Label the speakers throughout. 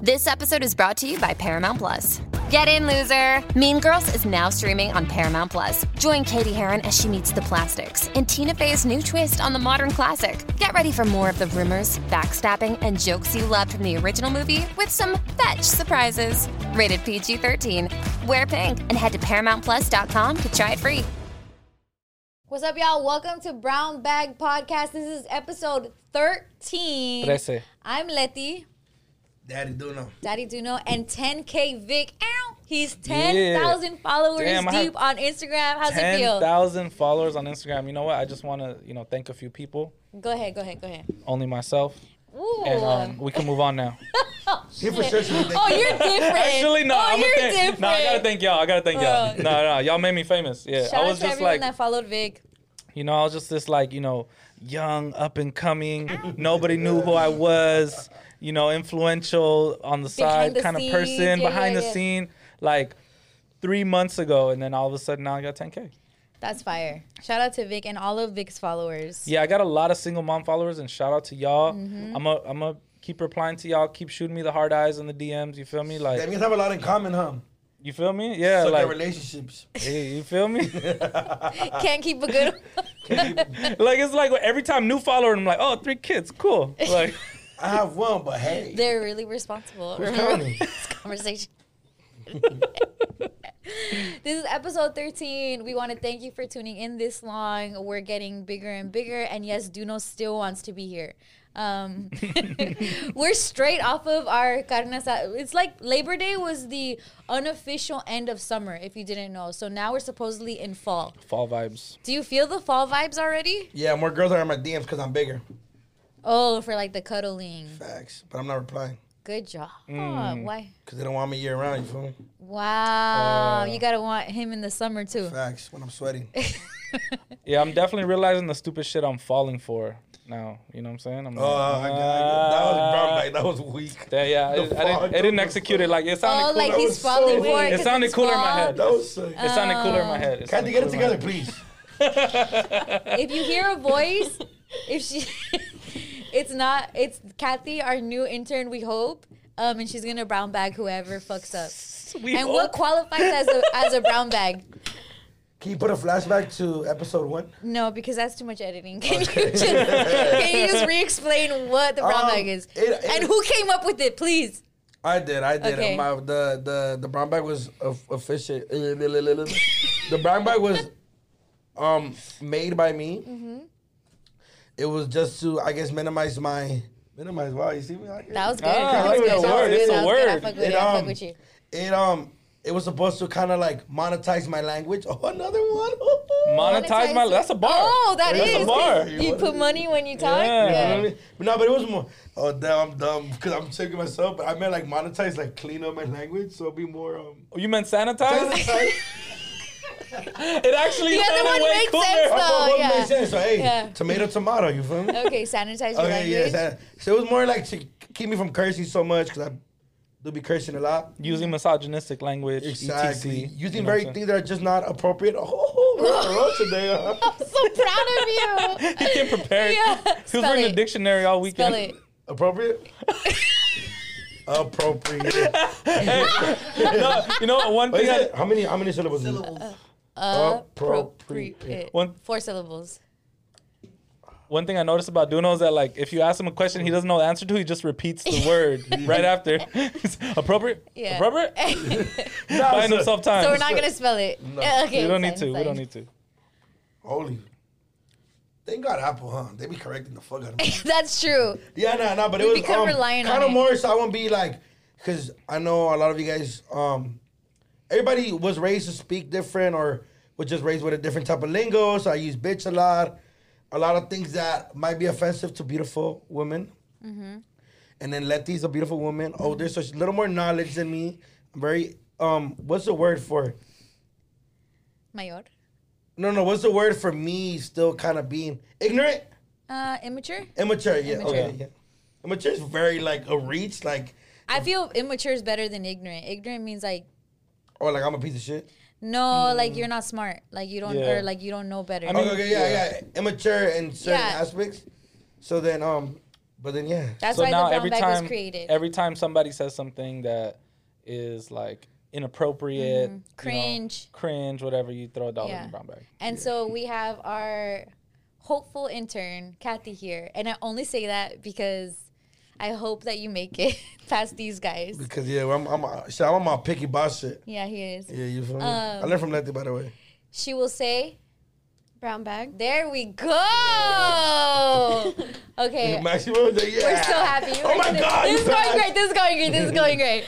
Speaker 1: This episode is brought to you by Paramount Plus. Get in, loser! Mean Girls is now streaming on Paramount Plus. Join Katie Heron as she meets the plastics in Tina Fey's new twist on the modern classic. Get ready for more of the rumors, backstabbing, and jokes you loved from the original movie with some fetch surprises. Rated PG 13. Wear pink and head to ParamountPlus.com to try it free.
Speaker 2: What's up, y'all? Welcome to Brown Bag Podcast. This is episode 13.
Speaker 3: Trece.
Speaker 2: I'm Letty,
Speaker 4: Daddy do know.
Speaker 2: Daddy Duno, and 10K Vic. Ow! He's 10,000 followers
Speaker 3: Damn, I have
Speaker 2: deep on Instagram. How's it
Speaker 3: Ten
Speaker 2: feel?
Speaker 3: thousand followers on Instagram. You know what? I just want to, you know, thank a few people.
Speaker 2: Go ahead, go ahead, go ahead.
Speaker 3: Only myself.
Speaker 2: Ooh.
Speaker 3: And um, we can move on now.
Speaker 4: He for sure should
Speaker 2: oh, you're different.
Speaker 3: Actually, no,
Speaker 2: Oh,
Speaker 3: I'm
Speaker 2: you're
Speaker 3: gonna thank.
Speaker 2: different.
Speaker 3: No, I gotta thank y'all. I gotta thank y'all.
Speaker 2: Bro.
Speaker 3: No, no, y'all made me famous. Yeah,
Speaker 2: Shout
Speaker 3: I
Speaker 2: out
Speaker 3: was
Speaker 2: to
Speaker 3: just
Speaker 2: everyone
Speaker 3: like,
Speaker 2: that followed Vic.
Speaker 3: you know, I was just this like, you know, young, up and coming. Nobody knew who I was. You know, influential on the side
Speaker 2: Behind the
Speaker 3: kind of
Speaker 2: scenes.
Speaker 3: person,
Speaker 2: Yeah,
Speaker 3: behind
Speaker 2: yeah,
Speaker 3: the
Speaker 2: yeah.
Speaker 3: scene. Like three months ago, and then all of a sudden, now I got 10k.
Speaker 2: That's fire. Shout out to Vic and all of Vic's followers.
Speaker 3: Yeah, I got a lot of single mom followers, and shout out to y'all.
Speaker 2: Mm-hmm.
Speaker 3: I'm a, I'm a keep replying to y'all. Keep shooting me the hard eyes and the DMs. You feel me?
Speaker 4: That
Speaker 3: Like,
Speaker 4: means have a lot in common, huh?
Speaker 3: you feel me? Yeah,
Speaker 4: Suck at
Speaker 3: like,
Speaker 4: relationships.
Speaker 3: hey, you feel me?
Speaker 2: Can't keep a good
Speaker 3: like it's like every time new follower, I'm like, oh, three kids, cool. Like,
Speaker 4: I have one, but hey,
Speaker 2: They're really responsible.
Speaker 4: who's
Speaker 2: Remember
Speaker 4: counting?
Speaker 2: this conversation. this is episode 13. We want to thank you for tuning in this long. We're getting bigger and bigger. And yes, Duno still wants to be here. Um, we're straight off of our carne asa- It's like Labor Day was the unofficial end of summer, if you didn't know. So now we're supposedly in fall.
Speaker 3: fall vibes.
Speaker 2: Do you feel the fall vibes already?
Speaker 4: Yeah, more girls are in my DMs because I'm bigger.
Speaker 2: Oh, for like the cuddling.
Speaker 4: Facts, but I'm not replying
Speaker 2: Good job. Why?
Speaker 4: because they don't want me year round. You feel me?
Speaker 2: Wow,
Speaker 3: Oh.
Speaker 2: you gotta want him in the summer too.
Speaker 4: Facts. When I'm sweating,
Speaker 3: Yeah, I'm definitely realizing the stupid shit I'm falling for now. You know what I'm saying? I'm
Speaker 4: oh, I, got- I, got- that was brown bag. That was weak.
Speaker 3: yeah, yeah. I, I
Speaker 4: The fall,
Speaker 3: didn't, I didn't
Speaker 4: dude.
Speaker 3: execute it. Like it sounded
Speaker 2: Oh,
Speaker 3: cool.
Speaker 2: like
Speaker 4: that
Speaker 2: he's
Speaker 4: was so
Speaker 2: falling
Speaker 4: weird.
Speaker 2: for it.
Speaker 3: It
Speaker 2: 'cause
Speaker 3: sounded
Speaker 2: it's
Speaker 3: cooler in my
Speaker 2: fall.
Speaker 3: head.
Speaker 4: That was sick.
Speaker 3: it sounded cooler
Speaker 2: oh.
Speaker 3: in my head. It
Speaker 4: Kathy,
Speaker 3: sounded
Speaker 4: get it
Speaker 3: cooler in my
Speaker 4: together,
Speaker 3: head.
Speaker 4: please.
Speaker 2: If you hear a voice, if she, it's not. It's Kathy, our new intern. We hope, um, and she's gonna brown bag whoever fucks up,
Speaker 3: We
Speaker 2: and what
Speaker 3: hope.
Speaker 2: qualifies as a as a brown bag?
Speaker 4: Can you put a flashback to episode one?
Speaker 2: No, because that's too much editing. Can you just can you just re-explain what the brown
Speaker 4: Um,
Speaker 2: bag is
Speaker 4: it- it-
Speaker 2: and who came up with it? Please,
Speaker 4: I did, I did.
Speaker 2: Okay.
Speaker 4: My the the the brown bag was official. the brown bag was um made by me.
Speaker 2: Mm-hmm.
Speaker 4: It was just to I guess minimize my minimize. Wow, you see me? I-
Speaker 2: that was good.
Speaker 3: Ah,
Speaker 2: that was
Speaker 3: it's a
Speaker 2: good. That was
Speaker 3: word,
Speaker 2: good.
Speaker 3: it's a
Speaker 2: That was good. I
Speaker 3: word.
Speaker 2: fuck with
Speaker 4: It,
Speaker 2: you. I fuck
Speaker 4: um,
Speaker 2: with you.
Speaker 4: It um it was supposed to kind of like monetize my language. Oh, another one.
Speaker 3: Monetize my.
Speaker 2: Monetize-
Speaker 3: That's a bar.
Speaker 2: Oh, that
Speaker 3: That's
Speaker 2: is.
Speaker 3: a bar.
Speaker 2: You put money when you talk.
Speaker 3: Yeah.
Speaker 4: You know what I mean? But no, but it was more. Oh damn, I'm dumb because I'm checking myself. But I meant like monetize, like clean up my language, so it'd be more. Um,
Speaker 3: Oh, You meant sanitize?
Speaker 4: monetize.
Speaker 3: it actually
Speaker 2: The other
Speaker 3: sounded
Speaker 2: one
Speaker 3: way
Speaker 2: makes
Speaker 3: cooler.
Speaker 2: sense, though.
Speaker 4: Well, what
Speaker 2: yeah.
Speaker 4: makes sense? So hey,
Speaker 2: Yeah.
Speaker 4: tomato, tomato. You feel me?
Speaker 2: Okay, sanitize your
Speaker 4: Okay, Oh, yeah.
Speaker 2: language.
Speaker 4: That, so it was more like to keep me from cursing so much because I do be cursing a lot.
Speaker 3: Using misogynistic language.
Speaker 4: Exactly.
Speaker 3: ETC,
Speaker 4: Using
Speaker 3: you know
Speaker 4: very
Speaker 3: what I'm
Speaker 4: things that are just not appropriate. Oh, we're on a roll today. Huh?
Speaker 2: I'm so proud of you.
Speaker 3: saying? He came prepared.
Speaker 2: Yeah,
Speaker 3: He
Speaker 2: spell
Speaker 3: was reading
Speaker 2: it.
Speaker 3: a dictionary all
Speaker 2: Spell
Speaker 3: weekend.
Speaker 2: it.
Speaker 4: Appropriate? appropriate.
Speaker 3: no, you know what? One
Speaker 4: What
Speaker 3: thing
Speaker 4: is
Speaker 3: I,
Speaker 4: it? How many how many syllables? is it?
Speaker 2: Uh, Appropriate.
Speaker 3: One-
Speaker 2: Four syllables.
Speaker 3: one thing I noticed about Duno is that like if you ask him a question he doesn't know the answer to, he just repeats the word right after. It's appropriate.
Speaker 2: Yeah.
Speaker 3: Appropriate.
Speaker 4: No,
Speaker 3: Buying
Speaker 4: so-
Speaker 3: himself time.
Speaker 2: So we're not gonna spell it. Uh, Okay.
Speaker 3: we don't
Speaker 2: it's
Speaker 3: need to.
Speaker 2: fine,
Speaker 3: We don't
Speaker 2: it's
Speaker 3: need to.
Speaker 4: Holy. Thank God Apple, huh? They be correcting the fuck out of me.
Speaker 2: fine. That's true.
Speaker 4: yeah, nah, nah, but
Speaker 2: We
Speaker 4: it was
Speaker 2: become reliant on
Speaker 4: kind of
Speaker 2: it.
Speaker 4: more so I won't be like, because I know a lot of you guys, um, everybody was raised to speak different or was just raised with a different type of lingo. So I use bitch a lot, a lot of things that might be offensive to beautiful women.
Speaker 2: Mm-hmm.
Speaker 4: And then Letty's a beautiful woman, older, so she's a little more knowledge than me. I'm very, um, what's the word for it?
Speaker 2: Mayor.
Speaker 4: No, no. What's the word for me still kind of being ignorant?
Speaker 2: Uh, immature.
Speaker 4: Immature. Yeah.
Speaker 2: Immature.
Speaker 4: Okay. Yeah. Immature is very like a reach, like
Speaker 2: I feel immature is better than ignorant. Ignorant means like
Speaker 4: or like I'm a piece of shit.
Speaker 2: no, like you're not smart. Like you don't,
Speaker 3: Mm. Yeah.
Speaker 2: or like you don't know better.
Speaker 3: mean-
Speaker 4: Okay. okay yeah, yeah. Immature in certain
Speaker 2: Yeah.
Speaker 4: aspects. So then, um, But then yeah,
Speaker 2: That's
Speaker 3: so
Speaker 2: why
Speaker 3: now
Speaker 2: the brown
Speaker 3: every
Speaker 2: bag
Speaker 3: time
Speaker 2: was created.
Speaker 3: every time somebody says something that is like inappropriate, you know,
Speaker 2: Mm-hmm. Cringe.
Speaker 3: cringe, whatever, you throw a dollar in
Speaker 2: Yeah.
Speaker 3: the brown bag.
Speaker 2: And so we have our hopeful intern, Kathy, here. And I only say that because I hope that you make it past these guys.
Speaker 4: because yeah, I'm I'm, uh, shit, I'm on my picky boss shit.
Speaker 2: Yeah, he is.
Speaker 4: Yeah, you feel me? I learned from Letty by the way.
Speaker 2: She will say,
Speaker 5: Brown bag.
Speaker 2: There we go. Okay.
Speaker 4: Maximo, yeah.
Speaker 2: We're so happy.
Speaker 4: Oh my God,
Speaker 2: This
Speaker 4: you
Speaker 2: is going
Speaker 4: passed.
Speaker 2: great. This is going great. This is going great.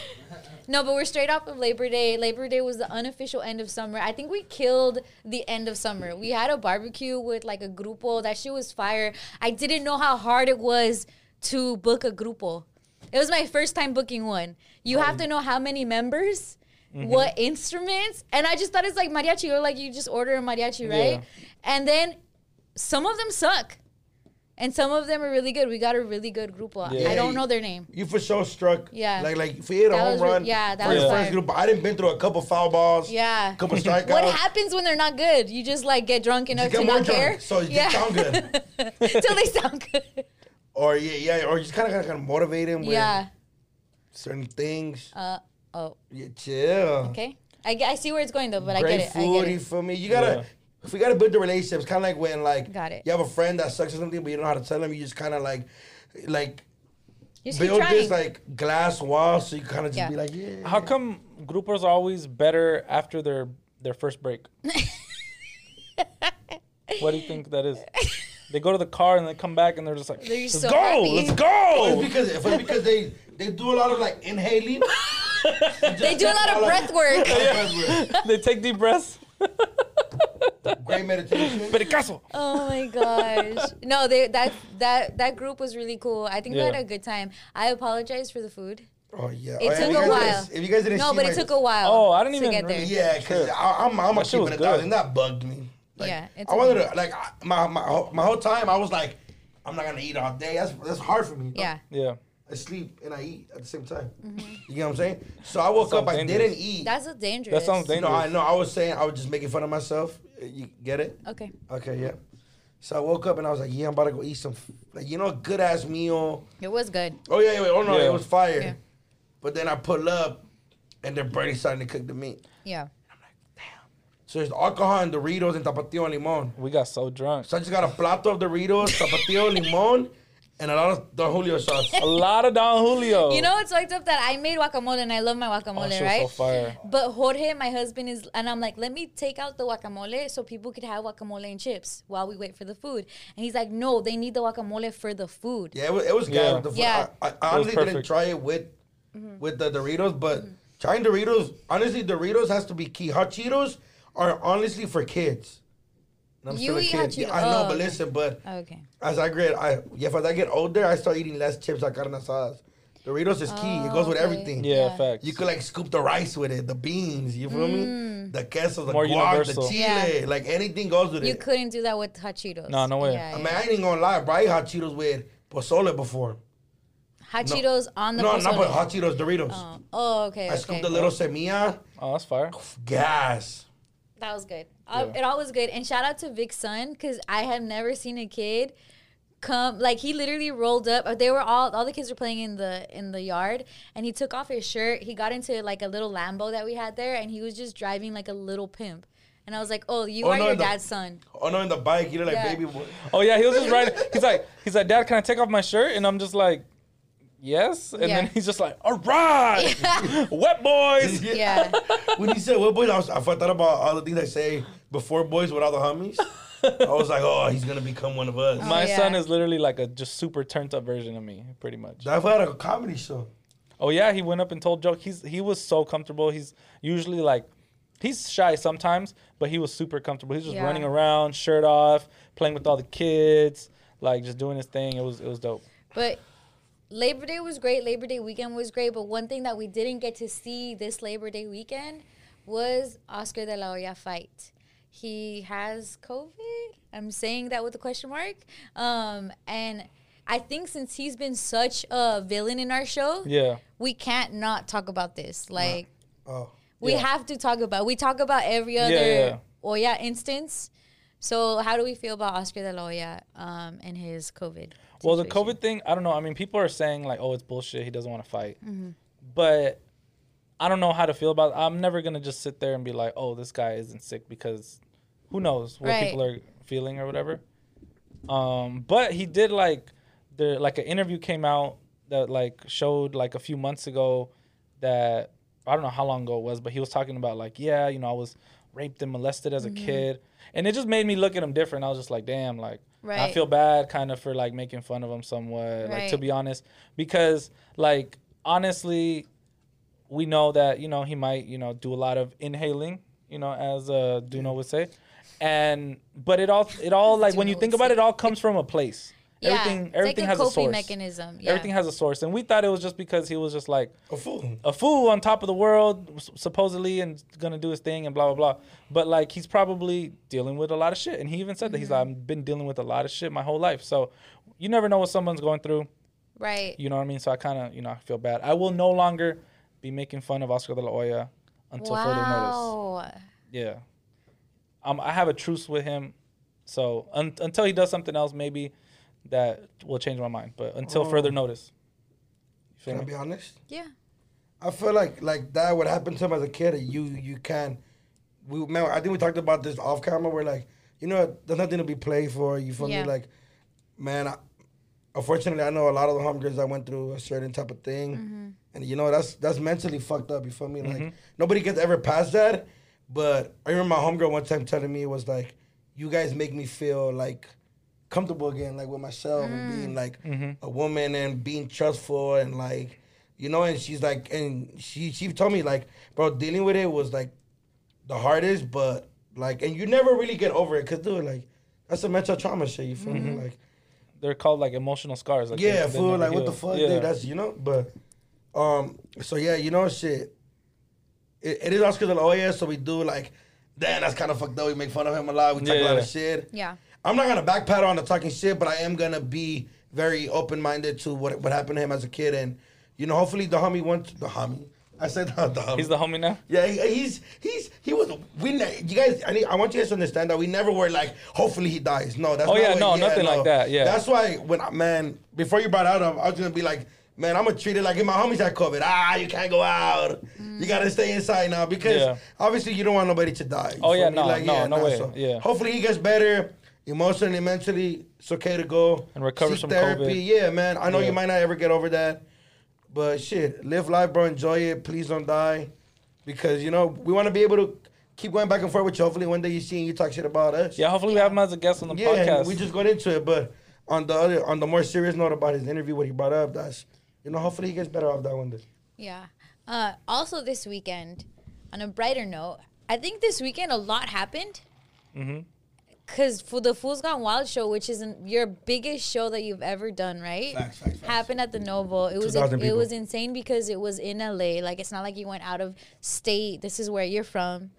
Speaker 2: No, but we're straight off of Labor Day. Labor Day was the unofficial end of summer. I think we killed the end of summer. We had a barbecue with like a grupo. That shit was fire. I didn't know how hard it was to book a grupo. It was my first time booking one. You have to know how many members,
Speaker 4: Mm-hmm.
Speaker 2: what instruments, and I just thought it's like mariachi or like you just order a mariachi, right? And then some of them suck. And some of them are really good. We got a really good grupo.
Speaker 3: Yeah.
Speaker 2: I don't know their name.
Speaker 4: You for sure struck.
Speaker 2: Yeah.
Speaker 4: Like like if we hit a
Speaker 2: That
Speaker 4: home
Speaker 2: was re-
Speaker 4: run.
Speaker 2: yeah, that
Speaker 4: for
Speaker 2: was
Speaker 4: the
Speaker 2: fire.
Speaker 4: first group. I didn't been through a couple foul balls.
Speaker 2: Yeah.
Speaker 4: Couple strikeouts.
Speaker 2: What happens when they're not good? You just like get drunk enough
Speaker 4: get
Speaker 2: to
Speaker 4: more
Speaker 2: not
Speaker 4: drunk,
Speaker 2: care.
Speaker 4: so you sound good.
Speaker 2: Till they sound good.
Speaker 4: Or yeah, yeah, or you just kind of kind of motivate him with
Speaker 2: Yeah.
Speaker 4: certain things.
Speaker 2: Uh, oh.
Speaker 4: yeah, chill.
Speaker 2: Okay. I, get- I see where it's going though, but I
Speaker 4: Great
Speaker 2: get it.
Speaker 4: food.
Speaker 2: I
Speaker 4: You
Speaker 2: get it.
Speaker 4: feel me? You gotta. If we gotta build the relationships, kind of like when like
Speaker 2: Got it.
Speaker 4: you have a friend that sucks at something, but you don't know how to tell them. You just kind of like, like
Speaker 2: You just keep
Speaker 4: build
Speaker 2: trying.
Speaker 4: this like glass wall, so you kind of just
Speaker 2: Yeah.
Speaker 4: be like, yeah.
Speaker 3: How come groupers are always better after their their first break? what do you think that is? They go to the car and they come back and they're just like,
Speaker 2: They're
Speaker 3: let's
Speaker 2: just
Speaker 3: go,
Speaker 2: so happy."
Speaker 3: let's go.
Speaker 4: It's because if it's because they they do a lot of like inhaling.
Speaker 2: they do a lot of breath work.
Speaker 3: they take deep breaths.
Speaker 4: Great meditation.
Speaker 3: Pericazo.
Speaker 2: Oh my gosh. No, they that that that group was really cool. I think we
Speaker 3: Yeah.
Speaker 2: had a good time. I apologize for the food.
Speaker 4: Oh yeah.
Speaker 2: It
Speaker 4: Oh, yeah,
Speaker 2: took
Speaker 4: if you
Speaker 2: a
Speaker 4: guys-
Speaker 2: while.
Speaker 4: If you guys didn't
Speaker 2: No,
Speaker 4: see
Speaker 2: but
Speaker 4: my-
Speaker 2: it took a while.
Speaker 3: Oh, I didn't
Speaker 2: to
Speaker 3: even
Speaker 2: get there.
Speaker 3: really-
Speaker 4: Yeah, cause I, I'm I'm a
Speaker 3: That shit
Speaker 4: keep
Speaker 3: was
Speaker 4: it a
Speaker 3: good.
Speaker 4: thousand. That bugged me. Like,
Speaker 2: Yeah, it's
Speaker 4: I wanted to like I- my, my whole- my whole time I was like, I'm not gonna eat all day. That's that's hard for me.
Speaker 2: Yeah.
Speaker 3: Yeah.
Speaker 4: I sleep and I eat at the same time. You get what I'm saying? So I woke
Speaker 3: Sounds
Speaker 4: up. I
Speaker 3: dangerous.
Speaker 4: didn't eat.
Speaker 2: Mm-hmm. That's a dangerous.
Speaker 3: That sounds
Speaker 4: no, I
Speaker 3: dangerous.
Speaker 4: know. I was saying I was just making fun of myself. Uh, You get it?
Speaker 2: Okay.
Speaker 4: Okay, yeah. So I woke up and I was like, yeah, I'm about to go eat some f- like you know a good ass meal.
Speaker 2: It was good.
Speaker 4: Oh yeah, yeah, wait, oh no,
Speaker 3: Yeah.
Speaker 4: it was fire.
Speaker 2: Yeah.
Speaker 4: But then I pull up, and they're barely starting to cook the meat.
Speaker 2: Yeah.
Speaker 4: So there's alcohol and Doritos and tapatio and limon.
Speaker 3: We got so drunk.
Speaker 4: So I just got a plato of Doritos, tapatio, limon, and a lot of Don Julio sauce.
Speaker 3: A lot of Don Julio.
Speaker 2: You know, it's fucked up that I made guacamole and I love my
Speaker 3: Oh,
Speaker 2: guacamole,
Speaker 3: shit was
Speaker 2: right?
Speaker 3: so fire.
Speaker 2: But Jorge, my husband, is, and I'm like, let me take out the guacamole so people could have guacamole and chips while we wait for the food. And he's like, no, they need the guacamole for the food.
Speaker 4: Yeah, it was, it was good.
Speaker 3: Yeah.
Speaker 4: with The fu-
Speaker 2: Yeah. Mm-hmm.
Speaker 4: I, I honestly didn't
Speaker 3: perfect.
Speaker 4: try it with with the Doritos, but trying Doritos, honestly, Doritos has to be key. Hot Cheetos are honestly for kids. And I'm
Speaker 2: You
Speaker 4: still a
Speaker 2: eat
Speaker 4: kid.
Speaker 2: Hot
Speaker 4: Yeah,
Speaker 2: Cheetos.
Speaker 4: I know,
Speaker 2: Oh,
Speaker 4: but
Speaker 2: okay.
Speaker 4: listen, but
Speaker 2: Okay.
Speaker 4: as I get, I yeah, as I get older, I start eating less chips, like carne asadas. Doritos is key. it goes with
Speaker 2: Oh, okay.
Speaker 4: everything.
Speaker 3: yeah,
Speaker 2: Yeah.
Speaker 3: facts.
Speaker 4: You could like scoop the rice with it, the beans, you feel me? The queso, the
Speaker 3: More
Speaker 4: guac,
Speaker 3: universal.
Speaker 4: the chile,
Speaker 2: Mm. Yeah.
Speaker 4: like anything goes with
Speaker 2: You
Speaker 4: it.
Speaker 2: couldn't do that with hot Cheetos.
Speaker 3: No, no way.
Speaker 2: Yeah,
Speaker 4: I mean,
Speaker 2: yeah.
Speaker 4: I ain't even gonna lie, bro. I ate hot Cheetos with pozole before.
Speaker 2: Hot Cheetos on the
Speaker 4: no,
Speaker 2: pozole.
Speaker 4: not but hot Cheetos, Doritos.
Speaker 2: Oh, oh, okay.
Speaker 4: I
Speaker 2: okay.
Speaker 4: scooped a little semilla,
Speaker 3: oh, that's fire.
Speaker 4: gas.
Speaker 2: That was good. Uh, it all was good. And shout out to Vic's son because I have never seen a kid come like he literally rolled up. uh, They were all all the kids were playing in the in the yard, and he took off his shirt. He got into like a little Lambo that we had there, and he was just driving like a little pimp. And I was like, "Oh, you
Speaker 4: Oh,
Speaker 2: are
Speaker 4: no,
Speaker 2: your
Speaker 4: the-
Speaker 2: dad's son."
Speaker 4: Oh no, in the bike, you look like
Speaker 2: Yeah.
Speaker 4: baby boy.
Speaker 3: Oh yeah, he was just riding. He's like, he's like, Dad, can I take off my shirt? And I'm just like, yes. And
Speaker 2: Yeah.
Speaker 3: then he's just like, all right, wet boys.
Speaker 2: Yeah,
Speaker 4: when you said what boys, I, was, I thought about all the things I say before boys with all the homies. I was like, oh, he's gonna become one of us.
Speaker 3: My
Speaker 2: Oh, yeah.
Speaker 3: son is literally like a just super turned up version of me, pretty much.
Speaker 4: I've had a comedy show.
Speaker 3: Oh yeah, he went up and told joke. He's he was so comfortable. He's usually like, he's shy sometimes, but he was super comfortable. He's just
Speaker 2: Yeah.
Speaker 3: running around, shirt off, playing with all the kids, like just doing his thing. It was it was dope.
Speaker 2: but. Labor Day was great. Labor Day weekend was great. But one thing that we didn't get to see this Labor Day weekend was Oscar de la Hoya fight. He has COVID. I'm saying that with a question mark. Um, and I think since he's been such a villain in our show,
Speaker 3: Yeah.
Speaker 2: we can't not talk about this. Like,
Speaker 4: Oh,
Speaker 2: we
Speaker 3: Yeah.
Speaker 2: have to talk about. We talk about every other
Speaker 3: yeah.
Speaker 2: Oya instance. So, how do we feel about Oscar de la Hoya um, and his COVID
Speaker 3: Well, the
Speaker 2: situation.
Speaker 3: COVID thing, I don't know. I mean, people are saying like, "Oh, it's bullshit. He doesn't want to fight,"
Speaker 2: Mm-hmm.
Speaker 3: but I don't know how to feel about. It. I'm never gonna just sit there and be like, "Oh, this guy isn't sick," because who knows what
Speaker 2: Right.
Speaker 3: people are feeling or whatever. Um, but he did like there like an interview came out that like showed like a few months ago that I don't know how long ago it was, but he was talking about like, yeah, you know, I was raped and molested as a
Speaker 2: Mm-hmm.
Speaker 3: kid. And it just made me look at him different. I was just like, damn, like I
Speaker 2: Right.
Speaker 3: feel bad kind of for like making fun of him somewhat, like to
Speaker 2: Right.
Speaker 3: be honest. Because like honestly, we know that, you know, he might, you know, do a lot of inhaling, you know, as uh Duno would say. And but it all it all like when you
Speaker 2: Duno
Speaker 3: think
Speaker 2: would
Speaker 3: about it, it all comes from a place.
Speaker 2: Yeah,
Speaker 3: Everything
Speaker 2: it's
Speaker 3: everything
Speaker 2: like a
Speaker 3: has a
Speaker 2: coping
Speaker 3: source.
Speaker 2: mechanism. Yeah.
Speaker 3: Everything has a source. And we thought it was just because he was just like
Speaker 4: A fool.
Speaker 3: a fool on top of the world, s- supposedly, and gonna do his thing and blah blah blah. But like he's probably dealing with a lot of shit, and he even said that he's
Speaker 4: Mm-hmm.
Speaker 3: like, I've been dealing with a lot of shit my whole life. So you never know what someone's going through.
Speaker 2: right.
Speaker 3: You know what I mean? So I kind of you know I feel bad. I will no longer be making fun of Oscar De La Hoya until further notice.
Speaker 2: wow.
Speaker 3: Yeah, um, I have a truce with him. So un- until he does something else, maybe that will change my mind. But until
Speaker 4: Oh.
Speaker 3: further notice, you feel
Speaker 4: Can I
Speaker 3: me?
Speaker 4: be honest?
Speaker 2: Yeah.
Speaker 4: I feel like like that would happen to him as a kid. You you can, we man. I think we talked about this off camera. We're like, you know, there's nothing to be played for. You feel
Speaker 2: Yeah.
Speaker 4: me? Like, man. I, unfortunately, I know a lot of the homegirls that went through a certain type of thing, and you know that's that's mentally fucked up. You feel me? Like nobody gets ever past that. But I remember my homegirl one time telling me it was like, you guys make me feel like comfortable again, like with myself and being like a woman and being trustful and like, you know, and she's like, and she she told me like, bro, dealing with it was like the hardest, but like, and you never really get over it, cause dude, like, that's a mental trauma shit. You feel me? Like,
Speaker 3: They're called like emotional scars. Like they-
Speaker 4: yeah,
Speaker 3: they
Speaker 4: fool,
Speaker 3: never
Speaker 4: like what
Speaker 3: heal.
Speaker 4: the fuck,
Speaker 3: Yeah.
Speaker 4: dude? That's you know, but um, so yeah, you know, shit. It, it is Oscar De La Hoya, so we do like, damn, that's kind of fucked up. We make fun of him a lot. We talk a lot
Speaker 3: Yeah.
Speaker 4: of shit.
Speaker 2: Yeah.
Speaker 4: I'm not gonna backpedal on the talking shit, but I am gonna be very open minded to what what happened to him as a kid, and you know, hopefully the homie wants the homie. I said the, the homie.
Speaker 3: He's the homie now.
Speaker 4: Yeah, he- he's he's he was. We ne- you guys, I need, I want you guys to understand that we never were like, hopefully he dies. No, that's
Speaker 3: Oh,
Speaker 4: not
Speaker 3: yeah,
Speaker 4: what-
Speaker 3: no, nothing like that, yeah.
Speaker 4: that's why when I, man, before you brought out him, I was gonna be like, man, I'm gonna treat it like if my homies had COVID. Ah, you can't go out. You gotta stay inside now because
Speaker 3: Yeah.
Speaker 4: obviously you don't want nobody to die. You
Speaker 3: Oh,
Speaker 4: feel
Speaker 3: yeah,
Speaker 4: me?
Speaker 3: no, no, no way, yeah.
Speaker 4: Hopefully he gets better emotionally, mentally. It's okay to go
Speaker 3: And recovers
Speaker 4: Seek
Speaker 3: from
Speaker 4: therapy.
Speaker 3: COVID.
Speaker 4: Yeah, man. I know
Speaker 3: Yeah.
Speaker 4: you might not ever get over that. But shit, live life, bro. Enjoy it. Please don't die, because you know we want to be able to keep going back and forth with you. Hopefully, one day you see and you talk shit about us.
Speaker 3: Yeah, hopefully we have him as a guest on the
Speaker 4: yeah. and
Speaker 3: podcast.
Speaker 4: We just got into it, but on the other, on the more serious note about his interview, what he brought up, that's you know, hopefully he gets better off that one day.
Speaker 2: Yeah. Uh, also, this weekend, on a brighter note, I think this weekend a lot happened.
Speaker 3: Mm-hmm.
Speaker 2: Because for the Fools Gone Wild show, which is an, your biggest show that you've ever done, right?
Speaker 4: Facts, facts, facts.
Speaker 2: Happened at the Noble. It was
Speaker 4: 2,000
Speaker 2: it
Speaker 4: people.
Speaker 2: was insane because it was in LA. Like it's not like you went out of state. This is where you're from,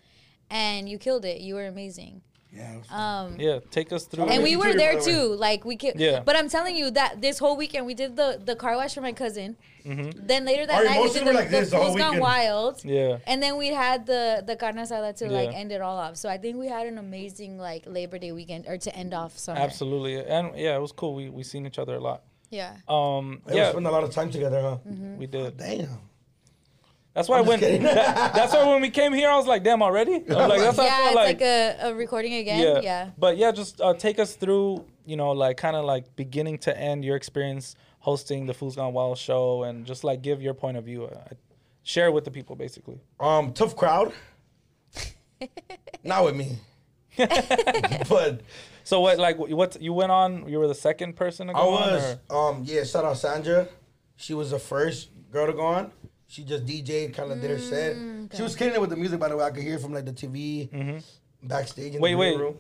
Speaker 2: and you killed it. You were amazing. Um,
Speaker 4: Yeah.
Speaker 2: Uh,
Speaker 3: yeah, take us through.
Speaker 2: And
Speaker 4: Yeah,
Speaker 2: we
Speaker 4: you
Speaker 2: were
Speaker 4: too,
Speaker 2: there
Speaker 4: by the way.
Speaker 2: too. Like we could.
Speaker 3: Yeah.
Speaker 2: But I'm telling you that this whole weekend we did the the car wash for my cousin. Then later that
Speaker 4: Our
Speaker 2: night we
Speaker 4: emotions
Speaker 2: did
Speaker 4: were
Speaker 2: the,
Speaker 4: like
Speaker 2: the
Speaker 4: this the whole
Speaker 2: Fools Gone
Speaker 4: weekend.
Speaker 2: Wild.
Speaker 3: Mm-hmm. Yeah.
Speaker 2: And then we had the the carne asada to like
Speaker 3: Yeah.
Speaker 2: end it all off. So I think we had an amazing like Labor Day weekend or to end off summer.
Speaker 3: absolutely. And yeah, it was cool. We we seen each other a lot.
Speaker 2: Yeah.
Speaker 3: Um,
Speaker 4: They
Speaker 3: yeah,
Speaker 4: spend a lot of time together, huh?
Speaker 3: we did.
Speaker 4: Damn.
Speaker 3: That's why when
Speaker 4: kidding.
Speaker 3: that- that's why when we came here, I was like, damn, already. I was like, that's
Speaker 2: yeah,
Speaker 3: how I felt
Speaker 2: it's
Speaker 3: like.
Speaker 2: like, a, a recording again. Yeah.
Speaker 3: But yeah, just uh, take us through, you know, like kind of like beginning to end your experience hosting the Fools Gone Wild show, and just like give your point of view. Uh, share with the people, basically.
Speaker 4: Um, tough crowd. Not with me. but
Speaker 3: So what, like, what you went on? You were the second person to go
Speaker 4: I
Speaker 3: on,
Speaker 4: was.
Speaker 3: or-
Speaker 4: Um, yeah, shout out Sandra. She was the first girl to go on. She just DJ kind of did her set.
Speaker 3: Mm,
Speaker 4: She was killing it with the music, by the way. I could hear from like the TV backstage
Speaker 3: Mm-hmm.
Speaker 4: in
Speaker 3: Wait,
Speaker 4: the green
Speaker 3: wait.
Speaker 4: room.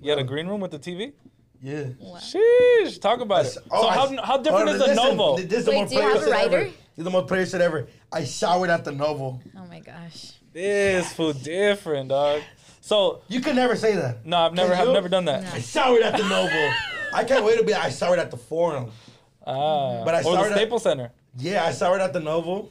Speaker 3: you had a green room with the TV.
Speaker 4: Yeah.
Speaker 3: Sheesh, talk about it. so
Speaker 4: I-
Speaker 3: how, how different
Speaker 4: oh,
Speaker 3: is the
Speaker 4: listen,
Speaker 3: Novo?
Speaker 4: This is the
Speaker 2: Wait,
Speaker 4: most
Speaker 2: do you
Speaker 4: player
Speaker 2: have a
Speaker 4: shit ever.
Speaker 2: writer?
Speaker 4: This is the most player shit ever. I showered at the Novo.
Speaker 2: Oh my gosh.
Speaker 3: This food different, dog. So
Speaker 4: You could never say that.
Speaker 3: no, I've never,
Speaker 4: Can
Speaker 3: I've
Speaker 4: you?
Speaker 3: never done that.
Speaker 4: I showered at the Novo. I can't wait to be. I showered at the Forum.
Speaker 3: Ah,
Speaker 4: But I
Speaker 3: or the
Speaker 4: started-
Speaker 3: Staples Center.
Speaker 4: Yeah, I saw it at the Novo.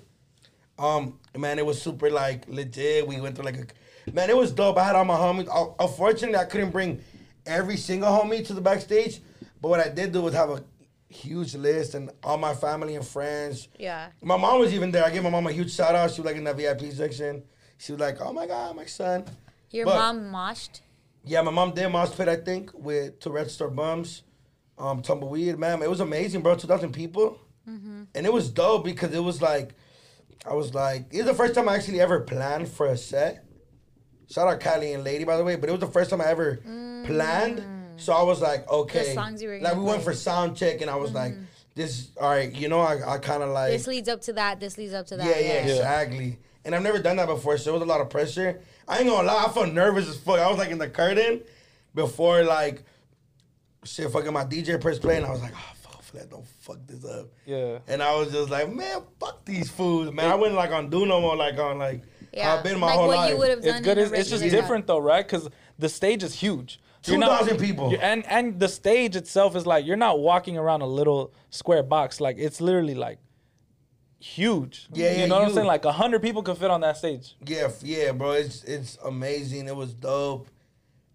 Speaker 4: Um, man, it was super like legit. We went through like a man, it was dope. I had all my homies. Uh, Unfortunately, I couldn't bring every single homie to the backstage, but what I did do was have a huge list, and all my family and friends.
Speaker 2: Yeah.
Speaker 4: My mom was even there. I gave my mom a huge shout out. She was like in the VIP section. She was like, "Oh my god, my son."
Speaker 2: Your
Speaker 4: But-
Speaker 2: mom moshed.
Speaker 4: Yeah, my mom did mosh pit, I think, with to register bums, um, tumbleweed, man. It was amazing, bro. Two thousand people,
Speaker 2: Mm-hmm.
Speaker 4: and it was dope because it was like, I was like, it's the first time I actually ever planned for a set. Shout out Kylie and Lady, by the way, but it was the first time I ever planned. So I was like, okay,
Speaker 2: Mm. songs you were
Speaker 4: like
Speaker 2: gonna
Speaker 4: we went
Speaker 2: play. Mm-hmm.
Speaker 4: for sound check, and I was like, this, all right, you know, I, I kind of like
Speaker 2: This leads up to that. This leads up to that.
Speaker 4: yeah, yeah, exactly. And I've never done that before, so it was a lot of pressure. I ain't gonna lie, I felt nervous as fuck. I was like in the curtain before like shit fucking my DJ press play, and I was like, oh fuck, hopefully I don't fuck this up.
Speaker 3: Yeah.
Speaker 4: And I was just like, man, fuck these fools, man. I went like on do no more, like on like I've been my
Speaker 2: like
Speaker 4: whole
Speaker 2: what
Speaker 4: life.
Speaker 2: you would have done.
Speaker 3: It's good.
Speaker 2: in a
Speaker 3: It's, it's just
Speaker 2: regular-
Speaker 3: different though, right? Because the stage is huge. You're not-
Speaker 4: 2,000 people.
Speaker 3: you- and and the stage itself is like you're not walking around a little square box. Like it's literally like huge.
Speaker 4: Yeah, yeah,
Speaker 3: You know what I'm
Speaker 4: huge.
Speaker 3: saying? Like hundred people could fit on that stage.
Speaker 4: Yeah, f- yeah, bro. It's it's amazing. It was dope.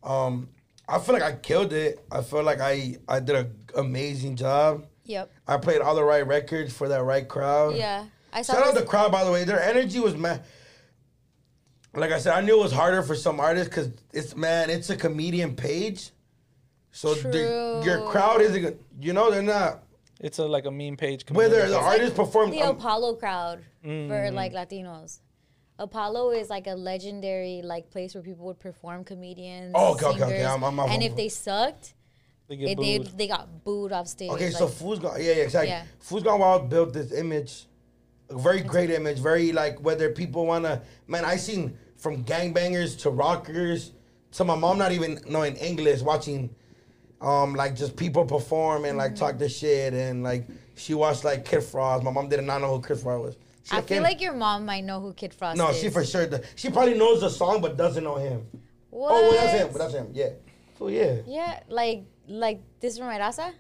Speaker 4: Um, I feel like I killed it. I feel like I I did an amazing job.
Speaker 2: Yep.
Speaker 4: I played all the right records for that right crowd.
Speaker 2: Yeah. I saw.
Speaker 4: Shout out
Speaker 2: this-
Speaker 4: the crowd, by the way. Their energy was mad. Like I said, I knew it was harder for some artists because it's man, it's a comedian page, so the, your
Speaker 2: True.
Speaker 4: crowd isn't. gonna- You know, they're not.
Speaker 3: It's a, like a meme page. community.
Speaker 4: Whether the artist performed,
Speaker 2: the
Speaker 4: um,
Speaker 2: Apollo crowd for
Speaker 4: Mm-hmm.
Speaker 2: like Latinos. Apollo is like a legendary like place where people would perform comedians.
Speaker 4: Oh, okay, okay, okay.
Speaker 2: singers,
Speaker 4: I'm- I'm- I'm-
Speaker 2: and if they sucked,
Speaker 3: They
Speaker 2: they,
Speaker 3: get
Speaker 2: they
Speaker 3: booed.
Speaker 2: they got booed off stage.
Speaker 4: okay,
Speaker 2: like,
Speaker 4: so Food's Gone, yeah, yeah, exactly.
Speaker 2: Yeah.
Speaker 4: Food's Gone Wild built this image, a very great image, very like whether people wanna. Man, I seen from gangbangers to rockers to my mom not even knowing English, watching um, like just people perform and like
Speaker 2: Mm-hmm.
Speaker 4: talk their shit and like she watched like Kid Frost. My mom did not know who Kid Frost was. She
Speaker 2: I
Speaker 4: came-
Speaker 2: feel like your mom might know who Kid Frost
Speaker 4: no,
Speaker 2: is.
Speaker 4: she for sure. does. She probably knows the song but doesn't know him.
Speaker 2: What?
Speaker 4: Oh, well, that's him. But that's him. Yeah. So yeah.
Speaker 2: yeah, like like this from my raza.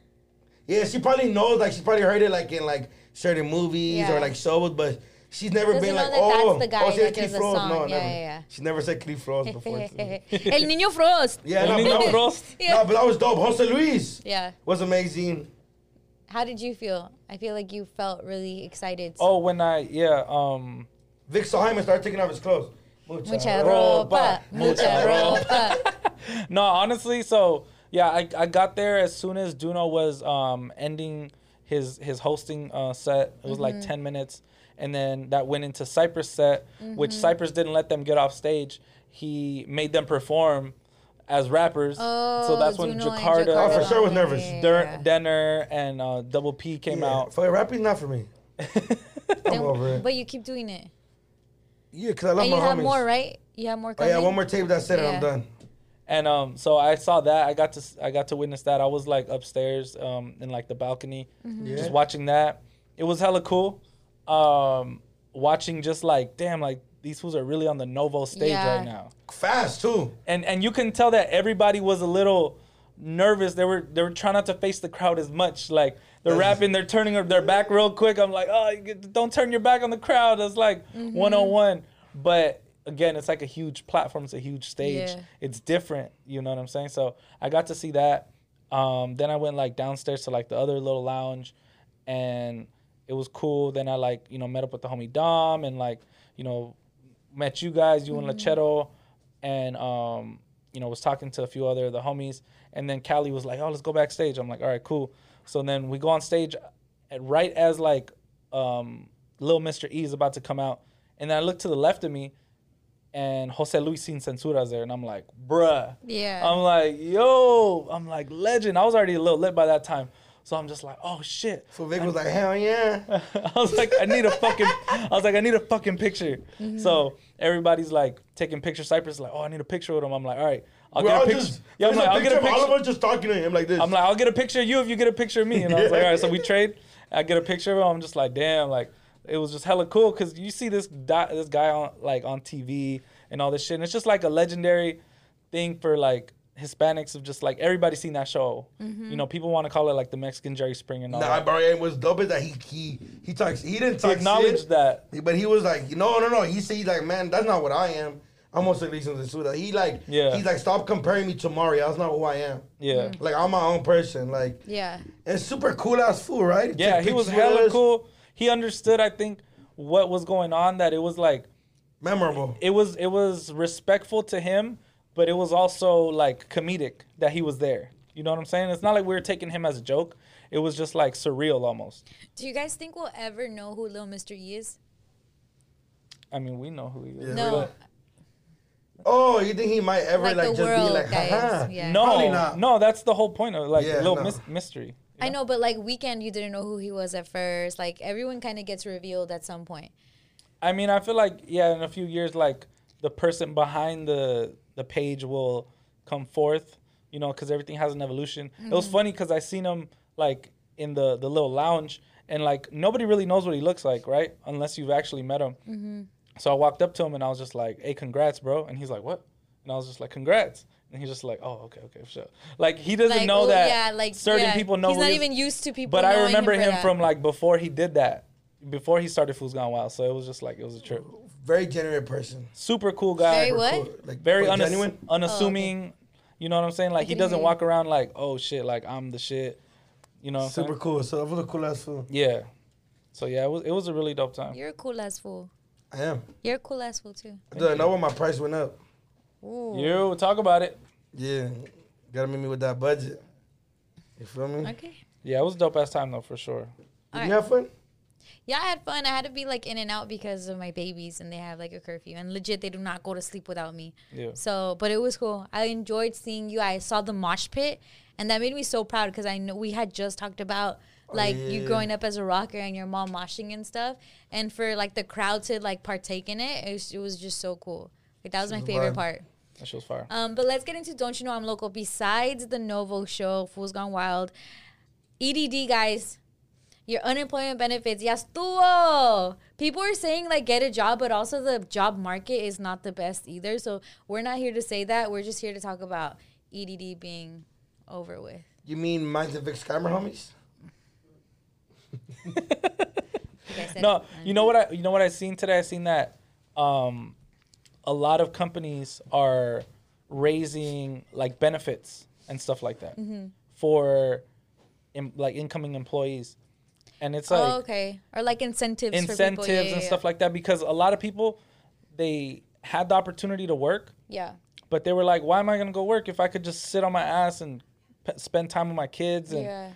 Speaker 4: Yeah, she probably knows. Like she probably heard it like in like certain movies
Speaker 2: Yeah.
Speaker 4: or like shows, but she's never
Speaker 2: Doesn't
Speaker 4: been
Speaker 2: know
Speaker 4: like,
Speaker 2: that that's
Speaker 4: oh,
Speaker 2: the guy
Speaker 4: oh, she
Speaker 2: that
Speaker 4: had Keith
Speaker 2: does the
Speaker 4: Frost.
Speaker 2: song.
Speaker 4: No,
Speaker 2: Yeah,
Speaker 4: never.
Speaker 2: yeah, yeah.
Speaker 4: She never said Keith Frost before.
Speaker 2: El Niño Frost.
Speaker 4: yeah, no,
Speaker 3: El
Speaker 4: but
Speaker 3: Niño
Speaker 4: that was,
Speaker 3: Frost.
Speaker 2: Yeah.
Speaker 4: no, but that was dope. Jose Luis
Speaker 2: Yeah.
Speaker 4: was amazing.
Speaker 2: How did you feel? I feel like you felt really excited.
Speaker 3: Oh, when I yeah um
Speaker 4: Vic saw him and started taking off his clothes. Mucha
Speaker 2: Mucha
Speaker 3: ropa,
Speaker 2: ropa, mucha
Speaker 4: mucha
Speaker 2: ropa.
Speaker 3: no honestly so yeah I, I got there as soon as Duno was um ending his his hosting uh, set it was like
Speaker 2: Mm-hmm.
Speaker 3: 10 minutes and then that went into Cypress set which
Speaker 2: Mm-hmm.
Speaker 3: Cypress didn't let them get off stage he made them perform as rappers so
Speaker 2: Oh,
Speaker 3: that's when
Speaker 2: Duno and
Speaker 3: Jakarta,
Speaker 4: Oh,
Speaker 2: Jakarta.
Speaker 4: for sure was nervous.
Speaker 2: Yeah.
Speaker 3: Der- Denner and uh, Double P came
Speaker 4: Yeah.
Speaker 3: out
Speaker 4: For rapping, not for me. I'm over it.
Speaker 2: But you keep doing it.
Speaker 4: yeah, because I love
Speaker 2: And
Speaker 4: my
Speaker 2: you have
Speaker 4: homies.
Speaker 2: more, right? You have more
Speaker 4: Oh
Speaker 2: coming?
Speaker 4: yeah, one more tape that said it.
Speaker 2: Yeah.
Speaker 4: I'm done.
Speaker 3: and um, so I saw that. I got to s- I got to witness that. I was like upstairs um, in like the balcony, just watching that. It was hella cool. Um, watching just like damn, like these fools are really on the Novo stage
Speaker 2: Yeah.
Speaker 3: right now,
Speaker 4: Fast too.
Speaker 3: and and you can tell that everybody was a little nervous. They were they were trying not to face the crowd as much. Like they're rapping, they're turning their back real quick. I'm like, oh, you- don't turn your back on the crowd. It's like one on one, but. Again, it's like a huge platform. It's a huge stage
Speaker 2: Yeah.
Speaker 3: it's different. You know what I'm saying? So I got to see that. Um, then I went like downstairs to like the other little lounge, and it was cool. Then I like you know met up with the homie Dom and like you know met you guys, you and Lachetto, and um, you know was talking to a few other of the homies. And then Callie was like, "Oh, let's go backstage." I'm like, "All right, cool." So then we go on stage, at right as like um, Little Mr. E is about to come out, and then I look to the left of me, and Jose Luis Sin Censura's there, and I'm like, bruh.
Speaker 2: Yeah.
Speaker 3: I'm like, yo. I'm like, legend. I was already a little lit by that time. So I'm just like, oh shit.
Speaker 4: So Vic was like, hell yeah.
Speaker 3: I was like, I need a fucking. I was like, I need a fucking picture. So everybody's like taking pictures. Cypress is like, oh, I need a picture with him. I'm like, all right, I'll
Speaker 4: We're
Speaker 3: get a
Speaker 4: all
Speaker 3: picture.
Speaker 4: just-
Speaker 3: yeah, I'm
Speaker 4: there's
Speaker 3: like, I'll get a
Speaker 4: picture of
Speaker 3: picture.
Speaker 4: All of us just talking to him like this.
Speaker 3: I'm like, I'll get a picture of you if you get a picture of me. And I was like, all right, so we trade. I get a picture of him. I'm just like, damn, like it was just hella cool because you see this di- this guy on like on TV and all this shit, and it's just like a legendary thing for like Hispanics of just like everybody's seen that show. You know, people want to call it like the Mexican Jerry Springer. and all
Speaker 4: Nah,
Speaker 3: that.
Speaker 4: bro, it was dope is that he he he talks he didn't
Speaker 3: He
Speaker 4: talk
Speaker 3: acknowledged
Speaker 4: shit,
Speaker 3: that.
Speaker 4: But he was like, no, no, no. He said he's like, man, that's not what I am. almost like Lisa de Suda. He like
Speaker 3: Yeah.
Speaker 4: he's like stop comparing me to Mario. That's not who I am.
Speaker 3: Yeah.
Speaker 4: Like I'm my own person. Like
Speaker 2: Mm-hmm. Yeah.
Speaker 4: and super cool ass fool, right? He
Speaker 3: Yeah,
Speaker 4: took
Speaker 3: he was
Speaker 4: pictures with
Speaker 3: hella
Speaker 4: us.
Speaker 3: cool. He understood, I think, what was going on. That it was like
Speaker 4: Memorable.
Speaker 3: it was it was respectful to him, but it was also like comedic that he was there. You know what I'm saying? It's not like we were taking him as a joke. It was just like surreal almost.
Speaker 2: Do you guys think we'll ever know who Lil Mr. E is?
Speaker 3: I mean, we know who he is.
Speaker 2: No.
Speaker 4: Oh, you think he might ever
Speaker 2: Like,
Speaker 4: like,
Speaker 2: the
Speaker 4: just
Speaker 2: world,
Speaker 4: be like, haha.
Speaker 2: guys. Yeah.
Speaker 3: No,
Speaker 4: Probably not.
Speaker 3: no, that's the whole point of like
Speaker 4: Yeah,
Speaker 3: little
Speaker 4: no.
Speaker 3: mys- mystery.
Speaker 2: I know, but like weekend, you didn't know who he was at first. Like everyone kind of gets revealed at some point.
Speaker 3: I mean, I feel like yeah, in a few years, like the person behind the the page will come forth, you know, because everything has an evolution. It
Speaker 2: Mm-hmm.
Speaker 3: was funny because I seen him like in the the little lounge, and like nobody really knows what he looks like, right? Unless you've actually met him.
Speaker 2: Mm-hmm.
Speaker 3: So I walked up to him and I was just like, "Hey, congrats, bro!" And he's like, "What?" And I was just like, "Congrats." And he's just like, "Oh, okay, okay, sure." Like he doesn't
Speaker 2: Like,
Speaker 3: know
Speaker 2: oh,
Speaker 3: that
Speaker 2: yeah, like
Speaker 3: certain
Speaker 2: yeah.
Speaker 3: people know.
Speaker 2: He's
Speaker 3: who
Speaker 2: not
Speaker 3: he is.
Speaker 2: even used to people.
Speaker 3: But I
Speaker 2: knowing
Speaker 3: remember
Speaker 2: for
Speaker 3: him,
Speaker 2: that.
Speaker 3: from like before he did that, before he started Fool's Gone Wild. So it was just like it was a trip.
Speaker 4: Very genuine person.
Speaker 3: Super cool guy.
Speaker 2: Very what?
Speaker 4: Cool. Like
Speaker 3: Very
Speaker 4: very
Speaker 3: unass-
Speaker 4: genuine.
Speaker 3: unassuming. You know what I'm saying? Like he doesn't walk around like, oh shit, like I'm the shit. You know what I'm
Speaker 4: Super
Speaker 3: saying?
Speaker 4: cool. So that was a cool ass fool.
Speaker 3: Yeah. So yeah, it was it was a really dope time.
Speaker 2: You're a cool ass fool.
Speaker 4: I am.
Speaker 2: You're a cool ass fool too.
Speaker 4: Dude, I know when my price went up.
Speaker 2: Ooh.
Speaker 3: You talk about it.
Speaker 4: Yeah. Gotta meet me with that budget. You feel me?
Speaker 2: Okay.
Speaker 3: Yeah, it was a dope ass time though for sure.
Speaker 4: Did
Speaker 2: All
Speaker 4: you
Speaker 2: right.
Speaker 4: have fun?
Speaker 2: Yeah, I had fun. I had to be like in and out because of my babies, and they have like a curfew. And legit, they do not go to sleep without me.
Speaker 3: Yeah.
Speaker 2: So, but it was cool. I enjoyed seeing you. I saw the mosh pit, and that made me so proud because I know we had just talked about like
Speaker 4: Oh, yeah,
Speaker 2: you
Speaker 4: yeah,
Speaker 2: growing up as a rocker and your mom moshing and stuff, and for like the crowd to like partake in it, it was, it was just so cool. Like that was my
Speaker 4: was
Speaker 2: favorite
Speaker 4: vibe.
Speaker 2: part.
Speaker 3: That shit was fire.
Speaker 2: Um, but let's get into Don't You Know I'm Local. Besides the Novo show, Fools Gone Wild, EDD, guys, your unemployment benefits, yes, tuvo. People are saying, like, get a job, but also the job market is not the best either. So we're not here to say that. We're just here to talk about EDD being over with.
Speaker 4: You mean Minds and Vic's camera homies?
Speaker 2: You guys said
Speaker 3: No,
Speaker 2: it.
Speaker 3: you know what I you know what I seen today? I seen that um, a lot of companies are raising like benefits and stuff like that
Speaker 2: Mm-hmm.
Speaker 3: for in, like incoming employees, and it's like
Speaker 2: oh, okay. Or like incentives.
Speaker 3: incentives
Speaker 2: for people. Yeah,
Speaker 3: and stuff like that because a lot of people they had the opportunity to work,
Speaker 2: Yeah.
Speaker 3: but they were like, why am I gonna go work if I could just sit on my ass and p- spend time with my kids and
Speaker 2: Yeah.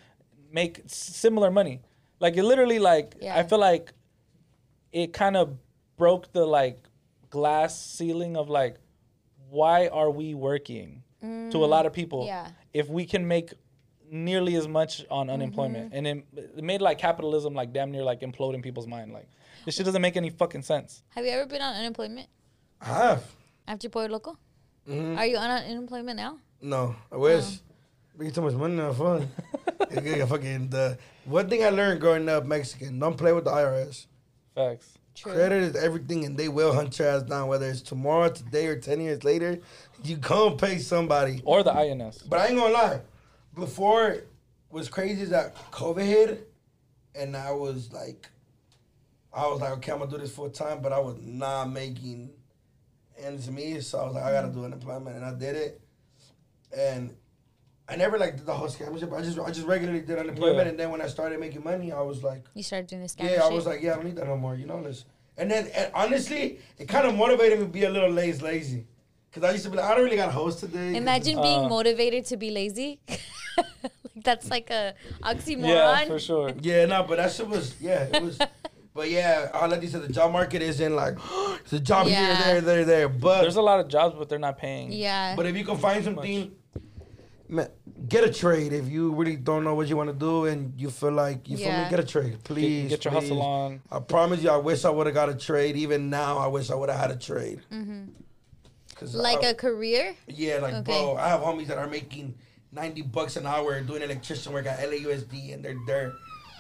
Speaker 3: make s- similar money. Like it literally like I
Speaker 2: Yeah.
Speaker 3: feel like it kind of broke the like glass ceiling of like why are we working to a lot of people
Speaker 2: Mm, yeah. Mm-hmm.
Speaker 3: if we can make nearly as much on unemployment and it, it made like capitalism like damn near like implode in people's mind like this shit doesn't make any fucking sense.
Speaker 2: Have you ever been on unemployment
Speaker 4: I have.
Speaker 2: after Puerto Loco?
Speaker 4: Mm-hmm.
Speaker 2: Are you on unemployment now?
Speaker 4: No, I wish. Making too much money on fun. You get a fucking the one thing I learned growing up Mexican, don't play with the IRS.
Speaker 3: Facts.
Speaker 2: True.
Speaker 4: Credit is everything, and they will hunt your ass down, whether it's tomorrow, today, or ten years later. You gonna pay somebody.
Speaker 3: Or the INS.
Speaker 4: But I ain't gonna lie. Before was crazy is that COVID hit, and I was like, I was like, okay, I'm gonna do this full time, but I was not making ends meet, so I was like, I
Speaker 2: Mm-hmm.
Speaker 4: gotta do unemployment, and I did it, and I never like did the whole scammership. I just I just regularly did unemployment,
Speaker 3: Yeah.
Speaker 4: and then when I started making money, I was like,
Speaker 2: You started doing this scam
Speaker 4: yeah, I
Speaker 2: shit?
Speaker 4: was like, yeah, I don't need that no more, you know this. And then and honestly, it kind of motivated me to be a little lazy, lazy, because I used to be like, I don't really got a host today. 'cause
Speaker 2: Imagine
Speaker 3: Uh,
Speaker 2: being motivated to be lazy. like that's like a oxymoron.
Speaker 3: Yeah, for sure.
Speaker 4: Yeah, no, but that shit was yeah, it was. but yeah, all that said, the job market isn't like it's a job
Speaker 2: Yeah.
Speaker 4: here, there, there, there. But
Speaker 3: There's a lot of jobs but they're not paying.
Speaker 2: Yeah.
Speaker 4: but if you can find something, man, get a trade. If you really don't know what you want to do and you feel like you feel
Speaker 2: Yeah.
Speaker 4: me, get a trade, please.
Speaker 3: get your hustle
Speaker 4: please.
Speaker 3: on.
Speaker 4: I promise you, I wish I would have got a trade. Even now, I wish I would have had a trade. Mm-hmm. Cause uh,
Speaker 2: like
Speaker 4: I-
Speaker 2: a career?
Speaker 4: yeah, like
Speaker 2: okay.
Speaker 4: bro, I have homies that are making ninety bucks an hour doing electrician work at LAUSD, and they're there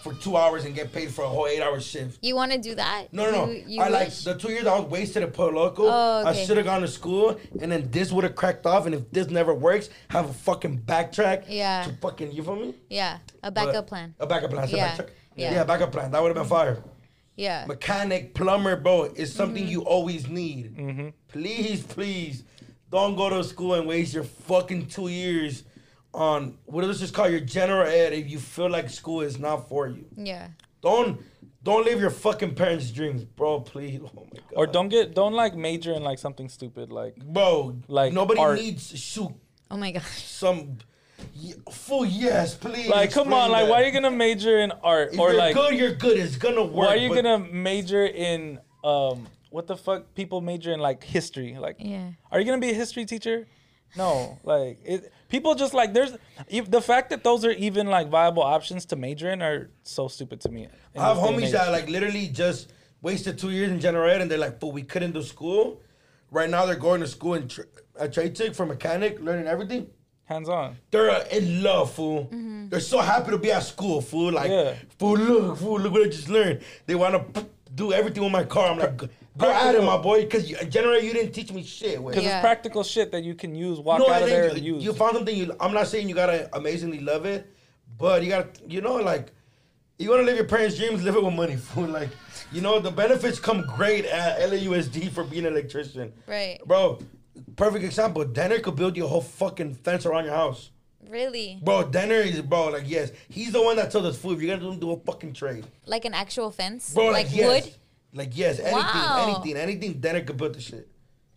Speaker 4: for two hours and get paid for a whole eight-hour shift.
Speaker 2: You want to do that?
Speaker 4: No, no, no.
Speaker 2: You, you
Speaker 4: I like
Speaker 2: wish?
Speaker 4: the two years I was wasted at Puerto Loco.
Speaker 2: Oh, okay.
Speaker 4: I should have gone to school, and then this would have cracked off. And if this never works, have a fucking backtrack.
Speaker 2: Yeah.
Speaker 4: To fucking you feel me?
Speaker 2: yeah, a backup
Speaker 4: But- uh,
Speaker 2: plan.
Speaker 4: A backup plan. I said
Speaker 2: Yeah,
Speaker 4: Backtrack.
Speaker 2: yeah. Mm-hmm.
Speaker 4: Yeah. backup plan. That would have been fire.
Speaker 2: Yeah.
Speaker 4: mechanic, plumber, bro, is something
Speaker 3: Mm-hmm.
Speaker 4: you always need. Please, please, don't go to school and waste your fucking two years on what let's just call your general ed if you feel like school is not for you.
Speaker 2: yeah.
Speaker 4: Don't don't live your fucking parents' dreams, bro. Please, oh my god.
Speaker 3: Or don't get don't like major in like something stupid like
Speaker 4: bro.
Speaker 3: like,
Speaker 4: Like nobody
Speaker 3: art.
Speaker 4: needs shoot
Speaker 2: Oh my gosh.
Speaker 4: some. Ye- Fool, yes, please.
Speaker 3: like come on
Speaker 4: explain
Speaker 3: like
Speaker 4: that.
Speaker 3: why are you gonna major in art
Speaker 4: If
Speaker 3: or
Speaker 4: you're
Speaker 3: like
Speaker 4: good, you're good. It's gonna work.
Speaker 3: why are you
Speaker 4: but-
Speaker 3: gonna major in um what the fuck people major in like history like
Speaker 2: Yeah.
Speaker 3: are you gonna be a history teacher no like it people just like there's if the fact that those are even like viable options to major in are so stupid to me in
Speaker 4: I have
Speaker 3: this day and
Speaker 4: homies
Speaker 3: age.
Speaker 4: that like literally just wasted two years in general ed, and they're like, "But we couldn't do school." Right now, they're going to school and tr a trade tech for mechanic, learning everything.
Speaker 3: hands on
Speaker 4: They're uh, in love, fool. They're so happy to be at school, fool. Like,
Speaker 3: Mm-hmm. Yeah.
Speaker 4: fool, look, fool, look what I just learned. They want to do everything with my car. I'm like, go go at it, my boy, because general ed, you didn't teach me shit. With.
Speaker 3: because
Speaker 2: Yeah.
Speaker 3: it's practical shit that you can use walk
Speaker 4: No,
Speaker 3: out
Speaker 4: and
Speaker 3: of
Speaker 4: then
Speaker 3: there and
Speaker 4: you,
Speaker 3: use
Speaker 4: you found something you. I'm not saying you gotta amazingly love it, but you gotta, you know, like you wanna live your parents' dreams, live it with money, fool. Like, you know, the benefits come great at LAUSD for being an electrician,
Speaker 2: Right.
Speaker 4: bro? Perfect example. Denner could build you a whole fucking fence around your house,
Speaker 2: Really?
Speaker 4: bro. Denner is bro, like yes, he's the one that told us, fool, if you're gonna do, do a fucking trade,
Speaker 2: Like an actual fence?
Speaker 4: bro,
Speaker 2: like
Speaker 4: like, yes,
Speaker 2: wood?
Speaker 4: like yes, anything,
Speaker 2: Wow.
Speaker 4: anything, anything. Denner could build the shit.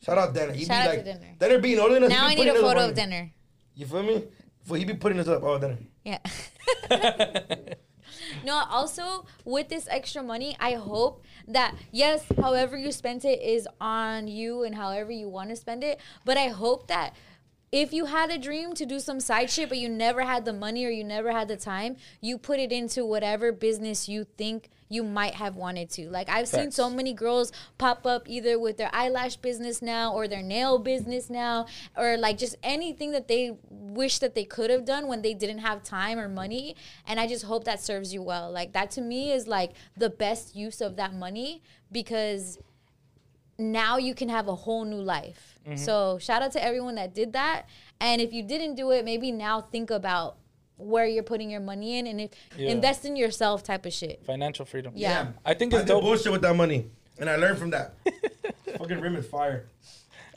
Speaker 4: Shout out Denner. He'd
Speaker 2: Shout out
Speaker 4: be
Speaker 2: to
Speaker 4: like,
Speaker 2: Denner.
Speaker 4: Denner being older than us,
Speaker 2: Now I
Speaker 4: he'd be
Speaker 2: need a
Speaker 4: putting us
Speaker 2: photo
Speaker 4: on-
Speaker 2: of dinner.
Speaker 4: you feel me? For he be putting us up all dinner.
Speaker 2: Yeah. no, also with this extra money, I hope that yes, however you spent it is on you and however you want to spend it, but I hope that if you had a dream to do some side shit but you never had the money or you never had the time, you put it into whatever business you think you might have wanted to. Like I've seen so
Speaker 3: Facts.
Speaker 2: many many girls pop up either with their eyelash business now or their nail business now or like just anything that they wish that they could have done when they didn't have time or money and i just hope that serves you well like that to me is like the best use of that money because now you can have a whole new life
Speaker 4: Mm-hmm.
Speaker 2: so shout out to everyone that did that and if you didn't do it maybe now think about where you're putting your money in and if
Speaker 3: Yeah.
Speaker 2: invest in yourself type of shit
Speaker 3: financial freedom
Speaker 2: Yeah.
Speaker 3: I think it's
Speaker 4: I did
Speaker 3: dope
Speaker 4: bullshit with that money, and I learned from that. Fucking rim is fire.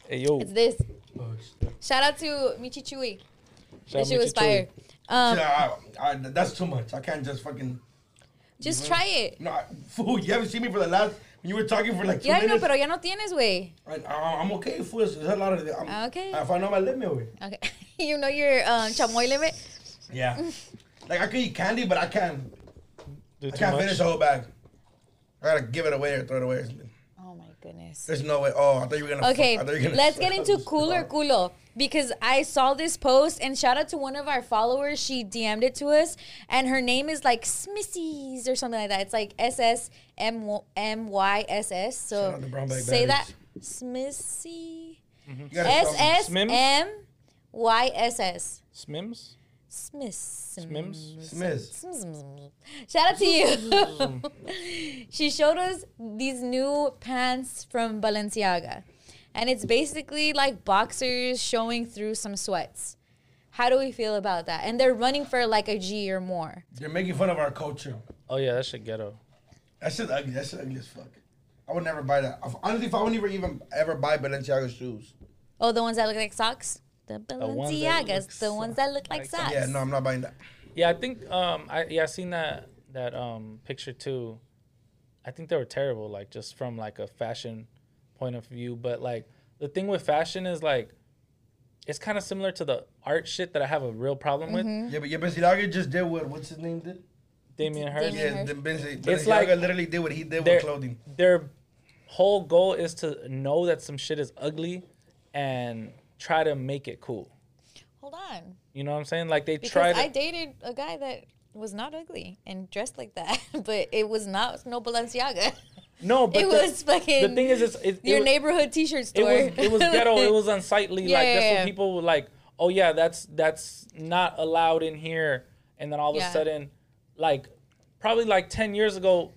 Speaker 3: hey yo
Speaker 2: it's this
Speaker 4: Oh,
Speaker 2: Um,
Speaker 4: shit.
Speaker 2: shout out to michi chui
Speaker 3: shout out
Speaker 2: she was
Speaker 3: Michi Chui.
Speaker 2: fire. Um,
Speaker 4: Yeah, I, I, that's too much. I can't just fucking. Mm-hmm.
Speaker 2: just try it.
Speaker 4: No, I, fool, you haven't seen me for the last. When you were talking for like two
Speaker 2: Yeah, I know,
Speaker 4: minutes.
Speaker 2: pero ya no tienes, güey.
Speaker 4: I, I, I'm okay, fool. There's a lot of. I'm,
Speaker 2: Okay.
Speaker 4: If I know my limit, way.
Speaker 2: Okay, you know your um, chamoy limit.
Speaker 4: Yeah. like I could eat candy, but I can't.
Speaker 3: Do
Speaker 4: I
Speaker 3: too
Speaker 4: can't
Speaker 3: much.
Speaker 4: finish the whole bag. I gotta give it away or throw it away. or something.
Speaker 2: Oh my goodness.
Speaker 4: There's no way. Oh, I thought you were gonna.
Speaker 2: Okay,
Speaker 4: fuck- I thought you were gonna-
Speaker 2: let's get into
Speaker 4: Just-
Speaker 2: cooler culo because I saw this post and shout out to one of our followers. She DM'd it to us, and her name is like Smissies or something like that. It's like S S M M Y S S.
Speaker 4: Shout
Speaker 2: So
Speaker 4: out to Brown Bag
Speaker 2: say that
Speaker 4: Baddies.
Speaker 2: Smissy
Speaker 4: You gotta tell
Speaker 2: S
Speaker 4: me.
Speaker 2: S
Speaker 3: Smims?
Speaker 2: M Y S S
Speaker 3: smims
Speaker 2: Smiss
Speaker 3: smims
Speaker 2: Mm.
Speaker 4: Miss.
Speaker 2: Shout out to you. she showed us these new pants from Balenciaga. And it's basically like boxers showing through some sweats. How do we feel about that? And they're running for like a G or more.
Speaker 4: They're making fun of our culture.
Speaker 3: oh yeah that shit ghetto
Speaker 4: That shit ugly. That shit ugly as fuck. I would never buy that. If- honestly, if I would never even ever buy Balenciaga shoes.
Speaker 2: Oh, the ones that look like socks? The
Speaker 3: ones that
Speaker 2: Balenciagas,
Speaker 3: look
Speaker 2: the ones that look like
Speaker 3: like socks.
Speaker 2: socks.
Speaker 4: Yeah, no, I'm not buying that.
Speaker 3: Yeah, I think um I yeah, I seen that that um picture too. I think they were terrible, like just from like a fashion point of view. But like the thing with fashion is like it's kind of similar to the art shit that I have a real problem
Speaker 2: Mm-hmm.
Speaker 3: with.
Speaker 4: Yeah, but yeah, Balenciaga just did what what's his name did.
Speaker 3: Damien Hirst.
Speaker 2: Damien
Speaker 4: Yeah, the Benz- Balenciaga
Speaker 3: It's like-
Speaker 4: literally did what he did
Speaker 3: Their,
Speaker 4: with clothing.
Speaker 3: their whole goal is to know that some shit is ugly and try to make it cool.
Speaker 2: Hold on.
Speaker 3: You know what I'm saying? Like they try
Speaker 2: Because
Speaker 3: to
Speaker 2: I dated a guy that was not ugly and dressed like that, but it was not no Balenciaga.
Speaker 3: No, but
Speaker 2: it
Speaker 3: the-
Speaker 2: was fucking.
Speaker 3: the thing is it's it,
Speaker 2: your
Speaker 3: it-
Speaker 2: neighborhood T-shirt
Speaker 3: it
Speaker 2: store.
Speaker 3: was it was ghetto. it was unsightly.
Speaker 2: Yeah,
Speaker 3: like
Speaker 2: yeah,
Speaker 3: that's
Speaker 2: yeah.
Speaker 3: what people were like. Oh yeah, that's that's not allowed in here. And then all of
Speaker 2: Yeah.
Speaker 3: a sudden, like probably like ten years ago,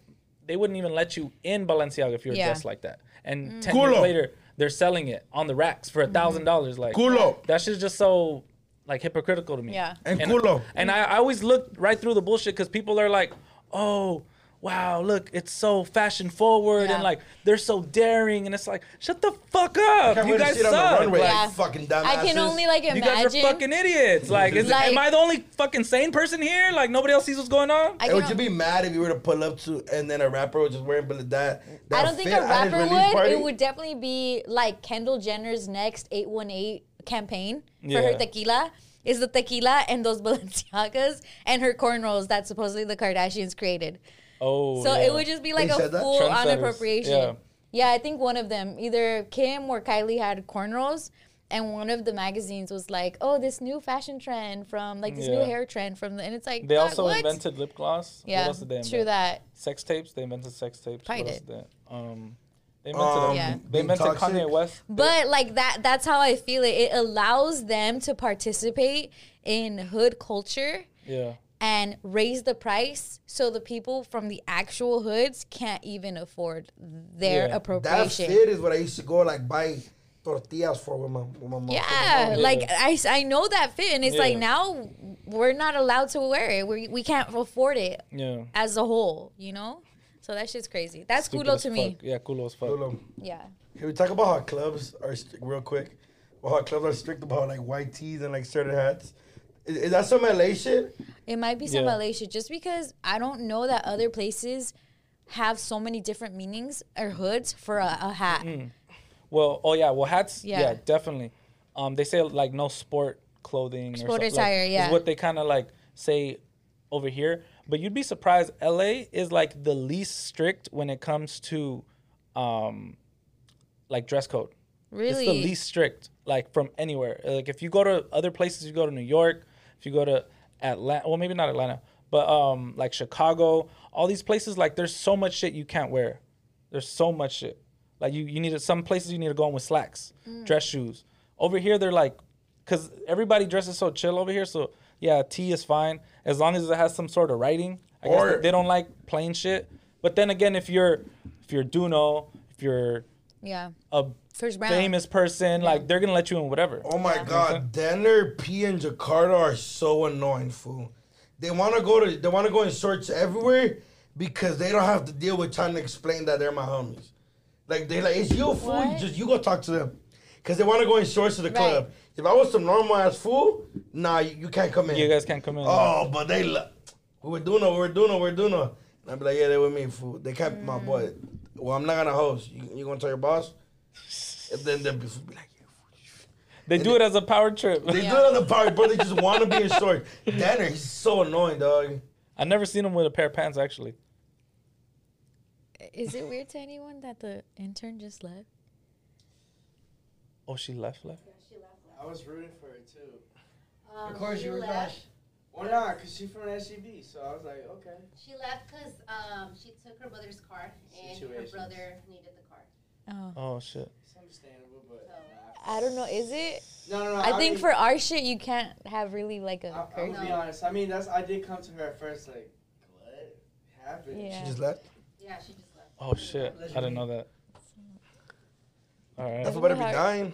Speaker 3: they wouldn't even let you in Balenciaga if you were
Speaker 2: Yeah. Mm.
Speaker 3: dressed like that. And ten years
Speaker 4: Culo.
Speaker 3: later, they're selling it on the racks for a thousand
Speaker 2: Mm-hmm.
Speaker 3: dollars. Like
Speaker 4: Culo.
Speaker 3: That shit's just so like hypocritical to me.
Speaker 2: Yeah.
Speaker 4: And
Speaker 3: and
Speaker 4: culo.
Speaker 3: And I, I always look right through the bullshit because people are like, oh. wow, look, it's so fashion forward
Speaker 2: Yeah.
Speaker 3: and like they're so daring. And it's like, shut the fuck up.
Speaker 4: can't
Speaker 3: You
Speaker 4: wait to
Speaker 3: guys
Speaker 4: see it on the
Speaker 3: suck.
Speaker 4: runway.
Speaker 3: Like,
Speaker 4: Yeah. fucking dumbasses.
Speaker 2: I can only like
Speaker 3: you
Speaker 2: imagine.
Speaker 3: guys are fucking idiots. Like, is,
Speaker 2: Like-
Speaker 3: am I the only fucking sane person here? Like, nobody else sees what's going on?
Speaker 2: I
Speaker 4: Hey, would
Speaker 2: can
Speaker 4: you be mad if you were to pull up to and then a rapper was just wearing that? that
Speaker 2: I don't think
Speaker 4: fit
Speaker 2: a
Speaker 4: at his
Speaker 2: rapper
Speaker 4: release
Speaker 2: would.
Speaker 4: party?
Speaker 2: It would definitely be like Kendall Jenner's next 818 campaign for her
Speaker 3: Yeah.
Speaker 2: tequila is the tequila and those Balenciagas and her cornrows that supposedly the Kardashians created.
Speaker 3: oh.
Speaker 2: so
Speaker 3: yeah.
Speaker 2: it would just be like
Speaker 4: They
Speaker 2: a
Speaker 4: said that?
Speaker 2: full on
Speaker 3: Trendsetters,
Speaker 2: appropriation. Yeah.
Speaker 3: yeah.
Speaker 2: I think one of them, either Kim or Kylie had cornrows. And one of the magazines was like, "Oh, this new fashion trend from like this new
Speaker 3: Yeah.
Speaker 2: hair trend from," the, and it's like
Speaker 3: They
Speaker 2: "Fuck,
Speaker 3: also
Speaker 2: what?"
Speaker 3: invented lip gloss.
Speaker 2: yeah,
Speaker 3: What else did they
Speaker 2: true
Speaker 3: invent?
Speaker 2: that.
Speaker 3: Sex tapes. They invented sex tapes.
Speaker 2: Probably
Speaker 3: What else
Speaker 2: did.
Speaker 3: did they- Um, they invented,
Speaker 4: Um,
Speaker 2: Yeah.
Speaker 3: they
Speaker 4: being
Speaker 3: invented
Speaker 4: toxic.
Speaker 3: Kanye West.
Speaker 2: But like that that's how I feel it. It allows them to participate in hood culture
Speaker 3: Yeah.
Speaker 2: and raise the price so the people from the actual hoods can't even afford their
Speaker 3: Yeah.
Speaker 4: That
Speaker 2: appropriation.
Speaker 4: fit is what I used to go like buy tortillas for with my with my mom.
Speaker 2: Yeah,
Speaker 3: Yeah.
Speaker 2: like I, s- I know that fit and it's like
Speaker 3: Yeah.
Speaker 2: now we're not allowed to wear it. We we can't afford it
Speaker 3: Yeah.
Speaker 2: as a whole, you know? So that shit's crazy. That's
Speaker 3: Stupid
Speaker 2: kulo
Speaker 3: as
Speaker 2: to me.
Speaker 3: fuck. Yeah, culo as fuck.
Speaker 4: Hold on.
Speaker 2: Yeah.
Speaker 4: Can we talk about how clubs are strict real quick? Well, how clubs are strict about like white tees and like certain hats. Is, is that some LA shit?
Speaker 2: It might be some
Speaker 3: Yeah.
Speaker 2: Malaysia just because I don't know that other places have so many different meanings or hoods for a, a hat.
Speaker 3: Mm. Well, oh yeah, well hats,
Speaker 2: Yeah.
Speaker 3: yeah, definitely. Um, they say like no sport clothing, or
Speaker 2: Sport
Speaker 3: so-
Speaker 2: attire,
Speaker 3: like,
Speaker 2: yeah.
Speaker 3: is what they kind of like say over here. But you'd be surprised. LA is like the least strict when it comes to, um, like dress code.
Speaker 2: Really?
Speaker 3: It's the least strict, like from anywhere. Like if you go to other places, you go to New York, if you go to Atlanta, well maybe not Atlanta, but um like Chicago, all these places, like there's so much shit you can't wear. There's so much shit. Like you, you need to, some places you need to go in with slacks, dress shoes. Over here they're like, cause everybody dresses so chill over here. So yeah, tee is fine as long as it has some sort of writing. I guess
Speaker 4: Or-
Speaker 3: they- they don't like plain shit. But then again, if you're if you're Duno, if you're
Speaker 2: Yeah.
Speaker 3: a
Speaker 2: Chris Brown.
Speaker 3: famous person, like they're gonna let you in whatever.
Speaker 4: Oh my god, Denver, P, and Jakarta are so annoying, fool. They want to go to they want to go in shorts everywhere because they don't have to deal with trying to explain that they're my homies. Like they like it's you fool.
Speaker 2: What?
Speaker 4: You just you go talk to them because they want to go in shorts to the
Speaker 2: Right.
Speaker 4: club. If I was some normal ass fool, nah, you, you can't come in.
Speaker 3: You guys can't come in.
Speaker 4: Oh, but they lo- we were doing it, we were doing it, we were doing it. And I'd be like, yeah, they with me, fool. They kept my
Speaker 2: Mm.
Speaker 4: boy. Well, I'm not gonna host. You, you gonna tell your boss? And then they'll be be like, yeah, fool.
Speaker 3: they do it as a power trip.
Speaker 4: They
Speaker 2: Yeah.
Speaker 4: do it on the party, bro. They just want to be in shorts. Danner, he's so annoying, dog.
Speaker 3: I've never seen them with a pair of pants actually.
Speaker 2: Is it weird to anyone that the intern just left?
Speaker 3: Oh, she left, left.
Speaker 5: I was rooting for her too.
Speaker 6: Of course you were
Speaker 7: Um, left.
Speaker 5: Well, nah, cause she from SCB, so I was like, okay.
Speaker 7: She left because um, she took her brother's car and her
Speaker 5: Situations.
Speaker 7: brother needed the car.
Speaker 2: Oh.
Speaker 3: Oh shit.
Speaker 5: It's understandable, but
Speaker 2: I don't know. Is it?
Speaker 5: no, no, no.
Speaker 2: I think
Speaker 5: mean,
Speaker 2: for our shit, you can't have really like
Speaker 5: I,
Speaker 2: a
Speaker 5: I'm
Speaker 2: curfew.
Speaker 5: gonna be honest. I mean, that's I did come to her at first, like, what happened?
Speaker 2: Yeah.
Speaker 4: She just left.
Speaker 7: Yeah, she just left.
Speaker 3: Oh shit. I didn't know that. All right.
Speaker 4: Everybody be
Speaker 2: Hard.
Speaker 4: dying.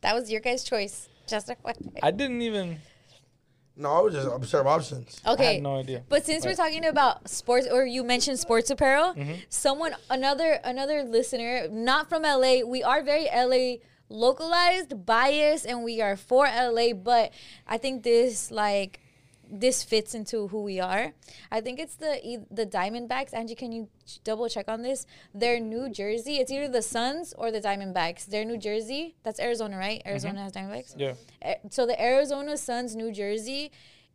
Speaker 2: That was your guys' choice. Just a question.
Speaker 3: I didn't even.
Speaker 4: No, I was just observe options.
Speaker 3: I
Speaker 2: Okay.
Speaker 3: had no idea.
Speaker 2: But since we're
Speaker 3: Right.
Speaker 2: talking about sports, or you mentioned sports apparel, someone, another, another listener, not from LA, we are very LA localized, biased, and we are for LA. But I think this like this fits into who we are. I think it's the e- the Diamondbacks. Angie, can you ch- double check on this? Their New Jersey. It's either the Suns or the Diamondbacks. Their New Jersey. That's Arizona, right? Arizona has Diamondbacks.
Speaker 3: Yeah.
Speaker 2: A- So the Arizona Suns, New Jersey,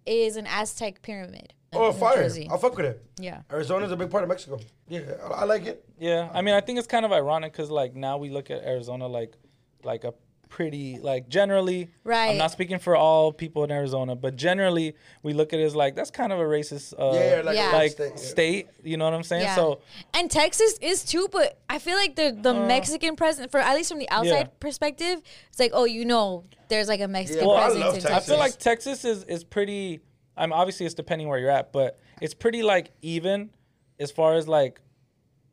Speaker 2: is an Aztec pyramid.
Speaker 4: Oh,
Speaker 2: New
Speaker 4: fire!
Speaker 2: Jersey.
Speaker 4: I'll fuck with it.
Speaker 2: Yeah.
Speaker 4: Arizona's a big part of Mexico. Yeah, I, I like it.
Speaker 3: Yeah. I mean, I think it's kind of ironic because like now we look at Arizona like, like a pretty like generally.
Speaker 2: Right.
Speaker 3: I'm not speaking for all people in Arizona, but generally we look at it as like that's kind of a racist. Uh,
Speaker 4: Yeah, yeah, like,
Speaker 2: Yeah.
Speaker 4: yeah.
Speaker 3: like
Speaker 4: state.
Speaker 3: state. You know what I'm saying?
Speaker 2: Yeah.
Speaker 3: So
Speaker 2: and Texas is too, but I feel like the the Mexican presence, for at least from the outside
Speaker 3: Uh, Yeah.
Speaker 2: perspective, it's like, oh, you know, there's like a Mexican
Speaker 4: Yeah, well, I
Speaker 2: presence
Speaker 4: love
Speaker 2: in
Speaker 4: Texas.
Speaker 3: I
Speaker 2: Texas.
Speaker 3: feel like Texas is is pretty. I'm obviously it's depending where you're at, but it's pretty like even as far as like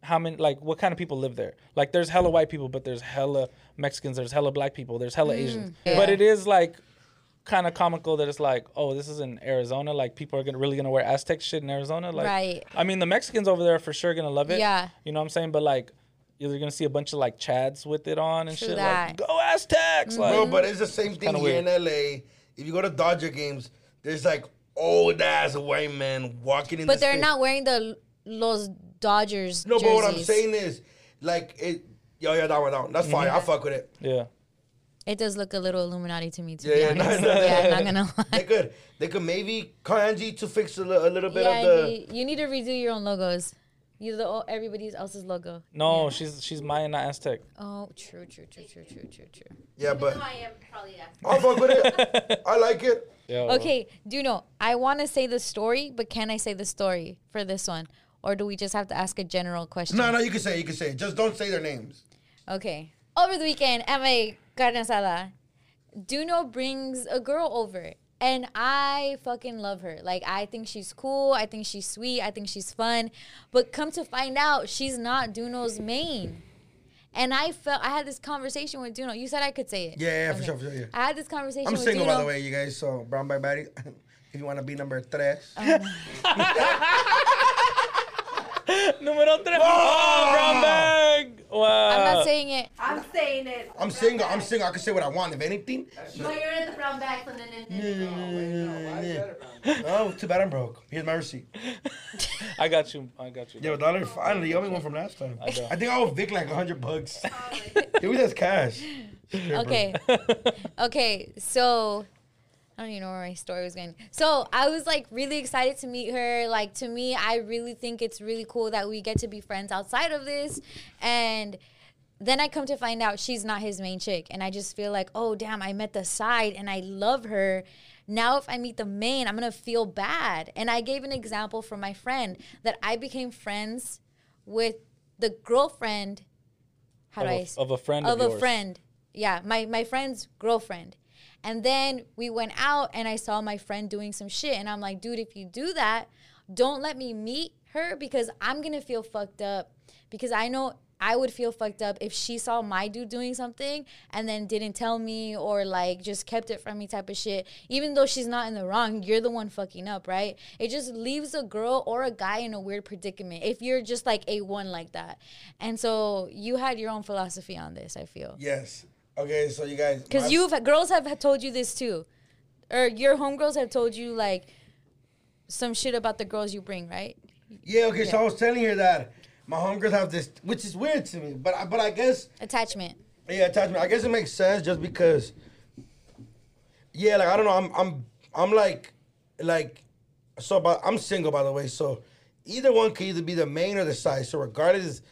Speaker 3: how many like what kind of people live there. Like there's hella
Speaker 2: Mm,
Speaker 3: white people, but there's hella Mexicans, there's hella black people, there's hella Asians. But it is like kind of comical that it's like, oh, this is in Arizona. Like people are gonna, really gonna wear Aztec shit in Arizona. Like,
Speaker 2: Right.
Speaker 3: I mean, the Mexicans over there are for sure gonna love it.
Speaker 2: Yeah.
Speaker 3: You know what I'm saying? But like, you're gonna see a bunch of like Chads with it on and
Speaker 2: True
Speaker 3: shit.
Speaker 2: that. Mm-hmm.
Speaker 3: Like, go Aztecs! Like,
Speaker 4: Bro, but it's the same thing
Speaker 3: kinda
Speaker 4: here in LA. If you go to Dodger games, there's like old ass white men walking in.
Speaker 2: But
Speaker 4: the
Speaker 2: they're
Speaker 4: sta-
Speaker 2: not wearing the Los Dodgers.
Speaker 4: No, but what I'm
Speaker 2: jerseys.
Speaker 4: saying is, like it. Yo, yeah, that one, that one. That's fine.
Speaker 2: Mm-hmm.
Speaker 4: I fuck with it.
Speaker 3: yeah.
Speaker 2: It does look a little Illuminati to me, to
Speaker 4: Yeah,
Speaker 2: be
Speaker 4: yeah, no,
Speaker 2: honest.
Speaker 4: no, no.
Speaker 2: yeah, I'm not gonna
Speaker 4: They
Speaker 2: lie.
Speaker 4: could, they could maybe kanji to fix a, li- a little bit
Speaker 2: yeah,
Speaker 4: of the.
Speaker 2: you- you need to redo your own logos. Use the, o- everybody else's logo.
Speaker 3: No,
Speaker 2: Yeah.
Speaker 3: she's she's Maya, not Aztec.
Speaker 2: Oh, true, true, true, true, true, true, true.
Speaker 4: yeah, but
Speaker 7: Even though I am probably asking.
Speaker 4: I fuck with it. I like it.
Speaker 3: Yeah, well,
Speaker 2: Okay, Duno, I want to say the story, but can I say the story for this one? Or do we just have to ask a general question?
Speaker 4: No, no, you can say, it, you can say. it. Just don't say their names.
Speaker 2: Okay. Over the weekend at my carne asada, Duno brings a girl over. And I fucking love her. Like, I think she's cool. I think she's sweet. I think she's fun. But come to find out, she's not Duno's main. And I felt, I had this conversation with Duno. You said I could say it.
Speaker 4: Yeah, yeah, for sure, for sure, yeah.
Speaker 2: I had this conversation
Speaker 4: I'm
Speaker 2: with
Speaker 4: single,
Speaker 2: Duno.
Speaker 4: by the way, you guys. So brown bag baddie. If you want to be number tres.
Speaker 2: Oh.
Speaker 3: Numero tres. Oh, brown bag. Wow.
Speaker 2: I'm not saying it.
Speaker 7: I'm saying it.
Speaker 4: I'm single. I'm single. I can say what I want. If anything,
Speaker 7: Well, you're in the brown bag, so no, no, no, no.
Speaker 4: oh, too bad I'm broke. Here's my receipt.
Speaker 3: I got you. I got you.
Speaker 4: Yeah, a dollar. Finally, you owe me one from last time. I,
Speaker 3: know.
Speaker 4: think I owe Vic like hundred bucks. Give me this cash.
Speaker 2: Okay. okay. So I don't even know where my story was going. So I was like really excited to meet her. Like to me, I really think it's really cool that we get to be friends outside of this. And then I come to find out she's not his main chick. And I just feel like, oh damn, I met the side and I love her. Now if I meet the main, I'm gonna feel bad. And I gave an example from my friend that I became friends with the girlfriend. How
Speaker 3: Of
Speaker 2: do I
Speaker 3: a,
Speaker 2: s-
Speaker 3: of a friend
Speaker 2: of,
Speaker 3: of,
Speaker 2: a
Speaker 3: yours.
Speaker 2: friend. Yeah, my my friend's girlfriend. And then we went out and I saw my friend doing some shit and I'm like, dude, if you do that, don't let me meet her because I'm going to feel fucked up because I know I would feel fucked up if she saw my dude doing something and then didn't tell me or like just kept it from me type of shit. Even though she's not in the wrong, you're the one fucking up, right? It just leaves a girl or a guy in a weird predicament if you're just like a one like that. And so you had your own philosophy on this, I feel.
Speaker 4: Yes. Okay, so you guys. my-
Speaker 2: Because you've girls have told you this too, or your homegirls have told you like some shit about the girls you bring, right?
Speaker 4: Yeah. Okay, so I was telling her that my homegirls have this, which is weird to me, but I, but I guess
Speaker 2: Attachment.
Speaker 4: yeah, attachment. I guess it makes sense just because. Yeah, like I don't know. I'm I'm I'm like, like, so. But I'm single, by the way. So either one could either be the main or the side. So regardless,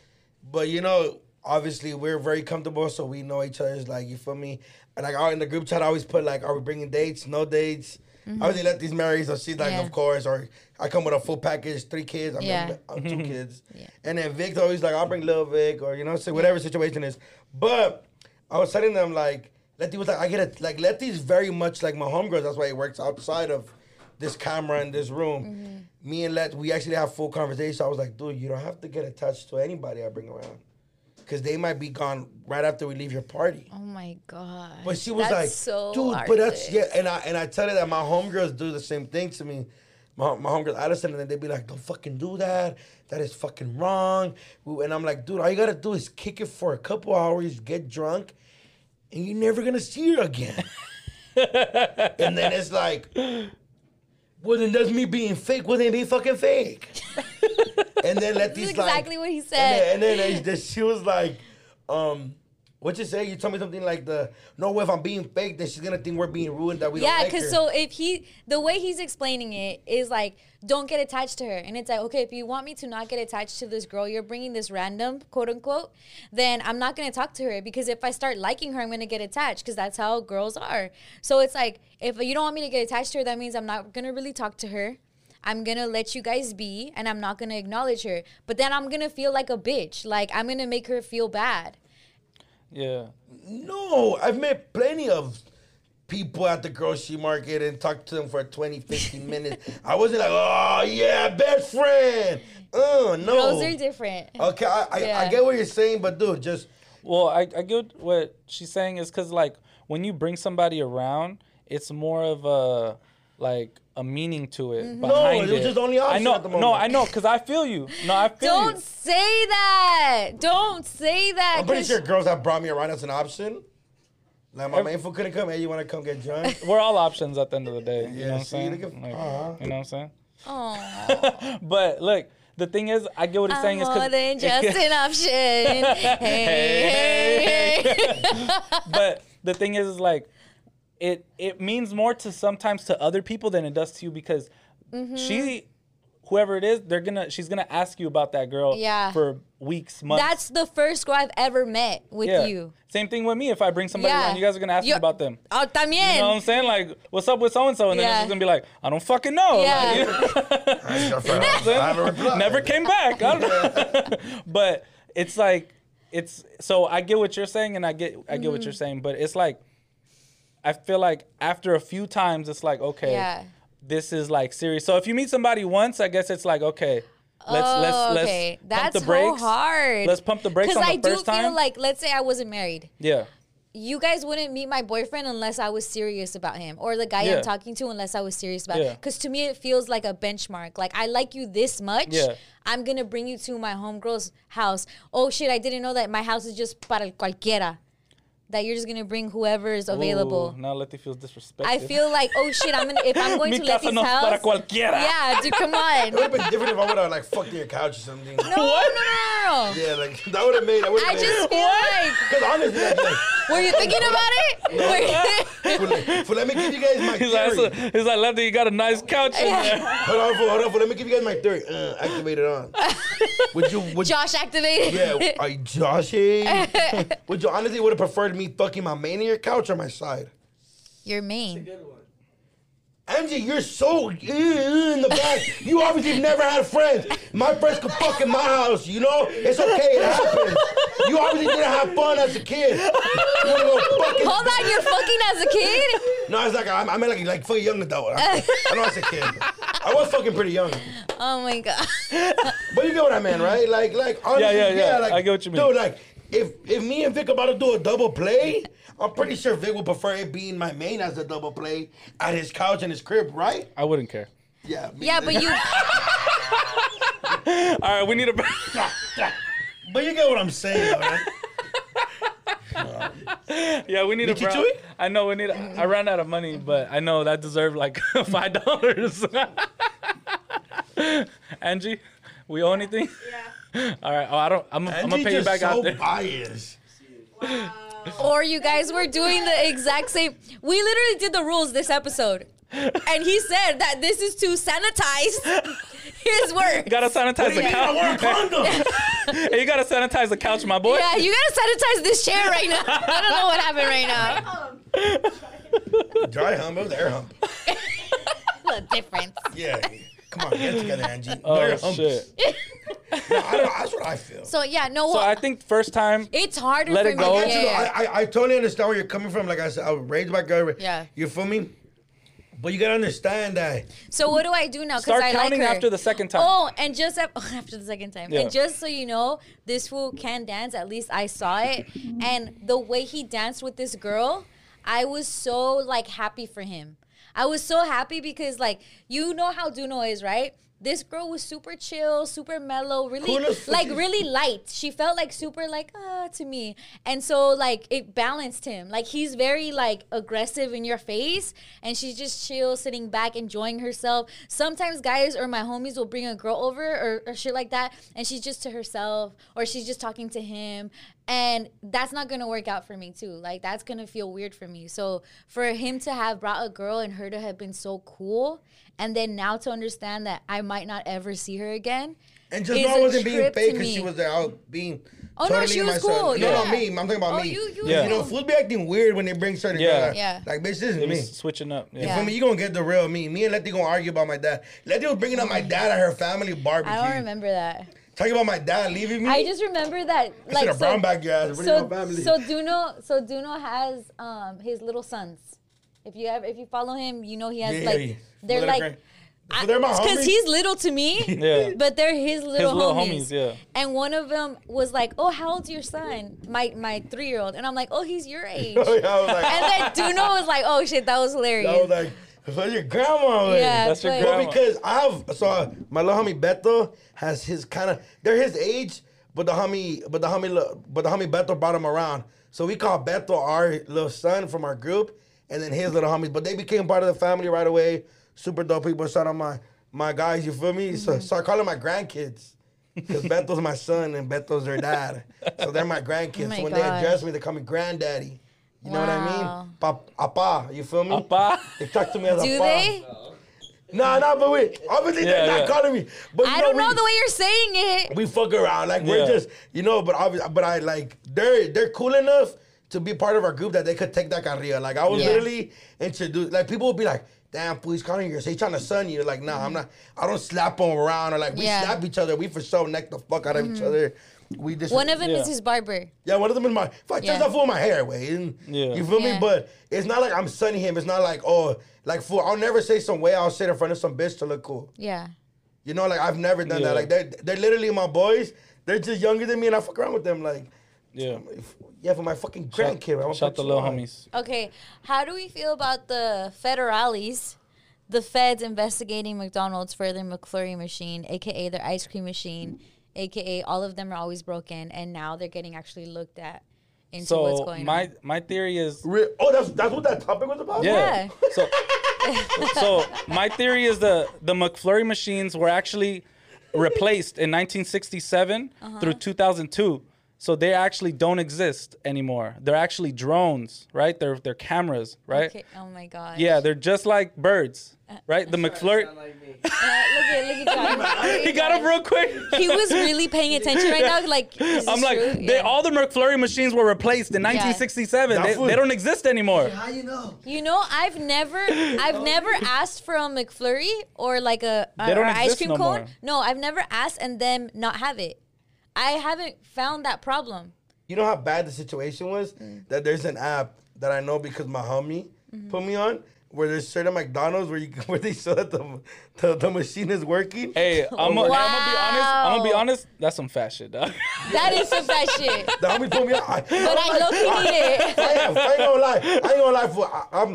Speaker 4: but you know, obviously we're very comfortable, so we know each other's like you feel me. And like out in the group chat, I always put like, are we bringing dates? No dates. I always let these marry, so she's like,
Speaker 2: Yeah.
Speaker 4: of course. Or I come with a full package, three kids. I mean,
Speaker 2: Yeah.
Speaker 4: I'm two kids.
Speaker 2: Yeah.
Speaker 4: And then Vic's always like, I'll bring Lil Vic or you know, say whatever situation is. But I was telling them like Letty was like, I get it like Letty's very much like my homegirls. That's why it works outside of this camera in this room.
Speaker 2: Mm-hmm.
Speaker 4: Me and Let we actually have full conversation. I was like, dude, you don't have to get attached to anybody I bring around. Cause they might be gone right after we leave your party.
Speaker 2: Oh my god.
Speaker 4: But she was
Speaker 2: That's
Speaker 4: like,
Speaker 2: so
Speaker 4: dude, but that's
Speaker 2: artsy.
Speaker 4: yeah. And I and I tell her that my homegirls do the same thing to me. My, my homegirl Allison, and then they'd be like, don't fucking do that. That is fucking wrong. We- And I'm like, dude, all you gotta do is kick it for a couple hours, get drunk, and you're never gonna see her again. and then it's like, well, then that's me being fake. Well, then be fucking fake. and then let
Speaker 2: This
Speaker 4: these
Speaker 2: is
Speaker 4: like-
Speaker 2: exactly what he said.
Speaker 4: and then, and then they- they- she was like, um, what you say? You told me something like the no. If I'm being fake, then she's gonna think we're being rude. That we
Speaker 2: yeah,
Speaker 4: don't like
Speaker 2: because
Speaker 4: her."
Speaker 2: so if he, the way he's explaining it is like, don't get attached to her. And it's like, okay, if you want me to not get attached to this girl, you're bringing this random, quote unquote, then I'm not going to talk to her because if I start liking her, I'm going to get attached because that's how girls are. So it's like, if you don't want me to get attached to her, that means I'm not going to really talk to her. I'm gonna let you guys be and I'm not gonna acknowledge her. But then I'm gonna feel like a bitch. Like I'm gonna make her feel bad.
Speaker 3: Yeah.
Speaker 4: no, I've met plenty of people at the grocery market and talked to them for 20, 15 minutes. I wasn't like, oh yeah, best friend. Oh no.
Speaker 2: Girls are different.
Speaker 4: okay, I, I, I
Speaker 2: Yeah.
Speaker 4: get what you're saying, but dude, just
Speaker 3: Well, I, I get what she's saying is because like when you bring somebody around, it's more of a like a meaning to it
Speaker 2: Mm-hmm.
Speaker 4: No,
Speaker 3: behind
Speaker 4: it was just the only
Speaker 3: I
Speaker 4: option
Speaker 3: know,
Speaker 4: at the
Speaker 3: no,
Speaker 4: moment.
Speaker 3: I know, cause I feel you. No, I feel
Speaker 2: Don't
Speaker 3: you.
Speaker 2: say that. Don't say that.
Speaker 4: I'm pretty
Speaker 2: 'cause
Speaker 4: sure girls that brought me around as an option. Like my main fool couldn't come. Hey, you want to come get drunk?
Speaker 3: We're all options at the end of the day. you
Speaker 4: Yeah,
Speaker 3: know what I'm
Speaker 4: see,
Speaker 3: saying?
Speaker 4: look at-
Speaker 3: Like,
Speaker 4: uh-huh.
Speaker 3: You know what I'm saying?
Speaker 2: Aw,
Speaker 3: But look, the thing is, I get what he's
Speaker 2: I'm
Speaker 3: saying. Is
Speaker 2: more
Speaker 3: 'cause-
Speaker 2: than just an option. Hey, hey, hey.
Speaker 3: but the thing is, is like it it means more to sometimes to other people than it does to you because
Speaker 2: Mm-hmm.
Speaker 3: she whoever it is they're gonna she's gonna ask you about that girl
Speaker 2: Yeah.
Speaker 3: for weeks months
Speaker 2: That's the first girl I've ever met with
Speaker 3: yeah
Speaker 2: you.
Speaker 3: same thing with me if i bring somebody
Speaker 2: Yeah.
Speaker 3: around you guys are gonna ask
Speaker 2: You're-
Speaker 3: me about them
Speaker 2: Oh, también.
Speaker 3: you know what i'm saying like what's up with so-and-so and
Speaker 2: Yeah.
Speaker 3: then she's gonna be like i don't fucking know
Speaker 2: Yeah.
Speaker 3: Like, you know?
Speaker 4: I haven't replied.
Speaker 3: never came back. I don't know. but it's like it's so I get what you're saying and I get I get what
Speaker 2: Mm-hmm.
Speaker 3: you're saying, but it's like I feel like after a few times it's like okay,
Speaker 2: Yeah.
Speaker 3: this is like serious. So if you meet somebody once, I guess it's like okay, let's
Speaker 2: Oh,
Speaker 3: let's
Speaker 2: okay.
Speaker 3: let's
Speaker 2: That's
Speaker 3: pump the brakes.
Speaker 2: so hard.
Speaker 3: Let's pump the brakes
Speaker 2: Because
Speaker 3: on the
Speaker 2: I
Speaker 3: first
Speaker 2: do feel
Speaker 3: time.
Speaker 2: like, let's say I wasn't married,
Speaker 3: yeah.
Speaker 2: you guys wouldn't meet my boyfriend unless I was serious about him, or the guy
Speaker 3: Yeah.
Speaker 2: I'm talking to unless I was serious about.
Speaker 3: Yeah.
Speaker 2: Because to me, it feels like a benchmark. Like I like you this much.
Speaker 3: Yeah.
Speaker 2: I'm gonna bring you to my homegirl's house. Oh shit! I didn't know that my house is just para el cualquiera. That you're just gonna bring whoever is available.
Speaker 3: Ooh, now Letty feels disrespected.
Speaker 2: I feel like oh shit! I'm gonna if I'm going
Speaker 3: Mi
Speaker 2: to
Speaker 3: casa
Speaker 2: Letty's
Speaker 3: no es para
Speaker 2: house.
Speaker 3: cualquiera.
Speaker 2: Yeah, dude, come on.
Speaker 4: It would have been different if I would have like fucked your couch or something.
Speaker 2: No,
Speaker 3: What?
Speaker 2: no, no, no, no.
Speaker 4: Yeah, like that would have made. That would
Speaker 2: I
Speaker 4: have
Speaker 2: just
Speaker 4: made.
Speaker 2: feel
Speaker 4: Because honestly, I'd be like,
Speaker 2: like, were you thinking about it? Were you-
Speaker 4: fool, like, fool, let me give you guys my
Speaker 3: He's like,
Speaker 4: theory.
Speaker 3: he's like, Lefty, you got a nice couch in there.
Speaker 4: Hold on, fool, hold on, fool, let me give you guys my theory. Uh, activate it on. Would you? Would
Speaker 2: Josh activated.
Speaker 4: Yeah, I Joshy. would you honestly would have preferred me fucking my man in your couch or my side?
Speaker 2: You're mean.
Speaker 5: Good one.
Speaker 4: Angie, you're so uh, in the back. You obviously never had friends. My friends could fuck in my house, you know? It's okay, it happens. You obviously didn't have fun as a kid. You wanna go fucking.
Speaker 2: Hold on, you're fucking as a kid?
Speaker 4: No, it's like, I'm, I'm like, like fucking young adult. I, I know I was a kid. I was fucking pretty young.
Speaker 2: Oh my god.
Speaker 4: But you get what I mean, right? Like, like honestly,
Speaker 3: Yeah, yeah, yeah.
Speaker 4: like,
Speaker 3: I get what you mean.
Speaker 4: Dude, like, if if me and Vic about to do a double play, I'm pretty sure Vic would prefer it being my main as a double play at his couch in his crib, right?
Speaker 3: I wouldn't care.
Speaker 4: Yeah. me
Speaker 2: Yeah,
Speaker 4: neither.
Speaker 2: but you
Speaker 3: All right, we need a.
Speaker 4: But you get what I'm saying, all right?
Speaker 3: Yeah, we need a
Speaker 4: Mickey
Speaker 3: brown.
Speaker 4: Chewy?
Speaker 3: I know we need. I ran out of money, but I know that deserved like five dollars. Angie, we owe anything? Yeah. All right. Oh, I don't. I'm, I'm gonna
Speaker 4: Angie
Speaker 3: pay you
Speaker 4: just
Speaker 3: back
Speaker 4: so
Speaker 3: out there.
Speaker 4: biased.
Speaker 2: or you guys were doing the exact same. We literally did the rules this episode. And he said that this is to sanitize his work.
Speaker 3: You gotta sanitize the
Speaker 4: I
Speaker 3: couch.
Speaker 4: wear a condom.
Speaker 3: Hey, you gotta sanitize the couch, my boy.
Speaker 2: Yeah, you gotta sanitize this chair right now. I don't know what happened right now.
Speaker 7: Um,
Speaker 4: Dry hump, it was air hump.
Speaker 2: The difference.
Speaker 4: Yeah. Come on, get it together, Angie. Air
Speaker 3: Oh
Speaker 4: humps.
Speaker 3: shit.
Speaker 4: No, I don't, that's what I feel.
Speaker 2: So yeah, no.
Speaker 3: So
Speaker 2: well,
Speaker 3: I think first time.
Speaker 2: it's harder
Speaker 3: Let
Speaker 2: for
Speaker 3: it
Speaker 2: me.
Speaker 3: go.
Speaker 4: I,
Speaker 2: Yeah.
Speaker 4: get you, though. I, I, I totally understand where you're coming from. Like I said, I was raised by girl.
Speaker 2: Yeah.
Speaker 4: You feel me? But you gotta understand that.
Speaker 2: So what do I do now? Because
Speaker 3: Start
Speaker 2: I
Speaker 3: counting
Speaker 2: like her.
Speaker 3: after the second time.
Speaker 2: Oh, and just af- after the second time,
Speaker 3: Yeah.
Speaker 2: and just so you know, this fool can dance. At least I saw it, and the way he danced with this girl, I was so like happy for him. I was so happy because like you know how Duno is, right? This girl was super chill, super mellow, really
Speaker 4: Cool as fuck.
Speaker 2: like really light. She felt like super like ah to me, and so like it balanced him. Like he's very like aggressive in your face, and she's just chill, sitting back, enjoying herself. Sometimes guys or my homies will bring a girl over or, or shit like that, and she's just to herself or she's just talking to him, and that's not gonna work out for me too. Like that's gonna feel weird for me. So for him to have brought a girl and her to have been so cool, and then now to understand that I might not ever see her again.
Speaker 4: And just
Speaker 2: It's
Speaker 4: know I
Speaker 2: a
Speaker 4: wasn't being
Speaker 2: trip to
Speaker 4: fake because she
Speaker 2: me.
Speaker 4: was there. I was being.
Speaker 2: Oh, no,
Speaker 4: totally
Speaker 2: she was
Speaker 4: myself.
Speaker 2: cool,
Speaker 4: No,
Speaker 2: yeah.
Speaker 4: no, me. I'm talking about
Speaker 2: Oh,
Speaker 4: me.
Speaker 2: you- you-
Speaker 3: Yeah.
Speaker 4: You know, fools be acting weird when they bring certain
Speaker 3: Yeah.
Speaker 4: girls. out.
Speaker 2: Yeah.
Speaker 4: Like, bitch, this is
Speaker 3: It
Speaker 4: me.
Speaker 3: was switching up. Yeah.
Speaker 2: Yeah.
Speaker 4: I mean, you gonna get the real me. Me and Letty gonna argue about my dad. Letty was bringing up my dad at her family barbecue.
Speaker 2: I don't remember that.
Speaker 4: Talking about my dad leaving me.
Speaker 2: I just remember that
Speaker 4: I should
Speaker 2: like
Speaker 4: have
Speaker 2: so,
Speaker 4: brown bagged your ass. Bring
Speaker 2: so,
Speaker 4: my family.
Speaker 2: so Duno so Duno has um his little sons. If you ever if you follow him, you know he has
Speaker 4: Yeah, yeah,
Speaker 2: like
Speaker 4: yeah.
Speaker 2: they're
Speaker 4: Let it
Speaker 2: like
Speaker 4: crack. they're my
Speaker 2: because
Speaker 4: homies?
Speaker 2: he's little to me,
Speaker 3: Yeah.
Speaker 2: but they're his little,
Speaker 3: little
Speaker 2: homies.
Speaker 3: homies, yeah.
Speaker 2: And one of them was like, "Oh, how old's your son?" My my three year old, and I'm like, "Oh, he's your age."
Speaker 4: Oh, yeah, I was like,
Speaker 2: and then Duno was like, "Oh shit, that was hilarious."
Speaker 4: I was like, "Where's your grandma?" at?"
Speaker 2: yeah,
Speaker 3: That's your
Speaker 2: but-
Speaker 3: grandma.
Speaker 4: Well, because I have so my little homie Beto has his kind of they're his age, but the homie but the homie li- but the homie Beto brought him around. So we call Beto our little son from our group, and then his little homies. But they became part of the family right away. Super dope people. Shout out my my guys. You feel me? So so I call them my grandkids. Because Beto's my son and Beto's their dad. So they're my grandkids.
Speaker 2: Oh my
Speaker 4: so when they
Speaker 2: God.
Speaker 4: address me, they call me granddaddy. You know
Speaker 2: Wow.
Speaker 4: what I mean? Pap- Apa, you feel me?
Speaker 3: Apa.
Speaker 4: They talk to me as
Speaker 2: do
Speaker 4: Apa.
Speaker 2: they?
Speaker 4: Nah, nah, but wait. Obviously,
Speaker 3: Yeah,
Speaker 4: they're
Speaker 3: yeah.
Speaker 4: not calling me. But you
Speaker 2: I don't
Speaker 4: we,
Speaker 2: know the way you're saying it.
Speaker 4: we fuck around. Like
Speaker 3: Yeah.
Speaker 4: we're just, you know. But obviously, but I like they're they're cool enough to be part of our group that they could take that carrilla. Like I was
Speaker 2: Yeah.
Speaker 4: literally introduced. Like people would be like, "Damn, please calling you. So he's trying to sun you." Like, nah, I'm not. I don't slap them around or like we
Speaker 2: Mm-hmm. Yeah. Mm-hmm.
Speaker 4: slap each other. We for sure neck the fuck out of each other. We just
Speaker 2: One of them is
Speaker 3: Yeah.
Speaker 2: his barber.
Speaker 4: yeah, one of them is my fuck.
Speaker 2: Yeah.
Speaker 4: Just not fool my hair away. And
Speaker 3: Yeah.
Speaker 4: you feel
Speaker 2: Yeah.
Speaker 4: me? But it's not like I'm sunning him. It's not like oh, like fool. I'll never say some way. I'll sit in front of some bitch to look cool.
Speaker 2: Yeah.
Speaker 4: You know, like I've never done
Speaker 3: Yeah.
Speaker 4: that. Like they're they're literally my boys. They're just younger than me, and I fuck around with them. Like,
Speaker 3: Yeah.
Speaker 4: if- yeah, for my fucking grandkid. I'm
Speaker 3: Shout the little homies.
Speaker 2: Okay. How do we feel about the federales, the feds investigating McDonald's for their McFlurry machine, aka their ice cream machine, aka all of them are always broken, and now they're getting actually looked at into what's
Speaker 3: So
Speaker 2: going
Speaker 3: my
Speaker 2: on.
Speaker 3: my theory is
Speaker 4: Re- oh, that's that's what that topic was about.
Speaker 3: Yeah.
Speaker 2: Yeah.
Speaker 3: So, so my theory is the the McFlurry machines were actually replaced in 1967
Speaker 2: Uh-huh.
Speaker 3: through 2002. So they actually don't exist anymore. They're actually drones, right? They're they're cameras, right?
Speaker 2: Okay. Uh, Oh my god.
Speaker 3: Yeah, they're just like birds, right? The McFlurry.
Speaker 5: Sound like me.
Speaker 2: Uh, look at look at Josh.
Speaker 3: He got him real quick.
Speaker 2: He was really paying attention right now. Like is this
Speaker 3: I'm like,
Speaker 2: true?
Speaker 3: they,
Speaker 2: Yeah.
Speaker 3: all the McFlurry machines were replaced in 1967. They,
Speaker 4: That fool-
Speaker 3: they don't exist anymore.
Speaker 5: How you know?
Speaker 2: You know, I've never, I've never asked for a McFlurry or like a
Speaker 3: They
Speaker 2: or
Speaker 3: don't
Speaker 2: an ice
Speaker 3: exist
Speaker 2: cream
Speaker 3: no
Speaker 2: cone.
Speaker 3: more.
Speaker 2: No, I've never asked and then not have it. I haven't found that problem.
Speaker 4: You know how bad the situation was? That there's an app that I know because my homie put me on. Where there's certain McDonald's where you where they show that the the, the machine is working.
Speaker 3: Hey, I'm gonna be honest. I'm gonna be
Speaker 2: Wow.
Speaker 3: honest. That's some fat shit, dog.
Speaker 2: That is some fat shit.
Speaker 4: The homie put me on. I,
Speaker 2: But
Speaker 4: I'm
Speaker 3: Oh
Speaker 2: I
Speaker 4: like,
Speaker 2: low key need it.
Speaker 4: I am. I ain't gonna lie. I ain't gonna lie. For I, I'm,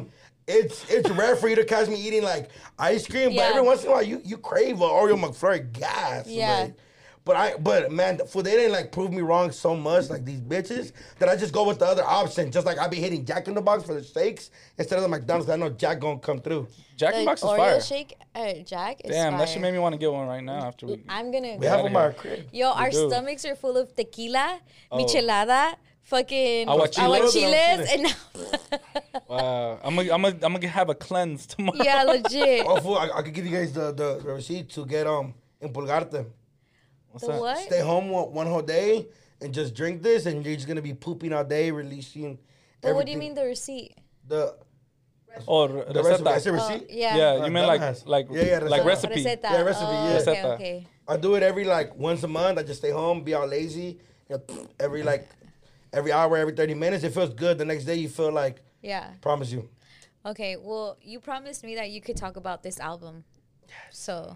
Speaker 4: it's it's rare for you to catch me eating like ice cream,
Speaker 2: Yeah.
Speaker 4: but every once in a while you you crave a Oreo McFlurry gas.
Speaker 2: Yeah.
Speaker 4: like. but I but man, for they didn't like prove me wrong so much like these bitches that I just go with the other option. Just like I be hitting Jack in the Box for the steaks instead of the McDonald's. I know Jack gonna come through.
Speaker 3: Jack
Speaker 2: The
Speaker 3: and Box is
Speaker 2: Oreo
Speaker 3: fire.
Speaker 2: shake, uh, Jack is
Speaker 3: Damn,
Speaker 2: fire.
Speaker 3: that shit made me want to get one right now after we.
Speaker 2: I'm gonna.
Speaker 4: We have
Speaker 3: outta
Speaker 4: them by
Speaker 3: here.
Speaker 4: our crib.
Speaker 2: Yo, our
Speaker 3: do. Oh.
Speaker 2: stomachs are full of tequila, michelada, fucking
Speaker 3: Aguachiles.
Speaker 2: aguachiles, and
Speaker 3: Wow, uh, I'm gonna I'm gonna I'm gonna have a cleanse tomorrow.
Speaker 2: yeah, legit.
Speaker 4: Oh, fool, I, I could give you guys the, the the receipt to get um empulgarte.
Speaker 3: What's
Speaker 2: The
Speaker 3: that?
Speaker 2: what?
Speaker 4: stay home one, one whole day and just drink this, and you're just gonna be pooping all day, releasing.
Speaker 2: But Oh, what do you
Speaker 4: everything.
Speaker 2: mean the receipt?
Speaker 4: The
Speaker 3: Oh,
Speaker 4: the recipe. I
Speaker 3: receta.
Speaker 4: said receipt.
Speaker 2: Oh, yeah.
Speaker 3: Yeah,
Speaker 4: Uh,
Speaker 3: you mean like
Speaker 4: dumbass.
Speaker 3: like
Speaker 4: Yeah, yeah,
Speaker 3: like
Speaker 4: receta.
Speaker 3: recipe.
Speaker 2: Receta.
Speaker 4: Yeah, recipe,
Speaker 2: Oh,
Speaker 4: yeah.
Speaker 2: Okay,
Speaker 3: Receta.
Speaker 2: okay.
Speaker 4: I do it every like once a month. I just stay home, be all lazy. you know, every like every hour, every thirty minutes, it feels good. The next day, you feel like
Speaker 2: Yeah.
Speaker 4: promise you.
Speaker 2: Okay. Well, you promised me that you could talk about this album. So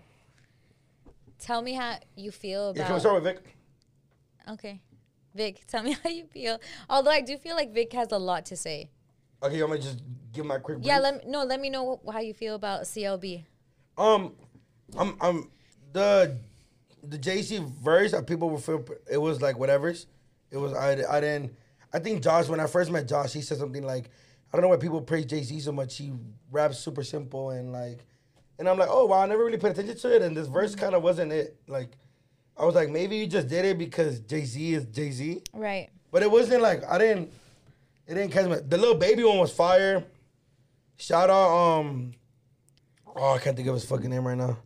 Speaker 2: tell me how you feel
Speaker 4: Yeah, can we
Speaker 2: about
Speaker 4: start with Vic?
Speaker 2: Okay. Vic, tell me how you feel. Although I do feel like Vic has a lot to say.
Speaker 4: Okay, I'm gonna just give my quick.
Speaker 2: Yeah,
Speaker 4: brief.
Speaker 2: let me no, let me know wh- how you feel about CLB.
Speaker 4: Um, I'm I'm the the JC verse that people were feel it was like whatever's. It was I I didn't I think Josh when I first met Josh he said something like I don't know why people praise JC so much. He raps super simple and like and I'm like oh wow I never really paid attention to it and this verse kind of wasn't it like. I was like, maybe you just did it because Jay Z is Jay Z,
Speaker 2: Right.
Speaker 4: but it wasn't like I didn't, it didn't catch me. The little baby one was fire. Shout out, um, oh I can't think of his fucking name right now.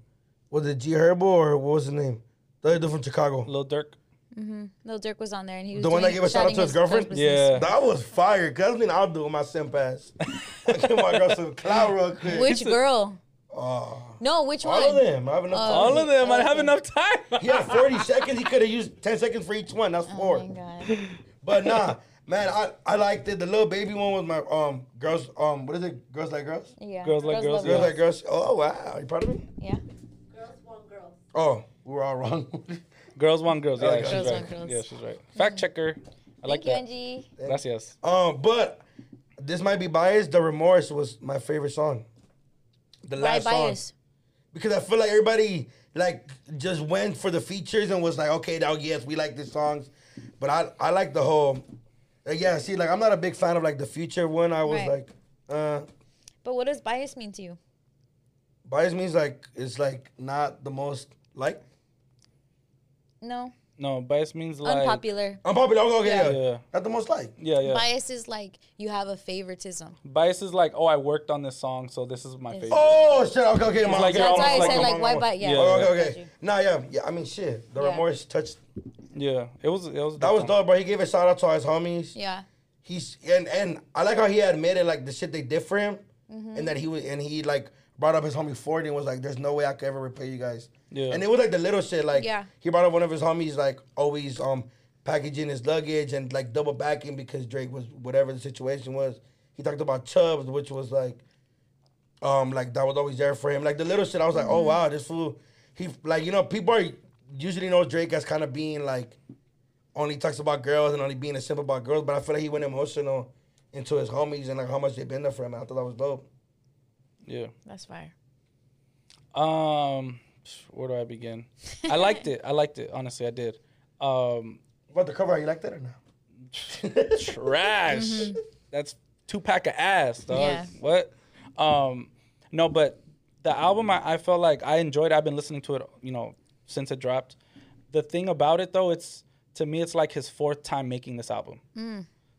Speaker 4: Was it G Herbo or what was his name? The other dude from Chicago.
Speaker 3: Lil Dirk.
Speaker 2: Lil Dirk was on there and he was
Speaker 4: The one
Speaker 2: doing-
Speaker 4: that gave a shout out
Speaker 2: shouting
Speaker 4: to his girlfriend?
Speaker 2: business.
Speaker 3: Yeah.
Speaker 4: That was fire. Cause that's what I'll do with my simp ass. I give Oh my girl some clout real quick.
Speaker 2: Which girl?
Speaker 4: Oh,
Speaker 2: No, which one? Uh,
Speaker 4: all of them. I have enough time.
Speaker 3: All of them. I
Speaker 2: Okay.
Speaker 3: have enough time.
Speaker 4: He had 40 seconds. He could have used 10 seconds for each one. That's
Speaker 2: Oh
Speaker 4: four.
Speaker 2: my god.
Speaker 4: But nah, Man, I, I liked it. The little baby one was my um girls um what is it? Girls like girls.
Speaker 2: Yeah.
Speaker 3: Girls like
Speaker 2: love
Speaker 3: girls,
Speaker 4: Girls
Speaker 3: Yeah.
Speaker 4: like girls. Oh wow, you proud of me?
Speaker 2: Yeah.
Speaker 7: Girls want girls.
Speaker 4: Oh, we were all wrong.
Speaker 3: Girls want girls. Yeah,
Speaker 4: Okay.
Speaker 3: she's
Speaker 2: Girls
Speaker 3: right.
Speaker 2: want girls.
Speaker 3: Yeah, she's right. Fact checker. I like
Speaker 2: Thank you,
Speaker 3: that.
Speaker 2: Angie.
Speaker 3: Gracias.
Speaker 4: um, but this might be biased. The remorse was my favorite song. The
Speaker 2: Why
Speaker 4: last song.
Speaker 2: bias?
Speaker 4: because I feel like everybody like just went for the features and was like, okay, now yes, we like these songs, but I I like the whole. uh, yeah, see, like I'm not a big fan of like the future one. I was
Speaker 2: Right.
Speaker 4: like, uh,
Speaker 2: But what does bias mean to you?
Speaker 4: bias means like it's like not the most like
Speaker 2: No.
Speaker 3: No, bias means like.
Speaker 2: Unpopular.
Speaker 4: unpopular. Okay,
Speaker 2: Yeah.
Speaker 4: yeah.
Speaker 3: Yeah,
Speaker 4: not the most like.
Speaker 3: yeah, yeah.
Speaker 2: Bias is like you have a favoritism.
Speaker 3: bias is like, oh, I worked on this song, so this is my favorite.
Speaker 4: Oh shit! Okay, okay, my,
Speaker 3: like
Speaker 4: okay,
Speaker 3: you're
Speaker 2: That's
Speaker 3: almost
Speaker 2: why I
Speaker 3: like
Speaker 2: said
Speaker 3: a
Speaker 2: like
Speaker 4: my-
Speaker 2: why
Speaker 4: my-
Speaker 2: bias. Yeah.
Speaker 3: Yeah.
Speaker 4: okay,
Speaker 2: I
Speaker 4: Oh, okay,
Speaker 2: got you.
Speaker 4: okay. Nah, yeah, yeah. I mean, shit. The
Speaker 2: Yeah.
Speaker 4: remorse touched.
Speaker 3: Yeah, it was. It was. a
Speaker 4: Oh. That
Speaker 3: good
Speaker 4: was
Speaker 3: song.
Speaker 4: dope, bro. He gave a shout out to all his homies.
Speaker 2: Yeah.
Speaker 4: he's and and I like how he admitted like the shit they did for him,
Speaker 2: Mm-hmm.
Speaker 4: and that he was and he like brought up his homie Ford and was like, "There's no way I could ever repay you guys."
Speaker 3: Yeah.
Speaker 4: And it was like the little shit, like
Speaker 2: Yeah.
Speaker 4: he brought up one of his homies like always um packaging his luggage and like double backing because Drake was whatever the situation was. He talked about Chubbs, which was like, um, like that was always there for him. Like the little shit, I was like, oh wow, this fool, he like you know people are usually know Drake as kind of being like only talks about girls and only being a simp about girls, but I feel like he went emotional into his homies and like how much they've been there for him. I thought that was dope.
Speaker 3: Yeah.
Speaker 2: That's fire.
Speaker 3: Um, where do I begin? I liked it. I liked it. Honestly, I did. Um,
Speaker 4: What the cover? Are you like that or no?
Speaker 3: trash. That's two pack of ass, dog.
Speaker 2: Mm-hmm. Yeah.
Speaker 3: What? Um, no, but the album I, I felt like I enjoyed. I've been listening to it, you know, since it dropped. The thing about it though, it's to me, it's like his fourth time making this album.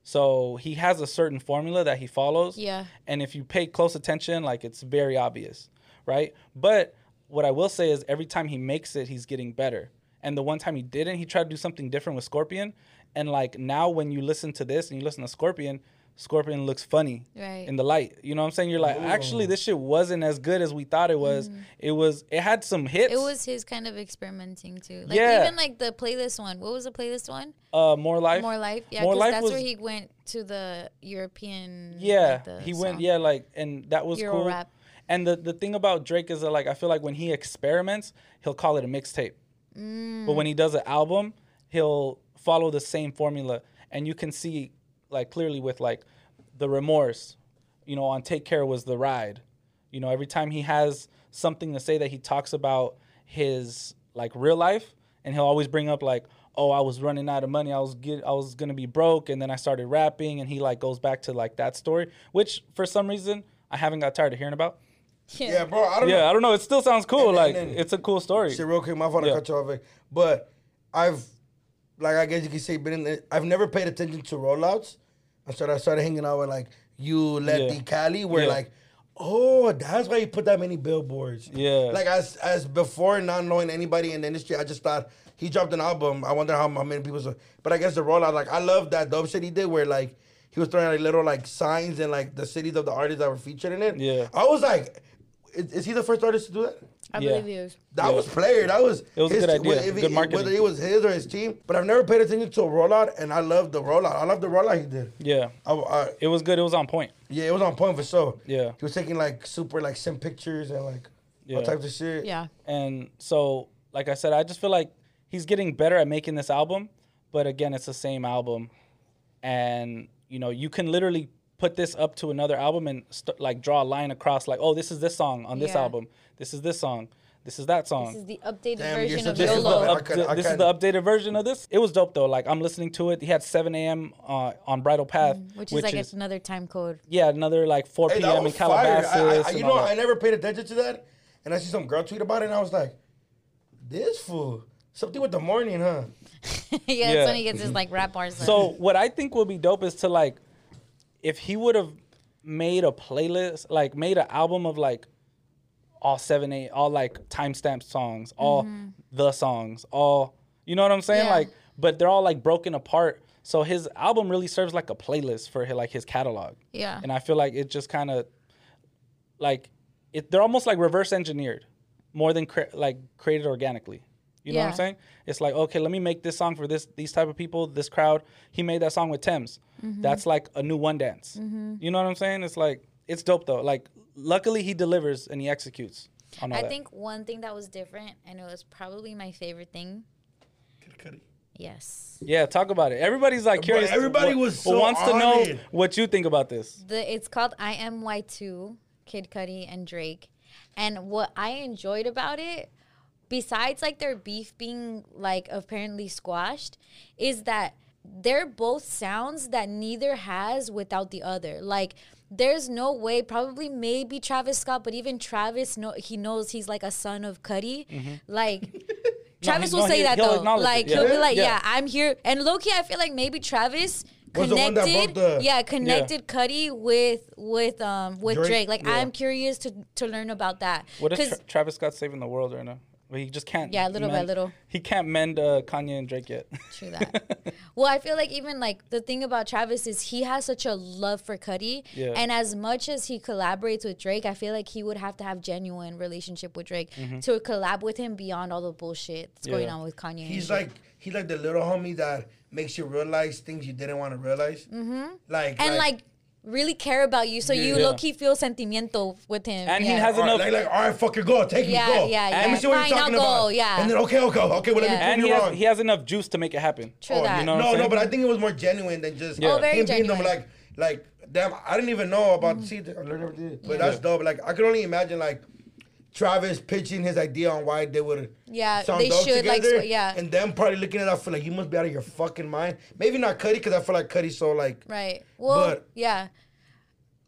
Speaker 3: So he has a certain formula that he follows.
Speaker 2: Mm. Yeah.
Speaker 3: And if you pay close attention, like it's very obvious, right? But what I will say is every time he makes it, he's getting better. And the one time he didn't, he tried to do something different with Scorpion. And like now when you listen to this and you listen to Scorpion, Scorpion looks funny
Speaker 2: Right.
Speaker 3: in the light. You know what I'm saying? You're like, actually this shit wasn't as good as we thought it was. It was it had some hits.
Speaker 2: Mm-hmm. It was his kind of experimenting too. Like
Speaker 3: Yeah.
Speaker 2: even like the playlist one. What was the playlist one?
Speaker 3: uh more life.
Speaker 2: More life. Yeah,
Speaker 3: More
Speaker 2: because
Speaker 3: Life
Speaker 2: that's
Speaker 3: was-
Speaker 2: where he went to the European. like,
Speaker 3: Yeah,
Speaker 2: the
Speaker 3: he went.
Speaker 2: song.
Speaker 3: Yeah, like, and that was
Speaker 2: Euro
Speaker 3: cool.
Speaker 2: rap.
Speaker 3: And the the thing about Drake is that, like, I feel like when he experiments, he'll call it a mixtape. But when he does an album, he'll follow the same formula, and you can see like clearly with like the remorse. You know, on Take Care was the ride. You know, every time he has something to say that he talks about his like real life, and he'll always bring up like, "Oh, I was running out of money. I was get, I was gonna be broke, and then I started rapping." And he like goes back to like that story, which for some reason I haven't got tired of hearing about.
Speaker 4: Yeah, bro. I don't know.
Speaker 3: Yeah, I don't know. It still sounds cool.
Speaker 4: And-
Speaker 3: Like
Speaker 4: and-
Speaker 3: it's a cool story.
Speaker 4: Shit, real quick, my fault. I
Speaker 3: Yeah.
Speaker 4: cut you off. Vic. But I've, like, I guess you could say, been in the, I've never paid attention to rollouts. I started, I started hanging out with like you, Letty,
Speaker 3: Yeah.
Speaker 4: Cali. We're
Speaker 3: Yeah.
Speaker 4: like, oh, that's why you put that many billboards.
Speaker 3: Yeah.
Speaker 4: Like as as before, not knowing anybody in the industry, I just thought he dropped an album. I wonder how many people. Saw. But I guess the rollout, like, I love that dope shit he did, where like. He was throwing like little like signs and like the cities of the artists that were featured in it.
Speaker 3: Yeah.
Speaker 4: I was like, is, is he the first artist to do that?
Speaker 2: I
Speaker 3: Yeah.
Speaker 2: believe he was.
Speaker 4: That was player. That was
Speaker 3: It was a
Speaker 4: his-
Speaker 3: good idea.
Speaker 4: wh- if he-
Speaker 3: Good marketing.
Speaker 4: Whether it was his or his team, but I've never paid attention to a rollout, and I love the rollout. I love the rollout he did.
Speaker 3: yeah,
Speaker 4: I, I-
Speaker 3: it was good. It was on point.
Speaker 4: yeah, it was on point for sure.
Speaker 3: Yeah.
Speaker 4: he was taking like super like sim pictures and like all
Speaker 3: Yeah.
Speaker 4: types of shit.
Speaker 2: Yeah.
Speaker 3: And so, like I said, I just feel like he's getting better at making this album. But again, it's the same album, and you know you can literally put this up to another album and st- like draw a line across. Like, oh, this is this song on this
Speaker 2: Yeah.
Speaker 3: album. This is this song. This is that song.
Speaker 2: This is the updated
Speaker 4: Damn, you're
Speaker 2: version
Speaker 4: so
Speaker 2: of
Speaker 4: This
Speaker 3: This is, the,
Speaker 2: YOLO.
Speaker 4: different. I
Speaker 3: up-
Speaker 4: could- I
Speaker 3: this is
Speaker 4: could-
Speaker 3: the updated version of this. It was dope though. Like I'm listening to it. He had 7 a.m. Uh, on Bridal Path,
Speaker 2: Mm, Which is like another time code.
Speaker 3: yeah, another like 4
Speaker 4: Hey, that
Speaker 3: p.m. in
Speaker 4: was fire.
Speaker 3: Calabasas.
Speaker 4: I, I,
Speaker 3: and
Speaker 4: you
Speaker 3: all
Speaker 4: know,
Speaker 3: that.
Speaker 4: I never paid attention to that, and I see some girl tweet about it, and I was like, this fool. Something with the morning, huh?
Speaker 2: yeah,
Speaker 3: Yeah. Mm-hmm.
Speaker 2: that's when he gets his like rap bars. in.
Speaker 3: So what I think would be dope is to like, if he would have made a playlist, like made an album of like all seven eight, all like timestamp songs, all the songs, all you know what I'm saying?
Speaker 2: Mm-hmm. Yeah.
Speaker 3: Like, but they're all like broken apart. So his album really serves like a playlist for his, like his catalog.
Speaker 2: Yeah.
Speaker 3: And I feel like it just kind of like it. They're almost like reverse engineered, more than cre- like created organically. You know what
Speaker 2: Yeah.
Speaker 3: I'm saying? It's like, okay, let me make this song for this these type of people, this crowd. He made that song with Thames.
Speaker 2: Mm-hmm.
Speaker 3: That's like a new one dance. You know what I'm saying? It's like it's dope though. Like luckily he delivers and he executes on all
Speaker 2: I
Speaker 3: that.
Speaker 2: think one thing that was different, and it was probably my favorite thing. Yes,
Speaker 3: yeah, talk about it. Everybody's like curious.
Speaker 4: everybody
Speaker 3: what-
Speaker 4: was
Speaker 3: what
Speaker 4: so
Speaker 3: wants to
Speaker 4: on
Speaker 3: know
Speaker 4: it.
Speaker 3: what you think about this.
Speaker 2: the it's called I Am Y Two, Kid Cudi and Drake, and what I enjoyed about it, besides like their beef being like apparently squashed, is that they're both sounds that neither has without the other. Like there's no way, probably maybe Travis Scott, but even Travis, no, he knows he's like a son of Cudi, like. Travis
Speaker 3: Mm-hmm. he-
Speaker 2: will
Speaker 3: no,
Speaker 2: say
Speaker 3: he-
Speaker 2: that
Speaker 3: he'll
Speaker 2: though.
Speaker 3: acknowledge it.
Speaker 2: Like
Speaker 3: Yeah.
Speaker 2: he'll be like,
Speaker 3: Yeah.
Speaker 2: yeah. I'm here." And Loki, I feel like maybe Travis
Speaker 4: Was the one that
Speaker 2: connected,
Speaker 4: broke the-
Speaker 2: yeah, connected Cuddy with with um with
Speaker 4: Drake?
Speaker 2: Drake. Like
Speaker 4: Yeah.
Speaker 2: I'm curious to to learn about that.
Speaker 3: What if
Speaker 2: 'Cause-
Speaker 3: Tra- Travis Scott's saving the world right now? But he just can't.
Speaker 2: Yeah, little by
Speaker 3: mend-
Speaker 2: little.
Speaker 3: He can't mend uh, Kanye and Drake yet.
Speaker 2: True that. well, I feel like even like the thing about Travis is he has such a love for Cuddy,
Speaker 3: Yeah.
Speaker 2: and as much as he collaborates with Drake, I feel like he would have to have genuine relationship with Drake to collab with him beyond all the bullshit that's going
Speaker 3: Mm-hmm. Yeah.
Speaker 2: on with Kanye. and
Speaker 4: He's
Speaker 2: Drake.
Speaker 4: like he's like the little homie that makes you realize things you didn't want to realize. Mm-hmm. Like
Speaker 2: and like, really care about you, so you
Speaker 3: Yeah.
Speaker 2: low key feel sentimiento with him.
Speaker 3: And he
Speaker 2: yeah.
Speaker 3: has
Speaker 4: all right,
Speaker 3: enough-
Speaker 4: like, like, all right, fucking go, take
Speaker 2: Yeah,
Speaker 4: me, go.
Speaker 2: yeah,
Speaker 4: Let me
Speaker 2: yeah.
Speaker 4: see what
Speaker 2: Fine,
Speaker 4: you're talking
Speaker 2: I'll
Speaker 4: about.
Speaker 2: go, yeah.
Speaker 4: And then okay, okay, okay, well, let
Speaker 2: Yeah.
Speaker 4: me prove
Speaker 3: and
Speaker 4: you
Speaker 3: he has,
Speaker 4: wrong.
Speaker 3: he has enough juice to make it happen.
Speaker 2: True
Speaker 4: Oh,
Speaker 2: that.
Speaker 3: you know what
Speaker 4: no,
Speaker 3: I'm
Speaker 4: no,
Speaker 3: saying?
Speaker 4: but I think it was more genuine than just
Speaker 3: Yeah. Oh,
Speaker 2: very
Speaker 4: him being them,
Speaker 2: genuine. Mm.
Speaker 4: like, like damn, I didn't even know about see, I learned everything. But that's dope. Like, I could only imagine like Travis pitching his idea on why they would
Speaker 2: Yeah,
Speaker 4: sound
Speaker 2: they
Speaker 4: dope
Speaker 2: should, like,
Speaker 4: together,
Speaker 2: sw- yeah.
Speaker 4: and them probably looking at that feel like you must be out of your fucking mind. Maybe not Cuddy because I feel like Cuddy's so like,
Speaker 2: Right. Well,
Speaker 4: But-
Speaker 2: yeah.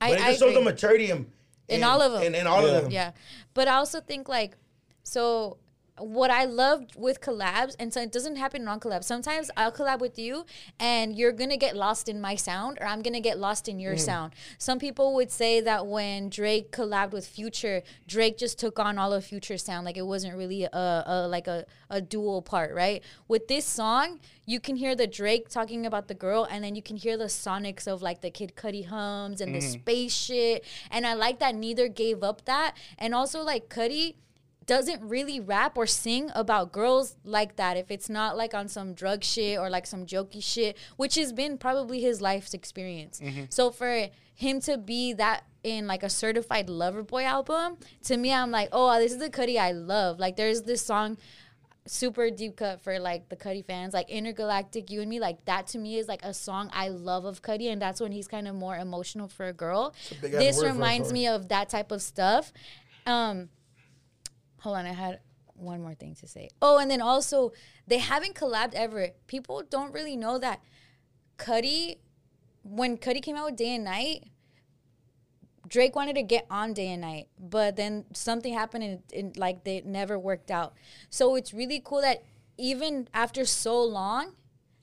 Speaker 2: I,
Speaker 4: but it
Speaker 2: I
Speaker 4: just shows the
Speaker 2: agree.
Speaker 4: maturity in,
Speaker 2: In all of 'em.
Speaker 4: in, in all
Speaker 3: Yeah.
Speaker 4: of them.
Speaker 2: Yeah. But I also think like so what I loved with collabs and so it doesn't happen non collabs. Sometimes I'll collab with you and you're gonna get lost in my sound or I'm gonna get lost in your sound. Some people would say that when Drake collabed with Future, Drake just took on all of Future's sound. Like it wasn't really a, a like a, a dual part, right? With this song, you can hear the Drake talking about the girl and then you can hear the sonics of like the Kid Cudi hums and the space shit. And I like that neither gave up that. And also like Cudi doesn't really rap or sing about girls like that if it's not like on some drug shit or like some jokey shit, which has been probably his life's experience.
Speaker 4: Mm-hmm.
Speaker 2: So for him to be that in like a certified lover boy album, to me I'm like, oh this is the Cudi I love. Like there's this song super deep cut for like the Cuddy fans, like Intergalactic You and Me, like that to me is like a song I love of Cuddy, and that's when he's kind of more emotional for a girl.
Speaker 4: big ass
Speaker 2: This
Speaker 4: word for a
Speaker 2: reminds
Speaker 4: song.
Speaker 2: me of that type of stuff. Um, hold on, I had one more thing to say. Oh, and then also they haven't collabed ever. People don't really know that Cuddy, when Cuddy came out with Day and Night. Drake wanted to get on Day and Night, but then something happened and, and like they never worked out. So it's really cool that even after so long,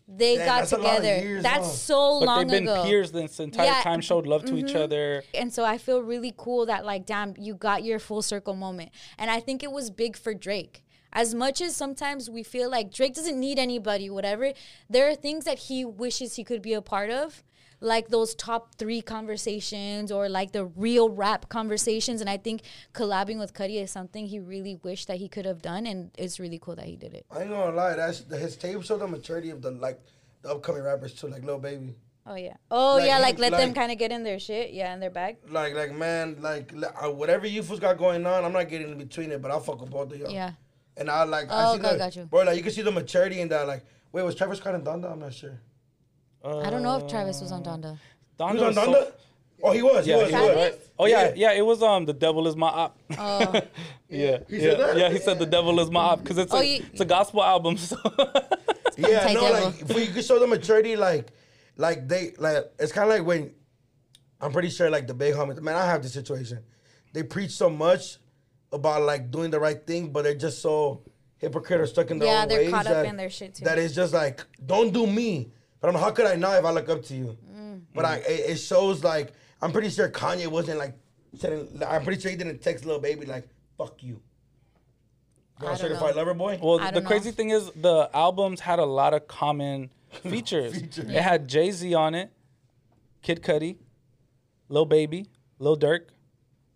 Speaker 2: they
Speaker 4: Damn,
Speaker 2: got
Speaker 4: that's a lot of
Speaker 2: together.
Speaker 4: years,
Speaker 2: that's
Speaker 4: huh?
Speaker 2: so
Speaker 3: But
Speaker 2: long
Speaker 3: they've been
Speaker 2: ago.
Speaker 3: peers this entire
Speaker 2: Yeah. Mm-hmm.
Speaker 3: time, showed love to each other.
Speaker 2: And so I feel really cool that like, damn, you got your full circle moment. And I think it was big for Drake. As much as sometimes we feel like Drake doesn't need anybody, whatever, there are things that he wishes he could be a part of. Like those top three conversations or like the real rap conversations. And I think collabing with Cuddy is something he really wished that he could have done. And it's really cool that he did it.
Speaker 4: I ain't gonna lie, that's his tape showed the maturity of the like the upcoming rappers too, like Lil Baby.
Speaker 2: Oh, yeah. Oh,
Speaker 4: Like
Speaker 2: yeah.
Speaker 4: him-
Speaker 2: Like let them
Speaker 4: like-
Speaker 2: kind of get in their shit. Yeah, in their bag.
Speaker 4: Like, like man, like, li- uh, whatever you fools got going on, I'm not getting in between it, but I'll fuck with both of y'all.
Speaker 2: Yeah.
Speaker 4: And I like, I
Speaker 2: Oh,
Speaker 4: see
Speaker 2: God,
Speaker 4: the,
Speaker 2: got you.
Speaker 4: bro. Like you can see the maturity in that. Like, wait, was Travis Scott in Donda? I'm not sure.
Speaker 2: I don't know if Travis was on Donda.
Speaker 4: He
Speaker 3: Donda
Speaker 4: was
Speaker 3: was
Speaker 4: on
Speaker 3: so-
Speaker 4: Donda. oh, he was.
Speaker 3: Yeah,
Speaker 4: he was.
Speaker 3: he
Speaker 4: He was.
Speaker 3: was,
Speaker 2: Travis?
Speaker 3: right? Oh yeah,
Speaker 4: Yeah.
Speaker 3: yeah. It was um, the devil is my op.
Speaker 2: Oh.
Speaker 3: yeah,
Speaker 4: He
Speaker 3: yeah,
Speaker 4: said that?
Speaker 3: yeah. He said the devil is my op because it's a
Speaker 2: Oh, you-
Speaker 3: it's a gospel album. So
Speaker 4: Yeah, no,
Speaker 2: Anti-devil.
Speaker 4: like, but you can show the maturity. Like, like they like it's kind of like when I'm pretty sure like the big homies. Man, I have this situation. They preach so much about like doing the right thing, but they're just so hypocritical, stuck in their
Speaker 2: Yeah,
Speaker 4: own
Speaker 2: they're
Speaker 4: ways
Speaker 2: caught up
Speaker 4: that-
Speaker 2: in their shit, too.
Speaker 4: That it's just like, don't do me. But I'm how could I not if I look up to you?
Speaker 2: Mm.
Speaker 4: But I it, it shows like I'm pretty sure Kanye wasn't like sending, I'm pretty sure he didn't text little baby like fuck you.
Speaker 2: I
Speaker 4: You want
Speaker 2: don't
Speaker 4: certified
Speaker 2: know.
Speaker 4: lover boy?
Speaker 3: well,
Speaker 2: I
Speaker 3: the
Speaker 2: don't know.
Speaker 3: crazy thing is the albums had a lot of common features.
Speaker 4: Features.
Speaker 3: It had Jay Z on it, Kid Cudi, Lil Baby, Lil Durk,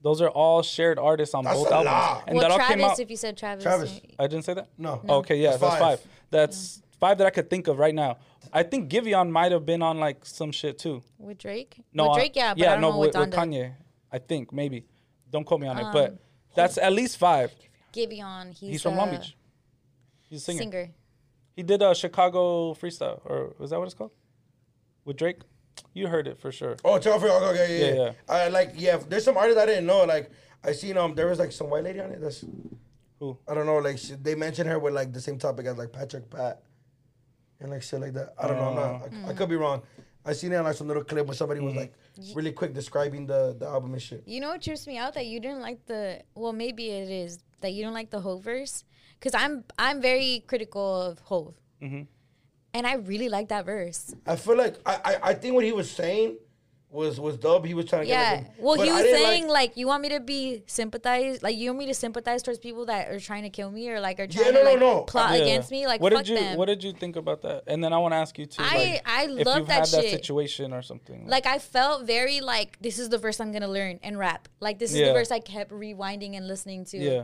Speaker 3: Those are all shared artists on
Speaker 4: That's
Speaker 3: both
Speaker 4: a
Speaker 3: albums,
Speaker 4: lot.
Speaker 3: and
Speaker 2: well,
Speaker 3: that all
Speaker 2: Travis,
Speaker 3: came out.
Speaker 2: if you said Travis.
Speaker 4: Travis.
Speaker 3: I didn't say that. Oh,
Speaker 4: No.
Speaker 3: Okay, yeah, that's, five. That's five that I could think of right now. I think Giveon might have been on like some shit too.
Speaker 2: With Drake?
Speaker 3: No,
Speaker 2: with
Speaker 3: I-
Speaker 2: Drake, yeah, but I don't know with,
Speaker 3: with,
Speaker 2: Donda.
Speaker 3: Kanye. I think maybe. Don't quote me on it, but that's at least five.
Speaker 2: Gibeon, he's,
Speaker 3: He's, from Long
Speaker 2: a
Speaker 3: Beach. He's a singer.
Speaker 2: Singer.
Speaker 3: He did a Chicago freestyle, or was that what it's called? With Drake, you heard it for sure.
Speaker 4: Oh, Terrell Free. Okay, okay, yeah, yeah.
Speaker 3: Yeah, yeah.
Speaker 4: I like yeah. There's some artists I didn't know. Like I seen um, there was like some white lady on it. That's
Speaker 3: Who?
Speaker 4: I don't know. Like she, they mentioned her with like the same topic as like Patrick Pat, and like shit like that. I don't know. I'm not. I,
Speaker 2: Mm.
Speaker 4: I could be wrong. I seen it on like some little clip where somebody
Speaker 3: Mm.
Speaker 4: was like really quick describing the the album and shit.
Speaker 2: You know what trips me out that you didn't like the well maybe it is that you didn't like the Hove verse because I'm I'm very critical of Hove
Speaker 3: Mhm.
Speaker 2: and I really like that verse.
Speaker 4: I feel like I I, I think what he was saying was was dub. He was trying to
Speaker 2: yeah,
Speaker 4: Get like a-
Speaker 2: well
Speaker 4: but
Speaker 2: he
Speaker 4: I
Speaker 2: was
Speaker 4: didn't
Speaker 2: saying like, you want me to be sympathized like you want me to sympathize towards people that are trying to kill me or like are trying
Speaker 4: no,
Speaker 2: to
Speaker 4: no,
Speaker 2: like
Speaker 4: no.
Speaker 2: plot
Speaker 3: Yeah.
Speaker 2: against me like
Speaker 3: what
Speaker 2: fuck
Speaker 3: did you
Speaker 2: them.
Speaker 3: What did you think about that? And then I want to ask you too.
Speaker 2: I-
Speaker 3: like,
Speaker 2: I
Speaker 3: if
Speaker 2: love
Speaker 3: you've
Speaker 2: that
Speaker 3: had that
Speaker 2: shit.
Speaker 3: situation or something.
Speaker 2: like I felt very like this is the verse I'm gonna learn and rap. Like this is
Speaker 3: Yeah.
Speaker 2: the verse I kept rewinding and listening to.
Speaker 3: yeah,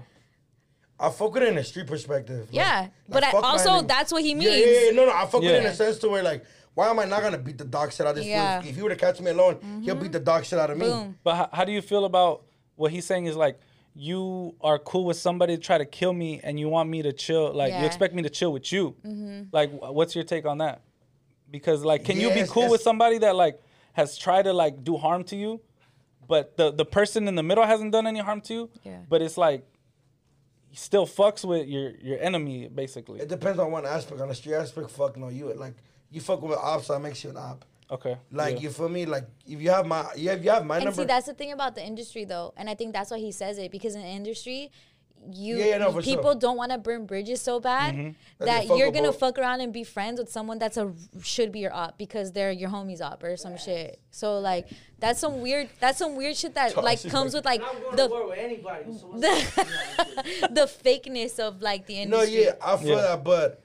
Speaker 4: I fuck with it in a street perspective. like-
Speaker 2: Yeah,
Speaker 4: like,
Speaker 2: but I,
Speaker 4: fuck my
Speaker 2: also
Speaker 4: nigga.
Speaker 2: that's what he means.
Speaker 4: Yeah, yeah, yeah. No, no. I fuck with it in
Speaker 3: Yeah.
Speaker 4: a sense to where like, why am I not gonna beat the dog shit out of this? fool?
Speaker 2: Yeah. Mm-hmm.
Speaker 4: If he were to catch me alone, he'll beat the dog shit out of me.
Speaker 2: Boom.
Speaker 3: but how, how do you feel about what he's saying? Is like you are cool with somebody to try to kill me, and you want me to chill. Like you
Speaker 2: Yeah. Mm-hmm.
Speaker 3: expect me to chill with you. Like wh- what's your take on that? Because like, can you
Speaker 4: Yeah,
Speaker 3: be
Speaker 4: it's-
Speaker 3: cool with
Speaker 4: it's-
Speaker 3: somebody that like has tried to like do harm to you, but the the person in the middle hasn't done any harm to you?
Speaker 2: Yeah.
Speaker 3: But it's like still fucks with your your enemy basically.
Speaker 4: It depends on one aspect. On a street aspect, fuck no. You like you fuck with ops, that makes you an op.
Speaker 3: Okay.
Speaker 4: Like
Speaker 3: yeah.
Speaker 4: you feel me? Like if you have my, yeah, if you have my
Speaker 2: And
Speaker 4: number.
Speaker 2: see, that's the thing about the industry, though, and I think that's why he says it because in the industry, you
Speaker 4: Yeah, yeah, no, for
Speaker 2: people
Speaker 4: sure. Mm-hmm.
Speaker 2: don't want to burn bridges so bad
Speaker 4: That
Speaker 2: that
Speaker 4: you fuck
Speaker 2: you're
Speaker 4: with
Speaker 2: gonna
Speaker 4: both.
Speaker 2: fuck around and be friends with someone that's a should be your op because they're your homie's op or some shit. So like that's some weird that's some weird shit that
Speaker 4: Toss
Speaker 2: like
Speaker 4: it
Speaker 2: comes with
Speaker 4: like-
Speaker 2: like
Speaker 5: And
Speaker 2: the
Speaker 5: I'm going to war with anybody. So what's
Speaker 2: the, the fakeness of like the
Speaker 4: no,
Speaker 2: industry.
Speaker 4: yeah, I feel
Speaker 3: Yeah.
Speaker 4: that, but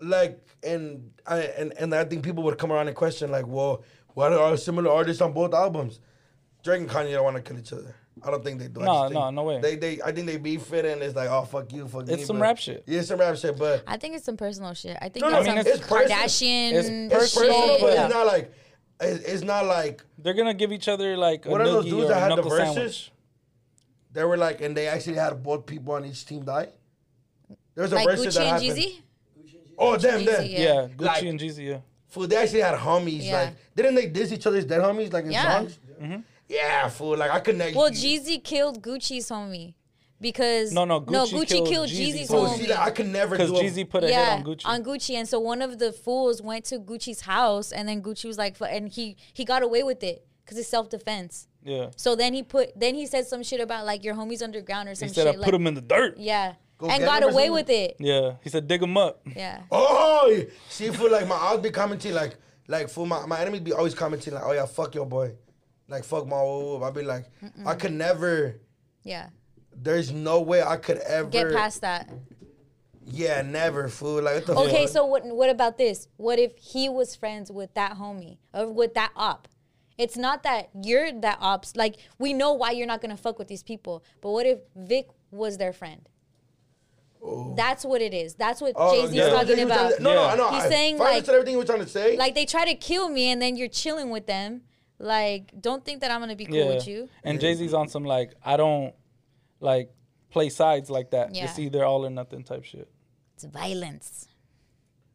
Speaker 4: like, and I and and I think people would come around and question like, well, why are similar artists on both albums? Drake and Kanye don't want to kill each other. I don't think they do. I
Speaker 3: No,
Speaker 4: just think
Speaker 3: no, no way.
Speaker 4: They, they, I think they beef it and it's like, oh fuck you, fuck me.
Speaker 3: It's some
Speaker 4: but-
Speaker 3: rap shit.
Speaker 4: Yeah, it's some rap shit, but
Speaker 2: I think it's some personal shit. I think
Speaker 4: No, no,
Speaker 2: that's
Speaker 3: I mean,
Speaker 2: some
Speaker 3: it's
Speaker 4: personal.
Speaker 2: Kardashian
Speaker 3: It's
Speaker 4: it's
Speaker 3: personal,
Speaker 4: personal,
Speaker 2: shit.
Speaker 4: but
Speaker 3: yeah.
Speaker 4: it's not like, it's, it's not like
Speaker 3: They're gonna give each other like a
Speaker 4: What are those
Speaker 3: noogie
Speaker 4: dudes
Speaker 3: or
Speaker 4: that
Speaker 3: a
Speaker 4: had the
Speaker 3: knuckle
Speaker 4: verses?
Speaker 3: sandwich.
Speaker 4: they were like, and they actually had both people on each team die. There's a
Speaker 2: like
Speaker 4: verse
Speaker 2: Gucci
Speaker 4: that
Speaker 2: and
Speaker 4: happened.
Speaker 2: Jeezy.
Speaker 4: Oh damn,
Speaker 2: Jeezy,
Speaker 4: damn.
Speaker 3: Yeah,
Speaker 2: Yeah.
Speaker 3: Gucci
Speaker 4: Like-
Speaker 3: and Jeezy. Yeah.
Speaker 4: Fool, they actually had homies.
Speaker 2: Yeah.
Speaker 4: Like, didn't they diss each other's dead homies like in
Speaker 2: Yeah.
Speaker 4: songs?
Speaker 3: Mm-hmm.
Speaker 4: Yeah, fool. Like I couldn't. actually-
Speaker 2: Well, Jeezy killed Gucci's homie because
Speaker 3: No, no, Gucci
Speaker 2: Gucci
Speaker 3: killed
Speaker 2: killed,
Speaker 3: Jeezy's
Speaker 2: Jeezy's
Speaker 4: Fool,
Speaker 3: homie.
Speaker 2: homie.
Speaker 4: Oh, see, like, I could never.
Speaker 3: Because
Speaker 4: do a-
Speaker 3: Jeezy put a
Speaker 2: yeah,
Speaker 3: hit on Gucci.
Speaker 2: and so one of the fools went to Gucci's house, and then Gucci was like, fu- and he he got away with it because it's self defense.
Speaker 3: yeah.
Speaker 2: So then he put, then he said some shit about like your homies underground or some
Speaker 3: He said, "I
Speaker 2: shit.
Speaker 3: put
Speaker 2: like,
Speaker 3: him in the dirt."
Speaker 2: yeah,
Speaker 4: Go
Speaker 2: and
Speaker 4: get
Speaker 2: got
Speaker 4: him or
Speaker 2: away
Speaker 4: something.
Speaker 2: with it.
Speaker 3: Yeah. He said, "Dig him up."
Speaker 2: Yeah,
Speaker 4: Oh, yeah. see, fool. Like my odds be commenting like, like fool. My my enemies be always commenting like, oh yeah, fuck your boy, like fuck my. I be like, I could never.
Speaker 2: yeah.
Speaker 4: There's no way I could ever
Speaker 2: Get past that.
Speaker 4: Yeah, never, fool. Like what the
Speaker 2: Okay,
Speaker 4: fuck?
Speaker 2: so what what about this? What if he was friends with that homie or with that op? It's not that you're that ops. Like we know why you're not gonna fuck with these people. But what if Vic was their friend?
Speaker 3: Oh.
Speaker 2: That's what it is. That's what Jay Z's
Speaker 4: Oh, yeah.
Speaker 2: talking
Speaker 4: He was trying
Speaker 2: about.
Speaker 4: to- No, no,
Speaker 3: Yeah.
Speaker 4: I know.
Speaker 2: He's
Speaker 4: I
Speaker 2: saying,
Speaker 4: fully
Speaker 2: like-
Speaker 4: understood everything you were trying to say.
Speaker 2: Like they try to kill me, and then you're chilling with them. Like don't think that I'm gonna be cool
Speaker 3: Yeah.
Speaker 2: with you.
Speaker 3: And Jay Z's on some like, I don't like play sides like that.
Speaker 2: Yeah.
Speaker 3: It's either all or nothing type shit.
Speaker 2: It's violence.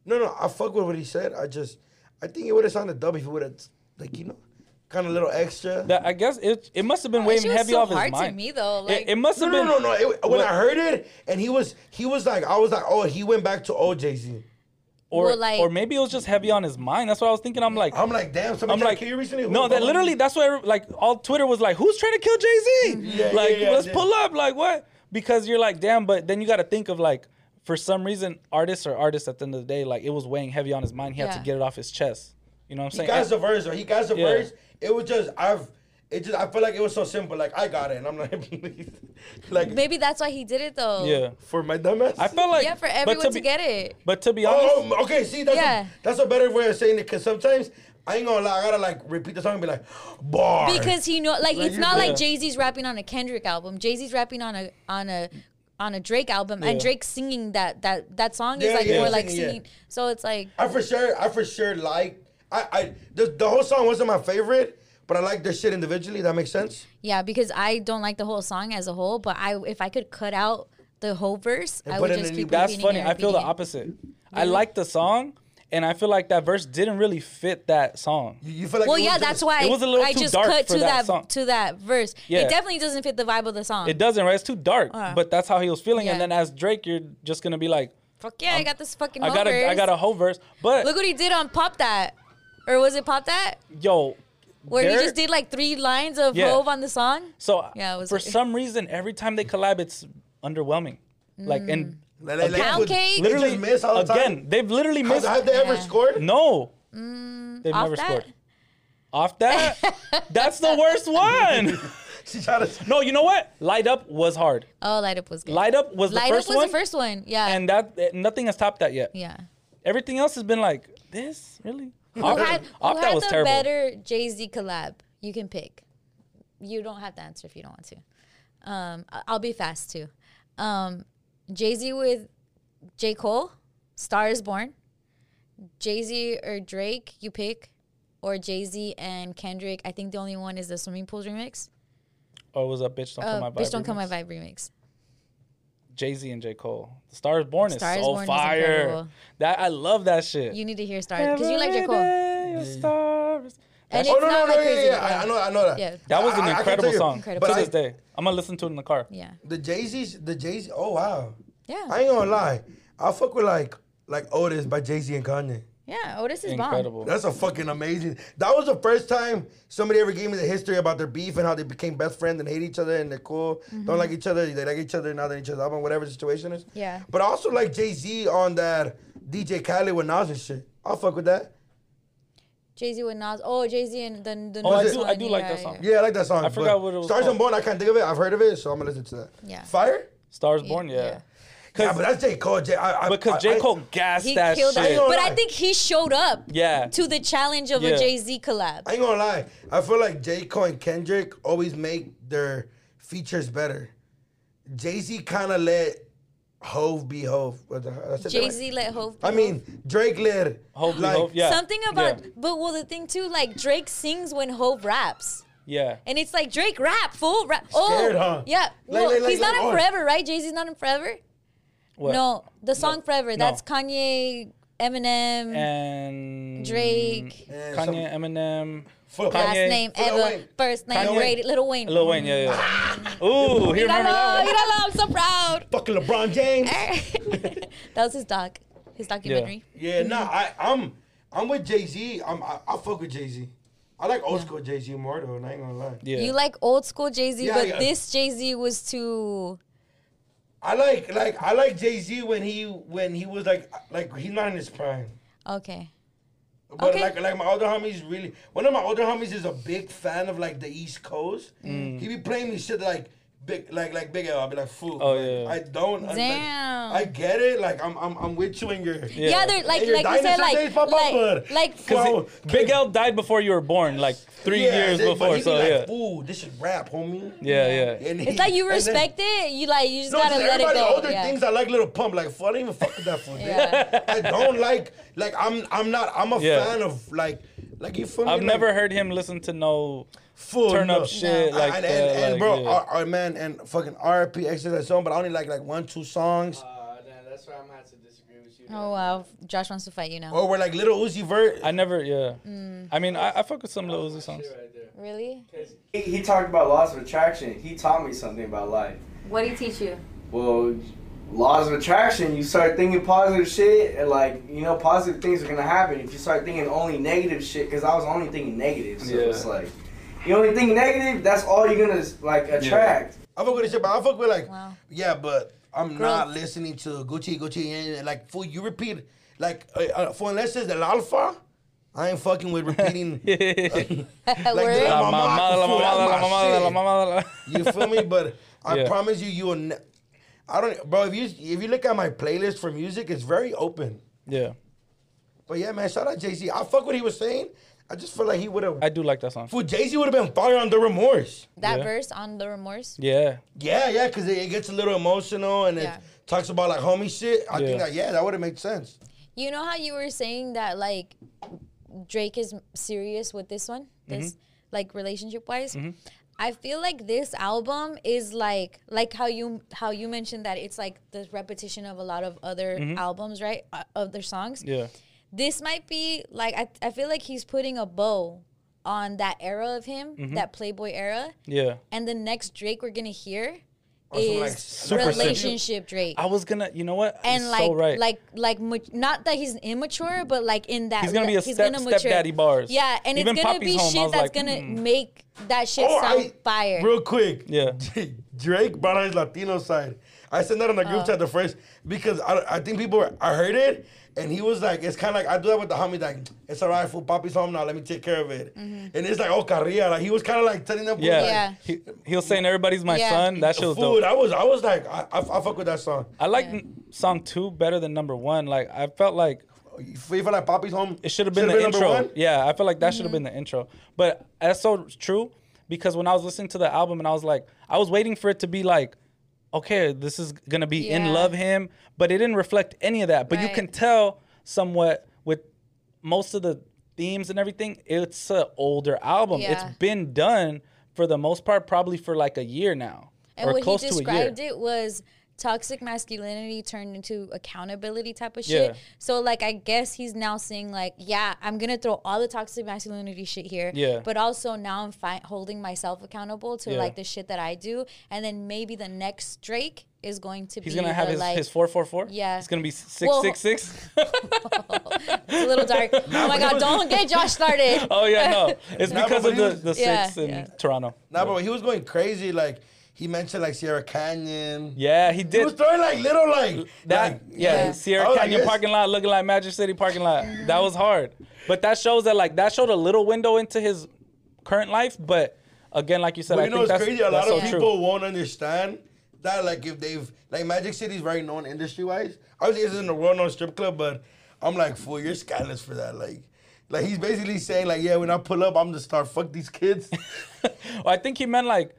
Speaker 4: no, no, I fuck with what he said. I just, I think it would have sounded dumb if he would have, like, you know, kind of little extra.
Speaker 3: That I guess it it must have been
Speaker 2: Oh,
Speaker 3: weighing
Speaker 2: she was
Speaker 3: heavy
Speaker 2: so
Speaker 3: off his
Speaker 2: hard to
Speaker 3: mind.
Speaker 2: me, though,
Speaker 3: It-
Speaker 2: like-
Speaker 3: it, must
Speaker 4: no,
Speaker 3: have
Speaker 4: no,
Speaker 3: been
Speaker 4: no, no. It, when
Speaker 3: what-
Speaker 4: I heard it, and he was, he was like, I was like, oh, he went back to old Jay Z.
Speaker 3: or
Speaker 2: Well, like-
Speaker 3: or maybe it was just heavy on his mind. That's what I was thinking. I'm like,
Speaker 4: I'm like, damn,
Speaker 3: I'm
Speaker 4: somebody
Speaker 3: like,
Speaker 4: like, you recently.
Speaker 3: no, that literally, that's why, every- like, all Twitter was like, who's trying to kill Jay Z?
Speaker 4: Yeah,
Speaker 3: like,
Speaker 4: yeah, yeah,
Speaker 3: let's
Speaker 4: yeah.
Speaker 3: pull up, like, what? Because you're like, damn, but then you got to think of, like, for some reason, artists are artists at the end of the day, like, it was weighing heavy on his mind. He had to
Speaker 2: Yeah.
Speaker 3: get it off his chest. You know what I'm
Speaker 4: He
Speaker 3: saying?
Speaker 4: got
Speaker 3: And-
Speaker 4: the verse, or he got the
Speaker 3: Yeah.
Speaker 4: verse. It was just, I've, it just, I feel like it was so simple. Like, I got it, and I'm like, like,
Speaker 2: Maybe that's why he did it though.
Speaker 3: yeah.
Speaker 4: for my dumbass.
Speaker 3: I felt like.
Speaker 2: yeah, for
Speaker 3: but
Speaker 2: everyone to,
Speaker 3: be-
Speaker 2: get it.
Speaker 3: But to be honest,
Speaker 4: Oh, okay. See, that's
Speaker 2: Yeah.
Speaker 4: a, that's a better way of saying it because sometimes I ain't gonna lie. I gotta like repeat the song and be like, bar.
Speaker 2: because he know like,
Speaker 4: Like,
Speaker 2: it's
Speaker 4: you-
Speaker 2: not
Speaker 3: yeah.
Speaker 2: like Jay Z's rapping on a Kendrick album. Jay Z's rapping on a on a on a Drake album, and
Speaker 3: Yeah.
Speaker 2: Drake's singing that that that song
Speaker 4: Yeah,
Speaker 2: is like
Speaker 4: yeah,
Speaker 2: more like
Speaker 4: singing, yeah.
Speaker 2: singing. So it's like
Speaker 4: I for sure, I for sure like I, I the, the whole song wasn't my favorite, but I like their shit individually. That makes sense.
Speaker 2: yeah, because I don't like the whole song as a whole, but I if I could cut out the whole verse, I
Speaker 4: put
Speaker 2: would
Speaker 4: it
Speaker 2: just
Speaker 4: in
Speaker 2: keep
Speaker 4: the-
Speaker 3: That's
Speaker 2: repeating
Speaker 3: funny.
Speaker 2: It,
Speaker 3: I feel the
Speaker 2: repeating it.
Speaker 3: opposite. I like the song, and I feel like that verse didn't really fit that song.
Speaker 4: You, you feel like
Speaker 2: Well,
Speaker 4: it was
Speaker 2: yeah,
Speaker 4: just-
Speaker 2: that's why
Speaker 3: It was a little
Speaker 2: I
Speaker 3: too
Speaker 2: just
Speaker 3: dark
Speaker 2: cut
Speaker 3: for
Speaker 2: to
Speaker 3: that
Speaker 2: that,
Speaker 3: song.
Speaker 2: to that verse.
Speaker 3: Yeah.
Speaker 2: It definitely doesn't fit the vibe of the song.
Speaker 3: It doesn't, right? It's too dark.
Speaker 2: Uh.
Speaker 3: but that's how he was feeling. And
Speaker 2: Yeah.
Speaker 3: then as Drake, you're just gonna be like,
Speaker 2: Fuck yeah, i got this fucking.
Speaker 3: I got
Speaker 2: verse.
Speaker 3: a, I got a whole verse. But
Speaker 2: Look what he did on Pop That, or was it Pop That?
Speaker 3: yo,
Speaker 2: Where
Speaker 3: there-
Speaker 2: he just did like three lines of
Speaker 3: Yeah.
Speaker 2: Hove on the song.
Speaker 3: So
Speaker 2: Yeah, it was
Speaker 3: for
Speaker 2: like-
Speaker 3: some reason, every time they collab, it's underwhelming. Like
Speaker 2: Mm.
Speaker 3: and
Speaker 4: Like, like, like,
Speaker 2: Pound
Speaker 4: would-
Speaker 2: cake?
Speaker 4: they just
Speaker 3: literally
Speaker 4: miss all the
Speaker 3: again,
Speaker 4: time.
Speaker 3: they've literally
Speaker 4: Have,
Speaker 3: missed.
Speaker 4: have they ever
Speaker 2: Yeah.
Speaker 4: scored?
Speaker 3: no, they've
Speaker 2: Mm, off
Speaker 3: never
Speaker 2: that?
Speaker 3: scored. Off that, that's the worst one.
Speaker 4: She tried to.
Speaker 3: no, you know what? Light up was hard.
Speaker 2: Oh, Light Up was good.
Speaker 3: Light up was
Speaker 2: Light
Speaker 3: the first
Speaker 2: Up was
Speaker 3: one,
Speaker 2: the first one. Yeah.
Speaker 3: and that eh, nothing has topped that yet.
Speaker 2: yeah.
Speaker 3: Everything else has been like this, really.
Speaker 2: Who
Speaker 3: Off,
Speaker 2: had,
Speaker 3: Off
Speaker 2: who
Speaker 3: that
Speaker 2: had
Speaker 3: was
Speaker 2: the
Speaker 3: terrible.
Speaker 2: better Jay Z collab? You can pick. You don't have to answer if you don't want to. Um, I- I'll be fast too. Um, Jay Z with J Cole, Star is Born. Jay Z or Drake, you pick, or Jay Z and Kendrick. I think the only one is the swimming pools remix.
Speaker 3: Or Oh, was a bitch don't
Speaker 2: Uh,
Speaker 3: come my vibe.
Speaker 2: Bitch, don't come my
Speaker 3: remix?
Speaker 2: vibe remix.
Speaker 3: Jay Z and J Cole. The Star is Born is
Speaker 2: Star is
Speaker 3: so
Speaker 2: Born is
Speaker 3: fire.
Speaker 2: incredible.
Speaker 3: that I love that shit.
Speaker 2: You need to hear Star because you like J Cole.
Speaker 3: Every day a star is-
Speaker 2: And
Speaker 4: Oh
Speaker 2: it's
Speaker 4: no no
Speaker 2: not like
Speaker 4: no yeah,
Speaker 2: crazy.
Speaker 4: yeah, I, I know I know that.
Speaker 2: Yeah.
Speaker 3: That was
Speaker 4: I- I-
Speaker 3: an
Speaker 4: I can tell
Speaker 3: incredible
Speaker 4: you,
Speaker 3: song.
Speaker 2: Incredible.
Speaker 3: To
Speaker 4: But I-
Speaker 3: this day, I'm gonna listen to it in the car.
Speaker 2: Yeah.
Speaker 4: The Jay Z's, the Jay Z. Oh wow.
Speaker 2: Yeah.
Speaker 4: I ain't gonna lie. I fuck with like like Otis by Jay Z and Kanye.
Speaker 2: Yeah. Otis is bomb.
Speaker 3: Incredible.
Speaker 4: That's a fucking amazing. That was the first time somebody ever gave me the history about their beef and how they became best friends and hate each other and they're cool,
Speaker 2: Mm-hmm.
Speaker 4: don't like each other, they like each other now they're in each other's album, whatever the situation is.
Speaker 2: Yeah.
Speaker 4: But I also like Jay Z on that DJ Khaled with Nas and shit. I'll fuck with that.
Speaker 2: Jay Z with Nas. Oh, Jay Z and the the
Speaker 3: Oh, I
Speaker 2: newest
Speaker 3: do- I
Speaker 2: one.
Speaker 3: do like that song.
Speaker 4: Yeah, I like that song.
Speaker 3: I forgot
Speaker 4: but
Speaker 3: what it was
Speaker 4: Stars
Speaker 3: called.
Speaker 4: and Bone. I can't think of it. I've heard of it, so I'm gonna listen to that.
Speaker 2: Yeah.
Speaker 4: Fire.
Speaker 3: Star is Born,
Speaker 2: Yeah.
Speaker 3: yeah.
Speaker 4: Yeah,
Speaker 3: Cause,
Speaker 4: but that's J Cole. J, I, I, I-
Speaker 3: because J
Speaker 4: I-
Speaker 3: Cole gassed
Speaker 2: He
Speaker 3: that
Speaker 2: killed
Speaker 3: shit.
Speaker 2: it.
Speaker 4: I know.
Speaker 2: But I think he showed up
Speaker 3: Yeah.
Speaker 2: to the challenge of
Speaker 3: Yeah.
Speaker 2: a Jay Z collab.
Speaker 4: I ain't gonna lie. I feel like J. Cole and Kendrick always make their features better. Jay Z kind of let Hove be Hove. What the- I said that
Speaker 2: Jay
Speaker 4: right?
Speaker 2: Z let Hope.
Speaker 4: I mean, Drake led
Speaker 3: Hope,
Speaker 4: like,
Speaker 3: hope, yeah.
Speaker 2: Something about,
Speaker 3: Yeah.
Speaker 2: but well, the thing too, like Drake sings when Hope raps,
Speaker 3: yeah.
Speaker 2: and it's like Drake rap, full rap. Oh,
Speaker 4: Scared, huh?
Speaker 2: yeah.
Speaker 4: Like-
Speaker 2: Well,
Speaker 4: like- like-
Speaker 2: he's not
Speaker 4: like,
Speaker 2: in
Speaker 4: oh.
Speaker 2: Forever, right? Jay Z's not in Forever.
Speaker 3: What?
Speaker 2: No, the song Forever. That's Kanye, Eminem,
Speaker 3: And
Speaker 2: Drake.
Speaker 4: And some-
Speaker 3: Mm. Kanye, Eminem,
Speaker 4: Full-
Speaker 2: last
Speaker 3: Kanye.
Speaker 2: name
Speaker 4: Lil
Speaker 2: ever,
Speaker 4: Wayne.
Speaker 2: first name
Speaker 4: Kanye.
Speaker 2: rated Little Wayne.
Speaker 3: Lil Wayne, yeah, yeah. Ooh, he remember
Speaker 2: Míralo,
Speaker 3: that one.
Speaker 2: míralo, I'm so proud.
Speaker 4: fucking LeBron James.
Speaker 2: Eh. that was his doc, his documentary.
Speaker 4: yeah, nah, I, I'm I'm with Jay Z. I'm I, I fuck with Jay Z. I like old school Jay Z more though. and I ain't gonna lie.
Speaker 3: Yeah.
Speaker 2: You like old school Jay Z,
Speaker 4: Yeah,
Speaker 2: but
Speaker 4: yeah.
Speaker 2: this Jay Z was too.
Speaker 4: I like like I like Jay Z when he when he was like like he's not in his prime.
Speaker 2: Okay.
Speaker 4: But
Speaker 2: Okay.
Speaker 4: like like my older homies really one of my older homies is a big fan of like the East Coast.
Speaker 2: Mm.
Speaker 4: He be playing me shit like big like like Big L. I'll be like fool.
Speaker 3: Oh,
Speaker 4: like,
Speaker 3: yeah, yeah.
Speaker 4: I don't I'm like-
Speaker 2: Damn.
Speaker 4: I get it. Like I'm I'm I'm with you and your
Speaker 2: Yeah, they're like,
Speaker 4: And your
Speaker 2: like you said,
Speaker 4: dinosaur days
Speaker 2: like,
Speaker 4: pop up,
Speaker 2: like,
Speaker 4: but-
Speaker 2: like,
Speaker 4: Cause
Speaker 2: well,
Speaker 4: it-
Speaker 3: Wow. Big L died before you were born, like three
Speaker 4: Oh, Yeah,
Speaker 3: years
Speaker 4: they- but
Speaker 3: before.
Speaker 4: he be
Speaker 3: So
Speaker 4: like,
Speaker 3: yeah.
Speaker 4: fool, this is rap, homie.
Speaker 3: yeah, yeah,
Speaker 4: And he-
Speaker 2: it's like you
Speaker 4: and then-
Speaker 2: respect it. You like, you just
Speaker 4: No,
Speaker 2: gotta
Speaker 4: just
Speaker 2: let it
Speaker 4: everybody
Speaker 2: go.
Speaker 4: older
Speaker 2: yeah.
Speaker 4: things I like little pump. Like fool, I don't even fuck with that fool. dude.
Speaker 2: Yeah.
Speaker 4: I don't like like I'm I'm not I'm a
Speaker 3: Yeah.
Speaker 4: fan of like like you feel me?
Speaker 3: I've
Speaker 4: Like,
Speaker 3: never heard him listen to no
Speaker 4: fool,
Speaker 3: turn
Speaker 4: no.
Speaker 3: up shit like
Speaker 4: and,
Speaker 3: that.
Speaker 4: and, and
Speaker 3: like,
Speaker 4: bro,
Speaker 3: yeah.
Speaker 4: our, our man and fucking RP exercise song, but I only like like one two songs.
Speaker 5: Uh, nah, that's why I'm gonna have to disagree with you.
Speaker 2: Oh, wow. Josh wants to fight you now.
Speaker 4: Or we're like little Uzi Vert.
Speaker 3: I never, yeah. I mean, I, I fuck with some Lil Uzi songs.
Speaker 5: Shit right there.
Speaker 2: Really?
Speaker 5: 'Cause He, he talked about laws of attraction. He taught me something about life.
Speaker 2: What do you teach you?
Speaker 5: Well, laws of attraction, you start thinking positive shit, and like, you know, positive things are gonna happen. If you start thinking only negative shit, because I was only thinking negative, so it's
Speaker 3: Yeah.
Speaker 5: like, you only think negative, that's all you're gonna, like, attract.
Speaker 4: I fuck with this shit, but I fuck with like
Speaker 2: Wow.
Speaker 4: yeah, but I'm not
Speaker 2: Growth.
Speaker 4: listening to Gucci Gucci and and, like fool. You repeat like uh, uh, for unless it's the alpha. I ain't fucking with repeating. like,
Speaker 2: Word.
Speaker 4: the
Speaker 3: La
Speaker 4: mama,
Speaker 3: mamá, la
Speaker 4: fool,
Speaker 3: mamá,
Speaker 4: that's
Speaker 3: la
Speaker 4: my
Speaker 3: mamá, la
Speaker 4: shit.
Speaker 3: mamá, la-
Speaker 4: You feel me? But I
Speaker 3: Yeah.
Speaker 4: promise you, you will. Ne- I don't, bro. If you if you look at my playlist for music, it's very open.
Speaker 3: Yeah.
Speaker 4: But yeah, man, shout out Jay Z. I fuck what he was saying. I just feel like he would have.
Speaker 3: I do like that song.
Speaker 4: Fool, Jay Z would have been fire on the remorse.
Speaker 2: That
Speaker 3: Yeah.
Speaker 2: verse on the remorse.
Speaker 3: Yeah.
Speaker 4: Yeah, yeah, because it, it gets a little emotional and
Speaker 2: Yeah.
Speaker 4: it talks about like homie shit. I
Speaker 3: Yeah.
Speaker 4: think that yeah, that would have made sense.
Speaker 2: You know how you were saying that like Drake is serious with this one, this like relationship wise. I feel like this album is like like how you how you mentioned that it's like the repetition of a lot of other albums, right? Uh, other songs.
Speaker 3: Yeah.
Speaker 2: This might be like I I feel like he's putting a bow on that era of him, that Playboy era,
Speaker 3: Yeah.
Speaker 2: and the next Drake we're gonna hear
Speaker 4: some, like,
Speaker 2: is
Speaker 4: super
Speaker 3: sensual-
Speaker 2: relationship Drake
Speaker 3: I was gonna. You know what?
Speaker 2: and
Speaker 3: You're
Speaker 2: like,
Speaker 3: so right.
Speaker 2: like, like, mat- not that he's immature, but like in that
Speaker 3: He's gonna be a
Speaker 2: he's
Speaker 3: step-
Speaker 2: gonna mature.
Speaker 3: stepdaddy bars.
Speaker 2: Yeah, and
Speaker 3: Even
Speaker 2: it's gonna
Speaker 3: Poppy's
Speaker 2: be
Speaker 3: home, I
Speaker 2: shit
Speaker 3: was
Speaker 2: that's
Speaker 3: like,
Speaker 2: gonna
Speaker 3: hmm.
Speaker 2: make that shit
Speaker 4: Oh,
Speaker 2: sound
Speaker 4: I-
Speaker 2: fire.
Speaker 4: Real quick.
Speaker 3: Yeah.
Speaker 4: Drake brought out his Latino side. I sent that on the group chat the first because I, I think people were, I heard it and he was like, it's kind of like, I do that with the homie, like, it's all right, fool, Papi's home now, let me take care of it. And it's like, oh, Carrilla. Like, he was kind of like telling them,
Speaker 3: yeah.
Speaker 2: Yeah.
Speaker 3: He, he was saying everybody's my
Speaker 2: Yeah.
Speaker 3: son. That shit was
Speaker 4: Food.
Speaker 3: dope.
Speaker 4: I was, I was like, I, I, I fuck with that song.
Speaker 3: I like n- song two better than number one. Like I felt like
Speaker 4: You feel like Papi's home?
Speaker 3: it should have been
Speaker 4: should've
Speaker 3: the
Speaker 4: number
Speaker 3: intro. Yeah, I feel like that should
Speaker 2: Mm-hmm.
Speaker 3: have been the intro. But that's so true because when I was listening to the album and I was like, I was waiting for it to be like, okay, this is gonna be
Speaker 2: Yeah.
Speaker 3: in love him, but it didn't reflect any of that. But you
Speaker 2: Right.
Speaker 3: can tell somewhat with most of the themes and everything, it's an older album.
Speaker 2: Yeah.
Speaker 3: It's been done for the most part, probably for like a year now.
Speaker 2: and
Speaker 3: or
Speaker 2: what he
Speaker 3: close to a year.
Speaker 2: described it was toxic masculinity turned into accountability type of shit.
Speaker 3: Yeah.
Speaker 2: So like, I guess he's now saying like, yeah, I'm gonna throw all the toxic masculinity shit here.
Speaker 3: Yeah.
Speaker 2: But also now I'm fi- holding myself accountable to
Speaker 3: Yeah.
Speaker 2: like the shit that I do, and then maybe the next Drake is going to
Speaker 3: He's
Speaker 2: be
Speaker 3: gonna have
Speaker 2: the,
Speaker 3: his,
Speaker 2: like,
Speaker 3: his four four four.
Speaker 2: Yeah.
Speaker 3: It's gonna be six
Speaker 2: Well-
Speaker 3: six six.
Speaker 2: It's a little dark. Oh my god, don't get Josh started.
Speaker 3: oh yeah, no, it's
Speaker 4: Nah,
Speaker 3: because
Speaker 4: but
Speaker 3: of
Speaker 4: he
Speaker 3: the,
Speaker 4: was-
Speaker 3: the
Speaker 2: Yeah,
Speaker 3: six in
Speaker 2: yeah.
Speaker 3: Toronto.
Speaker 4: Nah, but he was going crazy. Like, he mentioned like Sierra Canyon.
Speaker 3: Yeah, he
Speaker 4: He
Speaker 3: did
Speaker 4: was throwing like little, like,
Speaker 3: that.
Speaker 4: like,
Speaker 3: yeah,
Speaker 2: yeah.
Speaker 3: Sierra
Speaker 4: I was Oh, like,
Speaker 3: Canyon
Speaker 4: yes.
Speaker 3: parking lot looking like Magic City parking lot. That was hard, but that shows that like that showed a little window into his current life. But again, like you said,
Speaker 4: But
Speaker 3: I
Speaker 4: you know
Speaker 3: think
Speaker 4: what's
Speaker 3: that's,
Speaker 4: crazy? A lot
Speaker 3: that's
Speaker 4: of
Speaker 3: so
Speaker 4: people
Speaker 3: true.
Speaker 4: won't understand that. Like if they've like Magic City's very known industry wise. Obviously, it's in the world known strip club, but I'm like, fool, you're scandalous for that. Like, like he's basically saying like, yeah, when I pull up, I'm the star. Fuck these kids.
Speaker 3: Well, I think he meant like.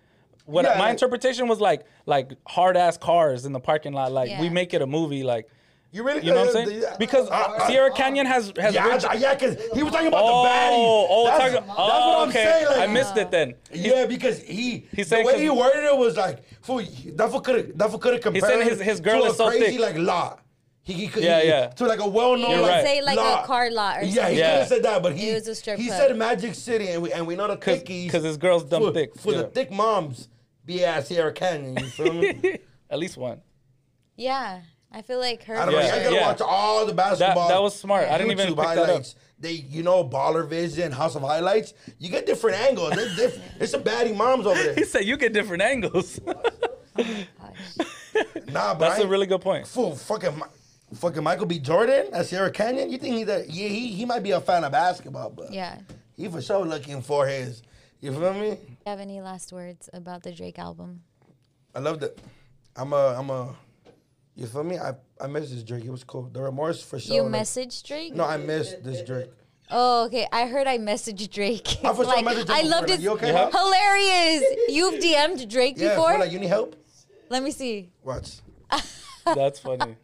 Speaker 3: What
Speaker 4: Yeah,
Speaker 3: my
Speaker 4: like-
Speaker 3: interpretation was like, like hard ass cars in the parking lot. Like we
Speaker 2: Yeah.
Speaker 3: make it a movie. Like
Speaker 4: You really?
Speaker 3: you know what I'm saying? Because
Speaker 4: I- I-
Speaker 3: Sierra Canyon has has
Speaker 4: Uh, Yeah,
Speaker 3: rich
Speaker 4: I- yeah, because he was talking about
Speaker 3: Oh,
Speaker 4: the baddies.
Speaker 3: oh,
Speaker 4: that's,
Speaker 3: talking-
Speaker 4: that's
Speaker 3: oh,
Speaker 4: what I'm
Speaker 3: okay.
Speaker 4: saying. Like,
Speaker 3: I missed it then.
Speaker 4: Yeah, because he,
Speaker 3: He's
Speaker 4: the
Speaker 3: saying
Speaker 4: way
Speaker 3: 'cause-
Speaker 4: he worded it was like, fool, he- that fool could that fool could have compared
Speaker 3: saying
Speaker 4: it
Speaker 3: his- his girl
Speaker 4: to
Speaker 3: is
Speaker 4: a
Speaker 3: so
Speaker 4: crazy
Speaker 3: thick.
Speaker 4: like lot. He, he could,
Speaker 3: Yeah,
Speaker 4: he-
Speaker 3: yeah.
Speaker 4: To like a well-known
Speaker 2: You're
Speaker 4: like,
Speaker 3: right.
Speaker 2: Say, like, a car lot or
Speaker 4: yeah, he
Speaker 2: something.
Speaker 4: could
Speaker 3: Yeah.
Speaker 4: have said that, but he
Speaker 2: It was a strip
Speaker 4: he
Speaker 2: club.
Speaker 4: said Magic City, and we and we know the
Speaker 3: Cause-
Speaker 4: thickies
Speaker 3: 'cause his girl's dumb
Speaker 4: for,
Speaker 3: thick,
Speaker 4: for
Speaker 3: yeah.
Speaker 4: the thick moms. Be ass Sierra Canyon, you feel me?
Speaker 3: at least one.
Speaker 2: Yeah, I feel like her.
Speaker 4: I don't know.
Speaker 3: Yeah,
Speaker 4: I gotta
Speaker 3: yeah.
Speaker 4: watch all the
Speaker 3: That,
Speaker 4: basketball.
Speaker 3: that was smart. I didn't
Speaker 4: YouTube
Speaker 3: even pick that up.
Speaker 4: highlights. They, you know, Baller Vision, House of Highlights. You get different angles. They're diff- it's a baddie moms over
Speaker 3: He
Speaker 4: there.
Speaker 3: said you get different angles.
Speaker 4: Nah, but
Speaker 3: That's
Speaker 4: I
Speaker 3: a really good point.
Speaker 4: fool. Fucking, Mi- fucking Michael B. Jordan at Sierra Canyon. You think he that? Yeah, he, he might be a fan of basketball, but
Speaker 2: Yeah. Do
Speaker 4: he for sure looking for his. You feel me?
Speaker 2: you have any last words about the Drake album?
Speaker 4: I love that. I'm a, I'm a. You feel me? I, I missed this Drake. It was cool. The remorse for sure.
Speaker 2: you
Speaker 4: like-
Speaker 2: messaged Drake?
Speaker 4: No, I missed this Drake.
Speaker 2: Oh, okay. I heard I messaged Drake.
Speaker 4: I for sure messaged him
Speaker 2: I
Speaker 4: before,
Speaker 2: loved
Speaker 4: like,
Speaker 2: it.
Speaker 4: "You okay, huh?"
Speaker 2: Hilarious. You've DM'd Drake
Speaker 4: Yeah,
Speaker 2: before?
Speaker 4: fool, like you need help.
Speaker 2: Let me see.
Speaker 4: Watch.
Speaker 3: That's funny.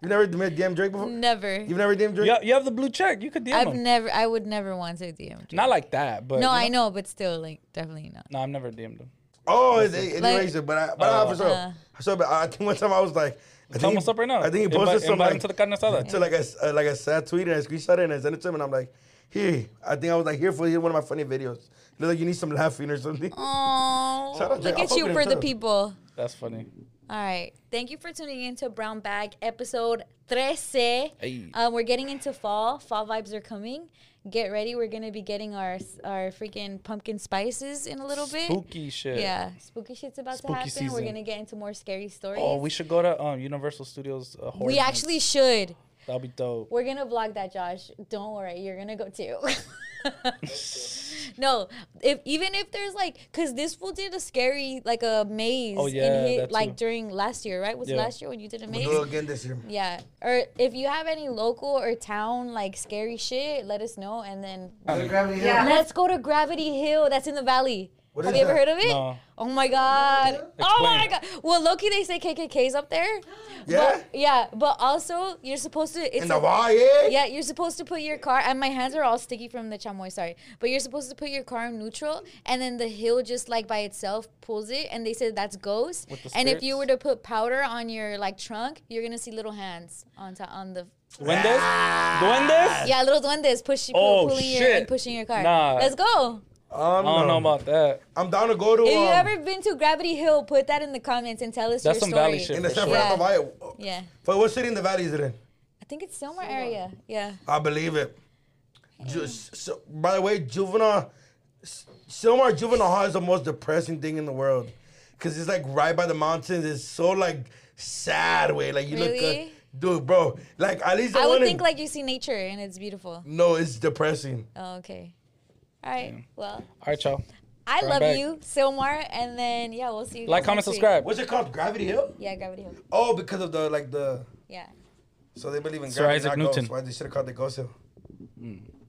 Speaker 4: You never DM Drake before.
Speaker 2: Never.
Speaker 4: You've never DM Drake.
Speaker 3: You have, you have the blue check. You could DM
Speaker 2: I've
Speaker 3: him.
Speaker 2: never. I would never want to DM Drake.
Speaker 3: Not like that, but
Speaker 2: no,
Speaker 3: you
Speaker 2: I know, but still, like, definitely not.
Speaker 3: No, I've never DM'd him.
Speaker 4: Oh, it's it, it
Speaker 2: Like-
Speaker 4: erased it, but I, but I for sure.
Speaker 2: Uh.
Speaker 4: so, but I think one time I was like, I think
Speaker 3: Tell him
Speaker 4: he-
Speaker 3: what's up right now.
Speaker 4: I think he
Speaker 3: Invite-
Speaker 4: posted some
Speaker 3: invite him
Speaker 4: like
Speaker 3: to the carne asada.
Speaker 4: to like a s- uh, like a sad tweet and I screenshot it and I sent it to him and I'm like, here. I think I was like here for here's one of my funny videos. He looked like you need some laughing or something.
Speaker 2: Oh,
Speaker 4: Shout out Drake.
Speaker 2: look
Speaker 4: I
Speaker 2: at
Speaker 4: fuck
Speaker 2: you
Speaker 4: with
Speaker 2: for
Speaker 4: him
Speaker 2: the
Speaker 4: too.
Speaker 2: people.
Speaker 3: That's funny.
Speaker 2: All right. Thank you for tuning in to Brown Bag episode 13.
Speaker 3: Hey.
Speaker 2: Um, we're getting into fall. Fall vibes are coming. Get ready. We're going to be getting our our freaking pumpkin spices in a little bit.
Speaker 3: Spooky shit.
Speaker 2: Yeah. Spooky shit's about
Speaker 3: Spooky
Speaker 2: to happen. We're
Speaker 3: season.
Speaker 2: going to get into more scary stories.
Speaker 3: Oh, we should go to um, Universal Studios. Uh, horror
Speaker 2: We
Speaker 3: night.
Speaker 2: actually should.
Speaker 3: That'll be dope.
Speaker 2: We're going to vlog that, Josh. Don't worry. You're going to go too. No, if even if there's like, cause this fool did a scary like a maze
Speaker 3: Oh, yeah,
Speaker 2: in
Speaker 3: that
Speaker 2: hit
Speaker 3: too.
Speaker 2: like during last year, right? Was it
Speaker 3: Yeah.
Speaker 2: last year when you did a
Speaker 4: We'll
Speaker 2: maze?
Speaker 4: do it again this year.
Speaker 2: Yeah. Or if you have any local or town like scary shit, let us know and then
Speaker 7: Yeah.
Speaker 2: let's go to Gravity Hill. That's in the valley.
Speaker 4: What
Speaker 2: have
Speaker 4: is
Speaker 2: you ever
Speaker 4: that?
Speaker 2: heard of it?
Speaker 3: No.
Speaker 2: Oh my god. Oh
Speaker 3: Explain
Speaker 2: my
Speaker 3: it.
Speaker 2: god. Well, Loki, they say KKK's up there.
Speaker 4: Yeah?
Speaker 2: But, yeah, but also you're supposed to. It's
Speaker 4: In the
Speaker 2: a-
Speaker 4: wall, yeah?
Speaker 2: yeah, you're supposed to put your car, and my hands are all sticky from the chamoy, sorry. But you're supposed to put your car in neutral, and then the hill just like by itself pulls it, and they said that's ghost.
Speaker 3: With the
Speaker 2: And if you
Speaker 3: spirits?
Speaker 2: were to put powder on your like trunk, you're gonna see little hands on top on the
Speaker 4: Ah.
Speaker 3: Duendes? Duendes?
Speaker 2: yeah, little duendes push,
Speaker 3: Oh,
Speaker 2: pulling your
Speaker 3: shit.
Speaker 2: and pushing your car.
Speaker 3: Nah.
Speaker 2: Let's go.
Speaker 4: Um,
Speaker 3: I don't know about that.
Speaker 4: I'm down to go to.
Speaker 2: If you
Speaker 4: um,
Speaker 2: ever been to Gravity Hill, put that in the comments and tell us
Speaker 3: That's
Speaker 2: your
Speaker 3: some
Speaker 2: story.
Speaker 3: valley shit.
Speaker 4: in the
Speaker 3: for
Speaker 4: San
Speaker 3: sure.
Speaker 4: Fernando Valley.
Speaker 2: Yeah,
Speaker 4: But what city in the valley is it in?
Speaker 2: I think it's Silmar area. Yeah.
Speaker 4: I believe it. Just, so, by the way, juvenile, S- Silmar Juvenile Hall is the most depressing thing in the world, cause it's like right by the mountains. It's so like sad way. Like you look,
Speaker 2: Really?
Speaker 4: good. dude, bro. Like at least the
Speaker 2: I
Speaker 4: one
Speaker 2: would
Speaker 4: in-
Speaker 2: think like you see nature and it's beautiful.
Speaker 4: no, it's depressing.
Speaker 2: Oh, okay. All right. Well,
Speaker 3: All right, y'all.
Speaker 2: I
Speaker 3: Right
Speaker 2: love
Speaker 3: back.
Speaker 2: you, Silmar, and then yeah, we'll see you.
Speaker 3: Like,
Speaker 2: guys
Speaker 3: comment,
Speaker 2: next week.
Speaker 3: subscribe.
Speaker 4: What's it called? Gravity Hill?
Speaker 2: Yeah, Gravity Hill.
Speaker 4: Oh, because of the like the
Speaker 2: Yeah.
Speaker 4: so they believe in
Speaker 3: Sir
Speaker 4: gravity,
Speaker 3: Isaac
Speaker 4: not ghosts.
Speaker 3: Newton.
Speaker 4: Why they should have called the ghost hill?